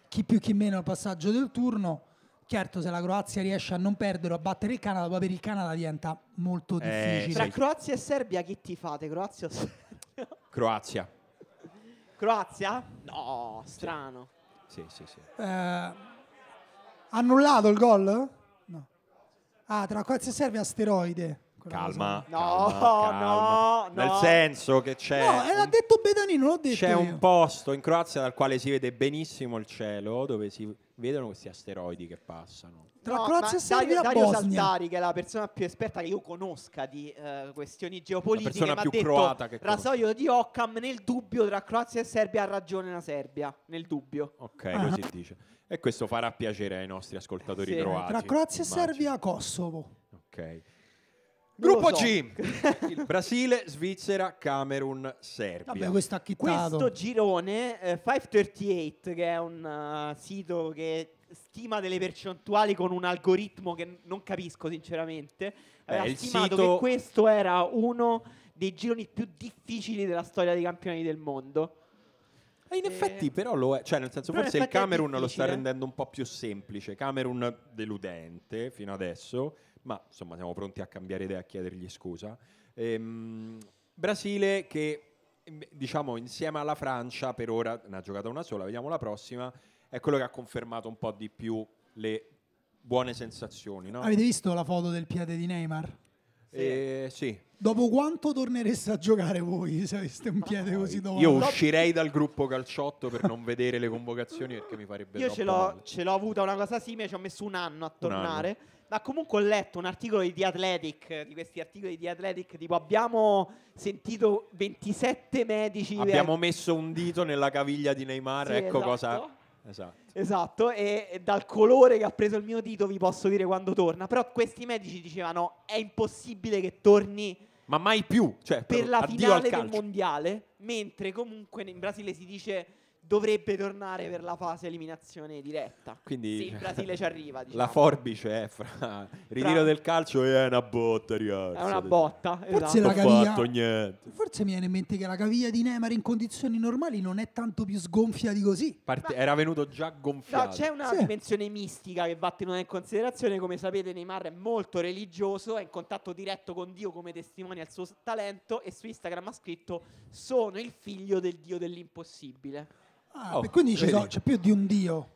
[SPEAKER 1] chi più chi meno al passaggio del turno. Certo, se la Croazia riesce a non perdere o a battere il Canada, poi per il Canada diventa molto
[SPEAKER 2] Eh,
[SPEAKER 1] difficile.
[SPEAKER 3] Tra
[SPEAKER 2] Sì.
[SPEAKER 3] Croazia e Serbia chi ti fate? Croazia o Serbia?
[SPEAKER 2] sempre- Croazia.
[SPEAKER 3] Croazia? No, strano.
[SPEAKER 2] Sì, sì, sì.
[SPEAKER 1] Eh, annullato il gol? No. Ah, tra Croazia e Serbia asteroide. Quella
[SPEAKER 2] Calma.
[SPEAKER 3] No,
[SPEAKER 2] calma, calma.
[SPEAKER 3] no,
[SPEAKER 2] Nel
[SPEAKER 3] no.
[SPEAKER 2] senso che
[SPEAKER 1] cosa.
[SPEAKER 2] c'è.
[SPEAKER 1] No, eh, l'ha
[SPEAKER 2] un-
[SPEAKER 1] detto Bedanino, l'ho detto
[SPEAKER 2] C'è
[SPEAKER 1] io.
[SPEAKER 2] un posto in Croazia dal quale si vede benissimo il cielo, dove si vedono questi asteroidi che passano.
[SPEAKER 1] Tra
[SPEAKER 3] No,
[SPEAKER 1] Croazia e
[SPEAKER 3] ma Dario-
[SPEAKER 1] Serbia
[SPEAKER 3] Dario,
[SPEAKER 1] Bosnia.
[SPEAKER 3] Saltari, che è la persona più esperta che io conosca di eh, questioni geopolitiche,
[SPEAKER 2] persona
[SPEAKER 3] mi ha
[SPEAKER 2] più
[SPEAKER 3] detto
[SPEAKER 2] croata che conosco.
[SPEAKER 3] rasoio di Occam nel dubbio tra Croazia e Serbia ha ragione la Serbia, nel dubbio.
[SPEAKER 2] Ok, così dice. E questo farà piacere ai nostri ascoltatori
[SPEAKER 3] Eh, sì.
[SPEAKER 2] croati.
[SPEAKER 1] Tra Croazia e
[SPEAKER 2] immagino.
[SPEAKER 1] Serbia Kosovo.
[SPEAKER 2] Ok.
[SPEAKER 3] Non lo
[SPEAKER 2] Gruppo
[SPEAKER 3] so.
[SPEAKER 2] G. Il Brasile, Svizzera, Camerun, Serbia.
[SPEAKER 1] Vabbè, questo ha chittato.
[SPEAKER 3] Questo girone, eh, 538, che è un eh, sito che stima delle percentuali con un algoritmo che n- non capisco sinceramente,
[SPEAKER 2] Beh,
[SPEAKER 3] aveva
[SPEAKER 2] il
[SPEAKER 3] stimato
[SPEAKER 2] sito-
[SPEAKER 3] che questo era uno dei gironi più difficili della storia dei campioni del mondo.
[SPEAKER 2] E Eh, in effetti però lo è, cioè nel senso
[SPEAKER 3] Eh, Però in
[SPEAKER 2] forse il
[SPEAKER 3] effetti è
[SPEAKER 2] Camerun lo sta
[SPEAKER 3] difficile. eh.
[SPEAKER 2] rendendo un po' più semplice, Camerun deludente fino adesso, ma insomma siamo pronti a cambiare idea, a chiedergli scusa. Ehm, Brasile che m, diciamo insieme alla Francia per ora ne ha giocata una sola, vediamo la prossima, è quello che ha confermato un po' di più le buone sensazioni, no?
[SPEAKER 1] Avete visto la foto del piede di Neymar?
[SPEAKER 2] Eh, sì.
[SPEAKER 1] Dopo quanto tornereste a giocare voi se aveste un piede così dopo?
[SPEAKER 2] Io uscirei dal gruppo calciotto per non vedere le convocazioni perché mi farebbe
[SPEAKER 3] Io
[SPEAKER 2] troppo
[SPEAKER 3] ce l'ho,
[SPEAKER 2] male.
[SPEAKER 3] ce l'ho avuta una cosa simile, ci ho messo un anno a
[SPEAKER 2] Un anno.
[SPEAKER 3] tornare. Ma comunque ho letto un articolo di The Athletic, di questi articoli di The Athletic, tipo abbiamo sentito 27 medici.
[SPEAKER 2] Abbiamo messo un dito nella caviglia di
[SPEAKER 3] eh,
[SPEAKER 2] Neymar,
[SPEAKER 3] sì,
[SPEAKER 2] ecco
[SPEAKER 3] esatto.
[SPEAKER 2] cosa. Esatto.
[SPEAKER 3] Esatto, e e dal colore che ha preso il mio dito vi posso dire quando torna. Però questi medici dicevano è impossibile che torni
[SPEAKER 2] ma mai più. Cioè,
[SPEAKER 3] per la
[SPEAKER 2] addio al
[SPEAKER 3] finale del
[SPEAKER 2] calcio.
[SPEAKER 3] mondiale, mentre comunque in Brasile si dice dovrebbe tornare per la fase eliminazione diretta.
[SPEAKER 2] Quindi
[SPEAKER 3] Sì, il Brasile ci arriva, diciamo.
[SPEAKER 2] la forbice è fra ritiro
[SPEAKER 3] Tra-
[SPEAKER 2] del calcio e è una botta,
[SPEAKER 3] è
[SPEAKER 2] ragazzi.
[SPEAKER 3] una botta,
[SPEAKER 1] Forse
[SPEAKER 3] esatto.
[SPEAKER 2] Non
[SPEAKER 1] la
[SPEAKER 2] ho
[SPEAKER 1] caviglia-
[SPEAKER 2] fatto niente.
[SPEAKER 1] Forse mi viene in mente che la caviglia di Neymar in condizioni normali non è tanto più sgonfia di così.
[SPEAKER 2] Parte- era venuto già
[SPEAKER 3] No,
[SPEAKER 2] gonfiato.
[SPEAKER 3] c'è una
[SPEAKER 1] Sì.
[SPEAKER 3] dimensione mistica che va tenuta in considerazione. Come sapete, Neymar è molto religioso, è in contatto diretto con Dio come testimonia il suo s- talento. E su Instagram ha scritto: Sono il figlio del Dio dell'impossibile.
[SPEAKER 1] Ah,
[SPEAKER 2] Oh,
[SPEAKER 1] e quindi ci
[SPEAKER 2] vedi.
[SPEAKER 1] so- c'è più di un dio.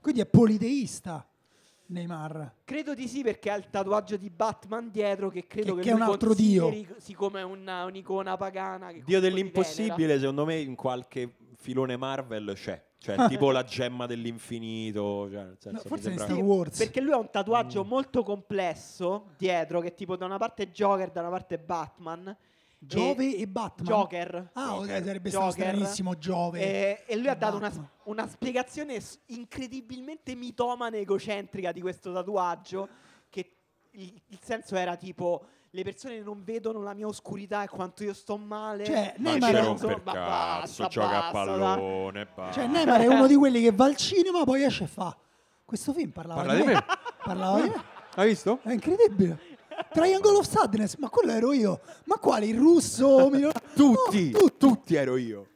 [SPEAKER 1] Quindi è politeista Neymar.
[SPEAKER 3] Credo di sì, perché ha il tatuaggio di Batman dietro, che credo
[SPEAKER 1] Che-
[SPEAKER 3] che,
[SPEAKER 1] che è
[SPEAKER 3] lui
[SPEAKER 1] un altro dio.
[SPEAKER 3] consideri Siccome è una- un'icona pagana. Che
[SPEAKER 2] Dio
[SPEAKER 3] comunque si venera.
[SPEAKER 2] dell'impossibile, secondo me, in qualche filone Marvel c'è. Cioè, tipo la gemma dell'infinito. Cioè, nel senso,
[SPEAKER 1] No,
[SPEAKER 2] mi
[SPEAKER 1] forse in
[SPEAKER 2] sembra-
[SPEAKER 1] Star Wars.
[SPEAKER 3] Perché lui ha un tatuaggio molto complesso dietro, che tipo da una parte è Joker, da una parte è Batman.
[SPEAKER 1] Giove e Batman.
[SPEAKER 3] Joker.
[SPEAKER 1] Ah, ok, sarebbe stato
[SPEAKER 3] Joker.
[SPEAKER 1] stranissimo Giove.
[SPEAKER 3] Eh, E, lui ha dato una,
[SPEAKER 1] Batman.
[SPEAKER 3] una spiegazione s- incredibilmente mitomane egocentrica di questo tatuaggio. Che il, il senso era tipo: le persone non vedono la mia oscurità e quanto io sto male.
[SPEAKER 1] Cioè,
[SPEAKER 2] Ma
[SPEAKER 1] Neymar-
[SPEAKER 2] ci
[SPEAKER 1] era-
[SPEAKER 2] rompe il
[SPEAKER 3] Ma
[SPEAKER 2] cazzo,
[SPEAKER 3] basta,
[SPEAKER 2] gioca a
[SPEAKER 3] basta, dai.
[SPEAKER 2] pallone, basta.
[SPEAKER 1] Cioè, Neymar è uno di quelli che va al cinema, poi esce e fa. Questo film parlava
[SPEAKER 2] Parla
[SPEAKER 1] di
[SPEAKER 2] di
[SPEAKER 1] me.
[SPEAKER 2] me.
[SPEAKER 1] parlava di me.
[SPEAKER 2] Hai visto?
[SPEAKER 1] È incredibile. Triangle of Sadness, ma quello ero io. Ma quale il russo? mino-
[SPEAKER 2] Tutti,
[SPEAKER 1] No, tutti.
[SPEAKER 2] tutti ero io.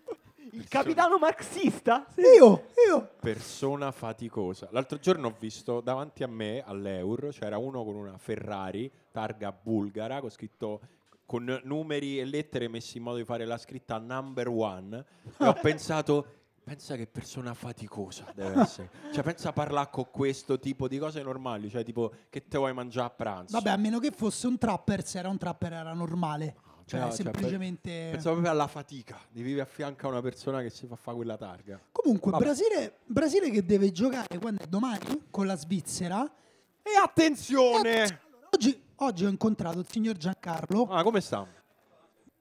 [SPEAKER 3] Il capitano marxista?
[SPEAKER 1] Io, io.
[SPEAKER 2] Persona faticosa. L'altro giorno ho visto davanti a me all'Euro c'era uno con una Ferrari, targa bulgara, con scritto con numeri e lettere messi in modo di fare la scritta number one. E ho pensato. Pensa che persona faticosa deve essere. Cioè, pensa a parlare con questo tipo di cose normali. Cioè, tipo, che te vuoi mangiare a pranzo?
[SPEAKER 1] Vabbè, a meno che fosse un trapper, se era un trapper era normale. Cioè,
[SPEAKER 2] No, cioè,
[SPEAKER 1] semplicemente...
[SPEAKER 2] Pensavo proprio alla fatica di vivere a fianco a una persona che si fa fare quella targa.
[SPEAKER 1] Comunque,
[SPEAKER 2] Vabbè.
[SPEAKER 1] Brasile, Brasile che deve giocare quando è domani con la Svizzera. Eh,
[SPEAKER 2] E attenzione!
[SPEAKER 1] Allora, Oggi, oggi ho incontrato il signor Giancarlo.
[SPEAKER 2] Ah, come sta?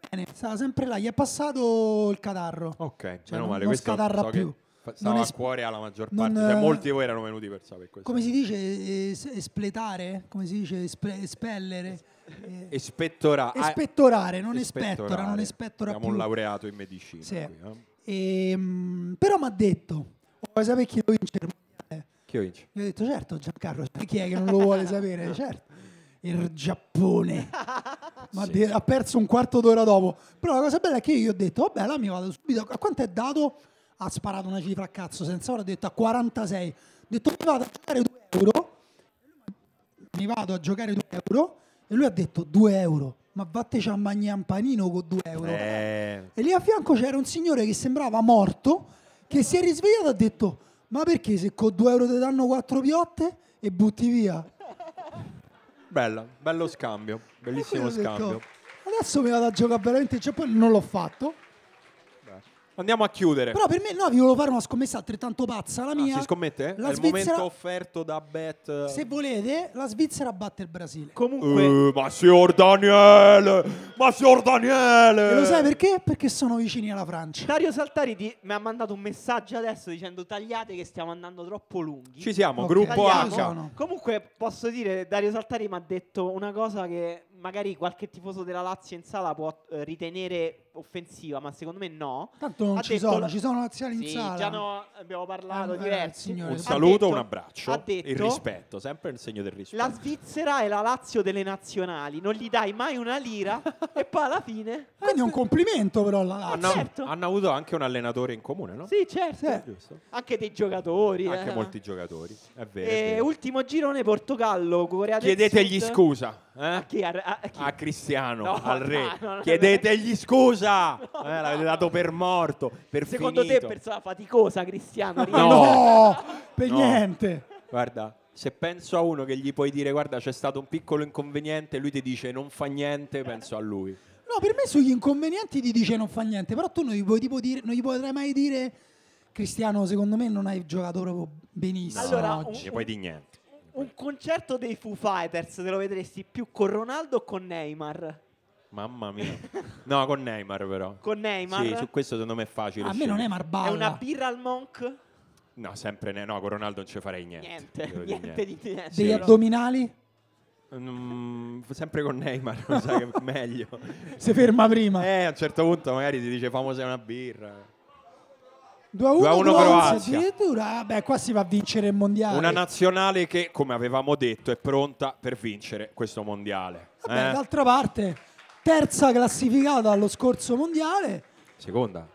[SPEAKER 1] Bene, stava sempre là, gli è passato il catarro.
[SPEAKER 2] Ok,
[SPEAKER 1] Cioè,
[SPEAKER 2] meno
[SPEAKER 1] non-
[SPEAKER 2] male.
[SPEAKER 1] non
[SPEAKER 2] questo
[SPEAKER 1] scatarra
[SPEAKER 2] so che
[SPEAKER 1] più.
[SPEAKER 2] fa- Stava
[SPEAKER 1] Non
[SPEAKER 2] a
[SPEAKER 1] es-
[SPEAKER 2] cuore alla maggior
[SPEAKER 1] non,
[SPEAKER 2] parte. Cioè,
[SPEAKER 1] eh,
[SPEAKER 2] molti di voi erano venuti per sapere questo.
[SPEAKER 1] Come si dice? eh, es- espletare? Come si dice? Espe- espellere? Eh,
[SPEAKER 2] Espettora... ah,
[SPEAKER 1] Espettorare, non
[SPEAKER 2] espettorare.
[SPEAKER 1] espettora, non espettora
[SPEAKER 2] Abbiamo
[SPEAKER 1] più.
[SPEAKER 2] un laureato in medicina
[SPEAKER 1] Sì.
[SPEAKER 2] qui, eh.
[SPEAKER 1] Ehm, però mi ha detto, vuoi sapere chi lo vince il mondiale?
[SPEAKER 2] Chi vince?
[SPEAKER 1] Io ho detto, certo Giancarlo, sai chi è che non lo vuole sapere? Certo, il Giappone. Ma
[SPEAKER 2] Sì.
[SPEAKER 1] de- ha perso un quarto d'ora dopo. Però la cosa bella è che io gli ho detto, vabbè, là mi vado subito. A quanto è dato? Ha sparato una cifra a cazzo, senza ora, ha detto a 46. Ho detto, mi vado a giocare 2 euro. Mi vado a giocare 2 euro. E lui ha detto, 2 euro. Ma vatteci a mangiare un panino con 2 euro.
[SPEAKER 2] Eh,
[SPEAKER 1] E lì a fianco c'era un signore che sembrava morto, che si è risvegliato e ha detto: Ma perché se con 2 euro ti danno 4 piotte e butti via?
[SPEAKER 2] bella, bello scambio,
[SPEAKER 1] Eh,
[SPEAKER 2] bellissimo
[SPEAKER 1] E quindi ho detto,
[SPEAKER 2] scambio.
[SPEAKER 1] Adesso mi vado a giocare veramente in Giappone, non l'ho fatto.
[SPEAKER 2] Beh. Andiamo a chiudere.
[SPEAKER 1] Però per me, no, vi volevo fare una scommessa altrettanto pazza, la
[SPEAKER 2] Eh. Ah,
[SPEAKER 1] mia.
[SPEAKER 2] si scommette?
[SPEAKER 1] La
[SPEAKER 2] È il momento
[SPEAKER 1] Svizzera,
[SPEAKER 2] offerto da Bet.
[SPEAKER 1] se volete, la Svizzera batte il Brasile.
[SPEAKER 3] Comunque,
[SPEAKER 2] Eh, ma signor Daniele! Ma signor Daniele!
[SPEAKER 1] E lo sai perché? Perché sono vicini alla
[SPEAKER 2] Eh,
[SPEAKER 1] Francia.
[SPEAKER 3] Dario Saltari di- mi ha mandato un messaggio adesso dicendo tagliate che stiamo andando troppo lunghi.
[SPEAKER 2] Ci siamo,
[SPEAKER 1] Ok.
[SPEAKER 2] gruppo
[SPEAKER 1] Tagliamo.
[SPEAKER 2] H.
[SPEAKER 1] Sono.
[SPEAKER 3] Comunque posso dire, Dario Saltari mi ha detto una cosa che magari qualche tifoso della Lazio in sala può eh, ritenere offensiva, ma secondo me no.
[SPEAKER 1] Tanto non
[SPEAKER 3] Ha
[SPEAKER 1] ci
[SPEAKER 3] detto
[SPEAKER 1] sono,
[SPEAKER 3] la-
[SPEAKER 1] ci sono laziali in
[SPEAKER 3] Sì,
[SPEAKER 1] sala.
[SPEAKER 3] già no, abbiamo parlato
[SPEAKER 1] Eh,
[SPEAKER 3] di
[SPEAKER 1] eh,
[SPEAKER 3] diversi.
[SPEAKER 1] signore.
[SPEAKER 2] Un
[SPEAKER 1] Ha
[SPEAKER 2] saluto,
[SPEAKER 3] detto-
[SPEAKER 2] un abbraccio.
[SPEAKER 3] ha detto-
[SPEAKER 2] il rispetto, sempre il segno del rispetto.
[SPEAKER 3] La Svizzera è la Lazio delle nazionali, non gli dai mai una lira e poi alla fine...
[SPEAKER 1] Quindi è un complimento, però, alla
[SPEAKER 3] Ah,
[SPEAKER 1] Lazio.
[SPEAKER 2] hanno,
[SPEAKER 3] certo.
[SPEAKER 2] hanno avuto anche un allenatore in comune, no? Eh,
[SPEAKER 3] Sì, certo.
[SPEAKER 2] Giusto?
[SPEAKER 3] Anche dei giocatori.
[SPEAKER 2] Anche
[SPEAKER 3] eh.
[SPEAKER 2] molti giocatori. È vero. è
[SPEAKER 3] E
[SPEAKER 2] vero.
[SPEAKER 3] ultimo girone Portogallo, Corea del
[SPEAKER 2] Chiedetegli
[SPEAKER 3] Sud.
[SPEAKER 2] scusa. eh?
[SPEAKER 3] A chi? A, a chi?
[SPEAKER 2] A Cristiano,
[SPEAKER 3] No,
[SPEAKER 2] al re,
[SPEAKER 3] no, no, no.
[SPEAKER 2] chiedetegli scusa.
[SPEAKER 3] No,
[SPEAKER 2] eh, l'avete
[SPEAKER 3] no.
[SPEAKER 2] dato per morto. Per
[SPEAKER 3] Secondo
[SPEAKER 2] finito.
[SPEAKER 3] te è persona faticosa, Cristiano?
[SPEAKER 1] Ma
[SPEAKER 2] No.
[SPEAKER 1] Ah, no, per
[SPEAKER 2] No.
[SPEAKER 1] niente.
[SPEAKER 2] Guarda, se penso a uno che gli puoi dire guarda c'è stato un piccolo inconveniente, lui ti dice non fa niente, penso a lui.
[SPEAKER 1] No, per me sugli inconvenienti ti dice non fa niente, però tu non gli, puoi tipo dire, non gli potrai mai dire Cristiano, secondo me non hai giocato proprio benissimo
[SPEAKER 3] Allora, un-
[SPEAKER 1] oggi.
[SPEAKER 2] Non gli puoi dire niente.
[SPEAKER 3] Un concerto dei Foo Fighters te lo vedresti più con Ronaldo o con Neymar?
[SPEAKER 2] Mamma mia. No, con Neymar però.
[SPEAKER 3] Con Neymar?
[SPEAKER 2] Sì, su questo secondo me è facile.
[SPEAKER 1] A me non è
[SPEAKER 2] scegliere.
[SPEAKER 1] Marballa.
[SPEAKER 3] È una birra al Monk?
[SPEAKER 2] No, sempre ne- no, con Ronaldo non ci farei niente.
[SPEAKER 3] Niente,
[SPEAKER 2] devo
[SPEAKER 3] niente,
[SPEAKER 2] dire
[SPEAKER 3] di niente.
[SPEAKER 1] Degli addominali?
[SPEAKER 2] Mm, sempre con Neymar, lo sai che è meglio.
[SPEAKER 1] Si ferma prima.
[SPEAKER 2] Eh, a un certo punto magari ti dice famosa è una birra.
[SPEAKER 1] 2 a 1,
[SPEAKER 2] 2-1 Croazia.
[SPEAKER 1] addirittura. Ah, Beh, qua si va a vincere il mondiale.
[SPEAKER 2] Una nazionale che, come avevamo detto, è pronta per vincere questo mondiale.
[SPEAKER 1] Vabbè,
[SPEAKER 2] Eh?
[SPEAKER 1] d'altra parte, terza classificata allo scorso mondiale,
[SPEAKER 2] Seconda.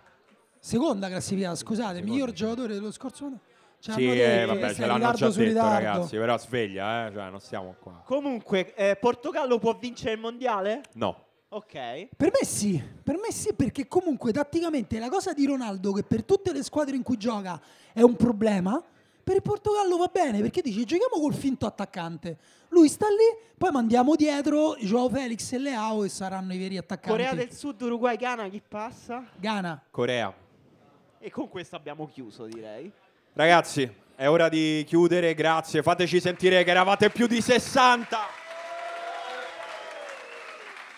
[SPEAKER 1] seconda classificata, scusate, miglior giocatore dello scorso mondiale. Ci
[SPEAKER 2] Sì,
[SPEAKER 1] hanno
[SPEAKER 2] eh,
[SPEAKER 1] detto che
[SPEAKER 2] vabbè,
[SPEAKER 1] sei
[SPEAKER 2] ce
[SPEAKER 1] in
[SPEAKER 2] l'hanno
[SPEAKER 1] ritardo
[SPEAKER 2] già
[SPEAKER 1] su
[SPEAKER 2] detto,
[SPEAKER 1] ritardo.
[SPEAKER 2] ragazzi. Però sveglia, eh? cioè, non stiamo qua.
[SPEAKER 3] Comunque, eh, Portogallo può vincere il mondiale?
[SPEAKER 2] No.
[SPEAKER 3] Ok.
[SPEAKER 1] Per me sì, per me sì, perché comunque tatticamente la cosa di Ronaldo, che per tutte le squadre in cui gioca è un problema, per il Portogallo va bene, perché dice giochiamo col finto attaccante. Lui sta lì, poi mandiamo dietro Joao Felix e Leao e saranno i veri attaccanti.
[SPEAKER 3] Corea del Sud, Uruguay, Ghana, chi passa?
[SPEAKER 1] Ghana.
[SPEAKER 2] Corea.
[SPEAKER 3] E con questo abbiamo chiuso, direi.
[SPEAKER 2] Ragazzi, è ora di chiudere. Grazie. Fateci sentire che eravate più di 60.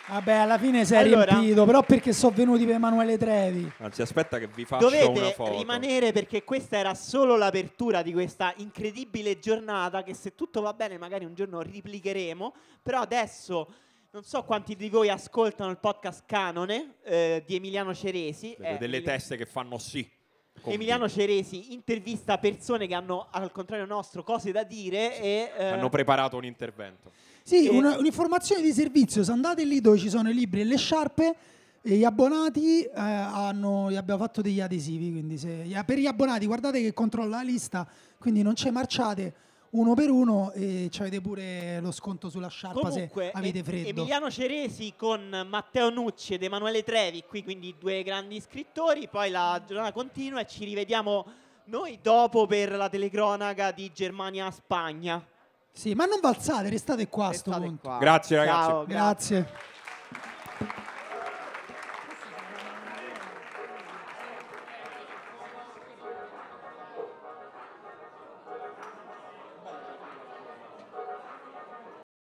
[SPEAKER 1] Vabbè, alla fine si è
[SPEAKER 3] Allora-
[SPEAKER 1] riempito, però perché sono venuti per Emanuele Trevi.
[SPEAKER 2] Anzi, aspetta che vi faccio una
[SPEAKER 3] Dovete
[SPEAKER 2] foto.
[SPEAKER 3] rimanere perché questa era solo l'apertura di questa incredibile giornata che se tutto va bene magari un giorno riplicheremo, però adesso non so quanti di voi ascoltano il podcast Canone eh, di Emiliano Ceresi.
[SPEAKER 2] Vedo
[SPEAKER 3] Eh,
[SPEAKER 2] delle
[SPEAKER 3] Emiliano-
[SPEAKER 2] teste che fanno sì.
[SPEAKER 3] Emiliano Ceresi intervista persone che hanno al contrario nostro cose da dire e eh,
[SPEAKER 2] Hanno preparato un intervento.
[SPEAKER 1] Sì,
[SPEAKER 3] E-
[SPEAKER 1] una- un'informazione di servizio, se andate lì dove ci sono i libri e le sciarpe, e gli abbonati eh, hanno, gli abbiamo fatto degli adesivi, quindi se- gli- per gli abbonati guardate che controlla la lista, quindi non c'è marciate uno per uno e ci avete pure lo sconto sulla sciarpa
[SPEAKER 3] Comunque,
[SPEAKER 1] se avete
[SPEAKER 3] E-
[SPEAKER 1] freddo.
[SPEAKER 3] Emiliano Ceresi con Matteo Nucci ed Emanuele Trevi, qui quindi due grandi scrittori, poi la giornata continua e ci rivediamo noi dopo per la telecronaca di Germania-Spagna.
[SPEAKER 1] Sì, ma non valzate, restate qua a sto
[SPEAKER 3] Restate
[SPEAKER 1] punto.
[SPEAKER 3] qua.
[SPEAKER 2] Grazie, ragazzi.
[SPEAKER 3] Ciao,
[SPEAKER 1] Grazie.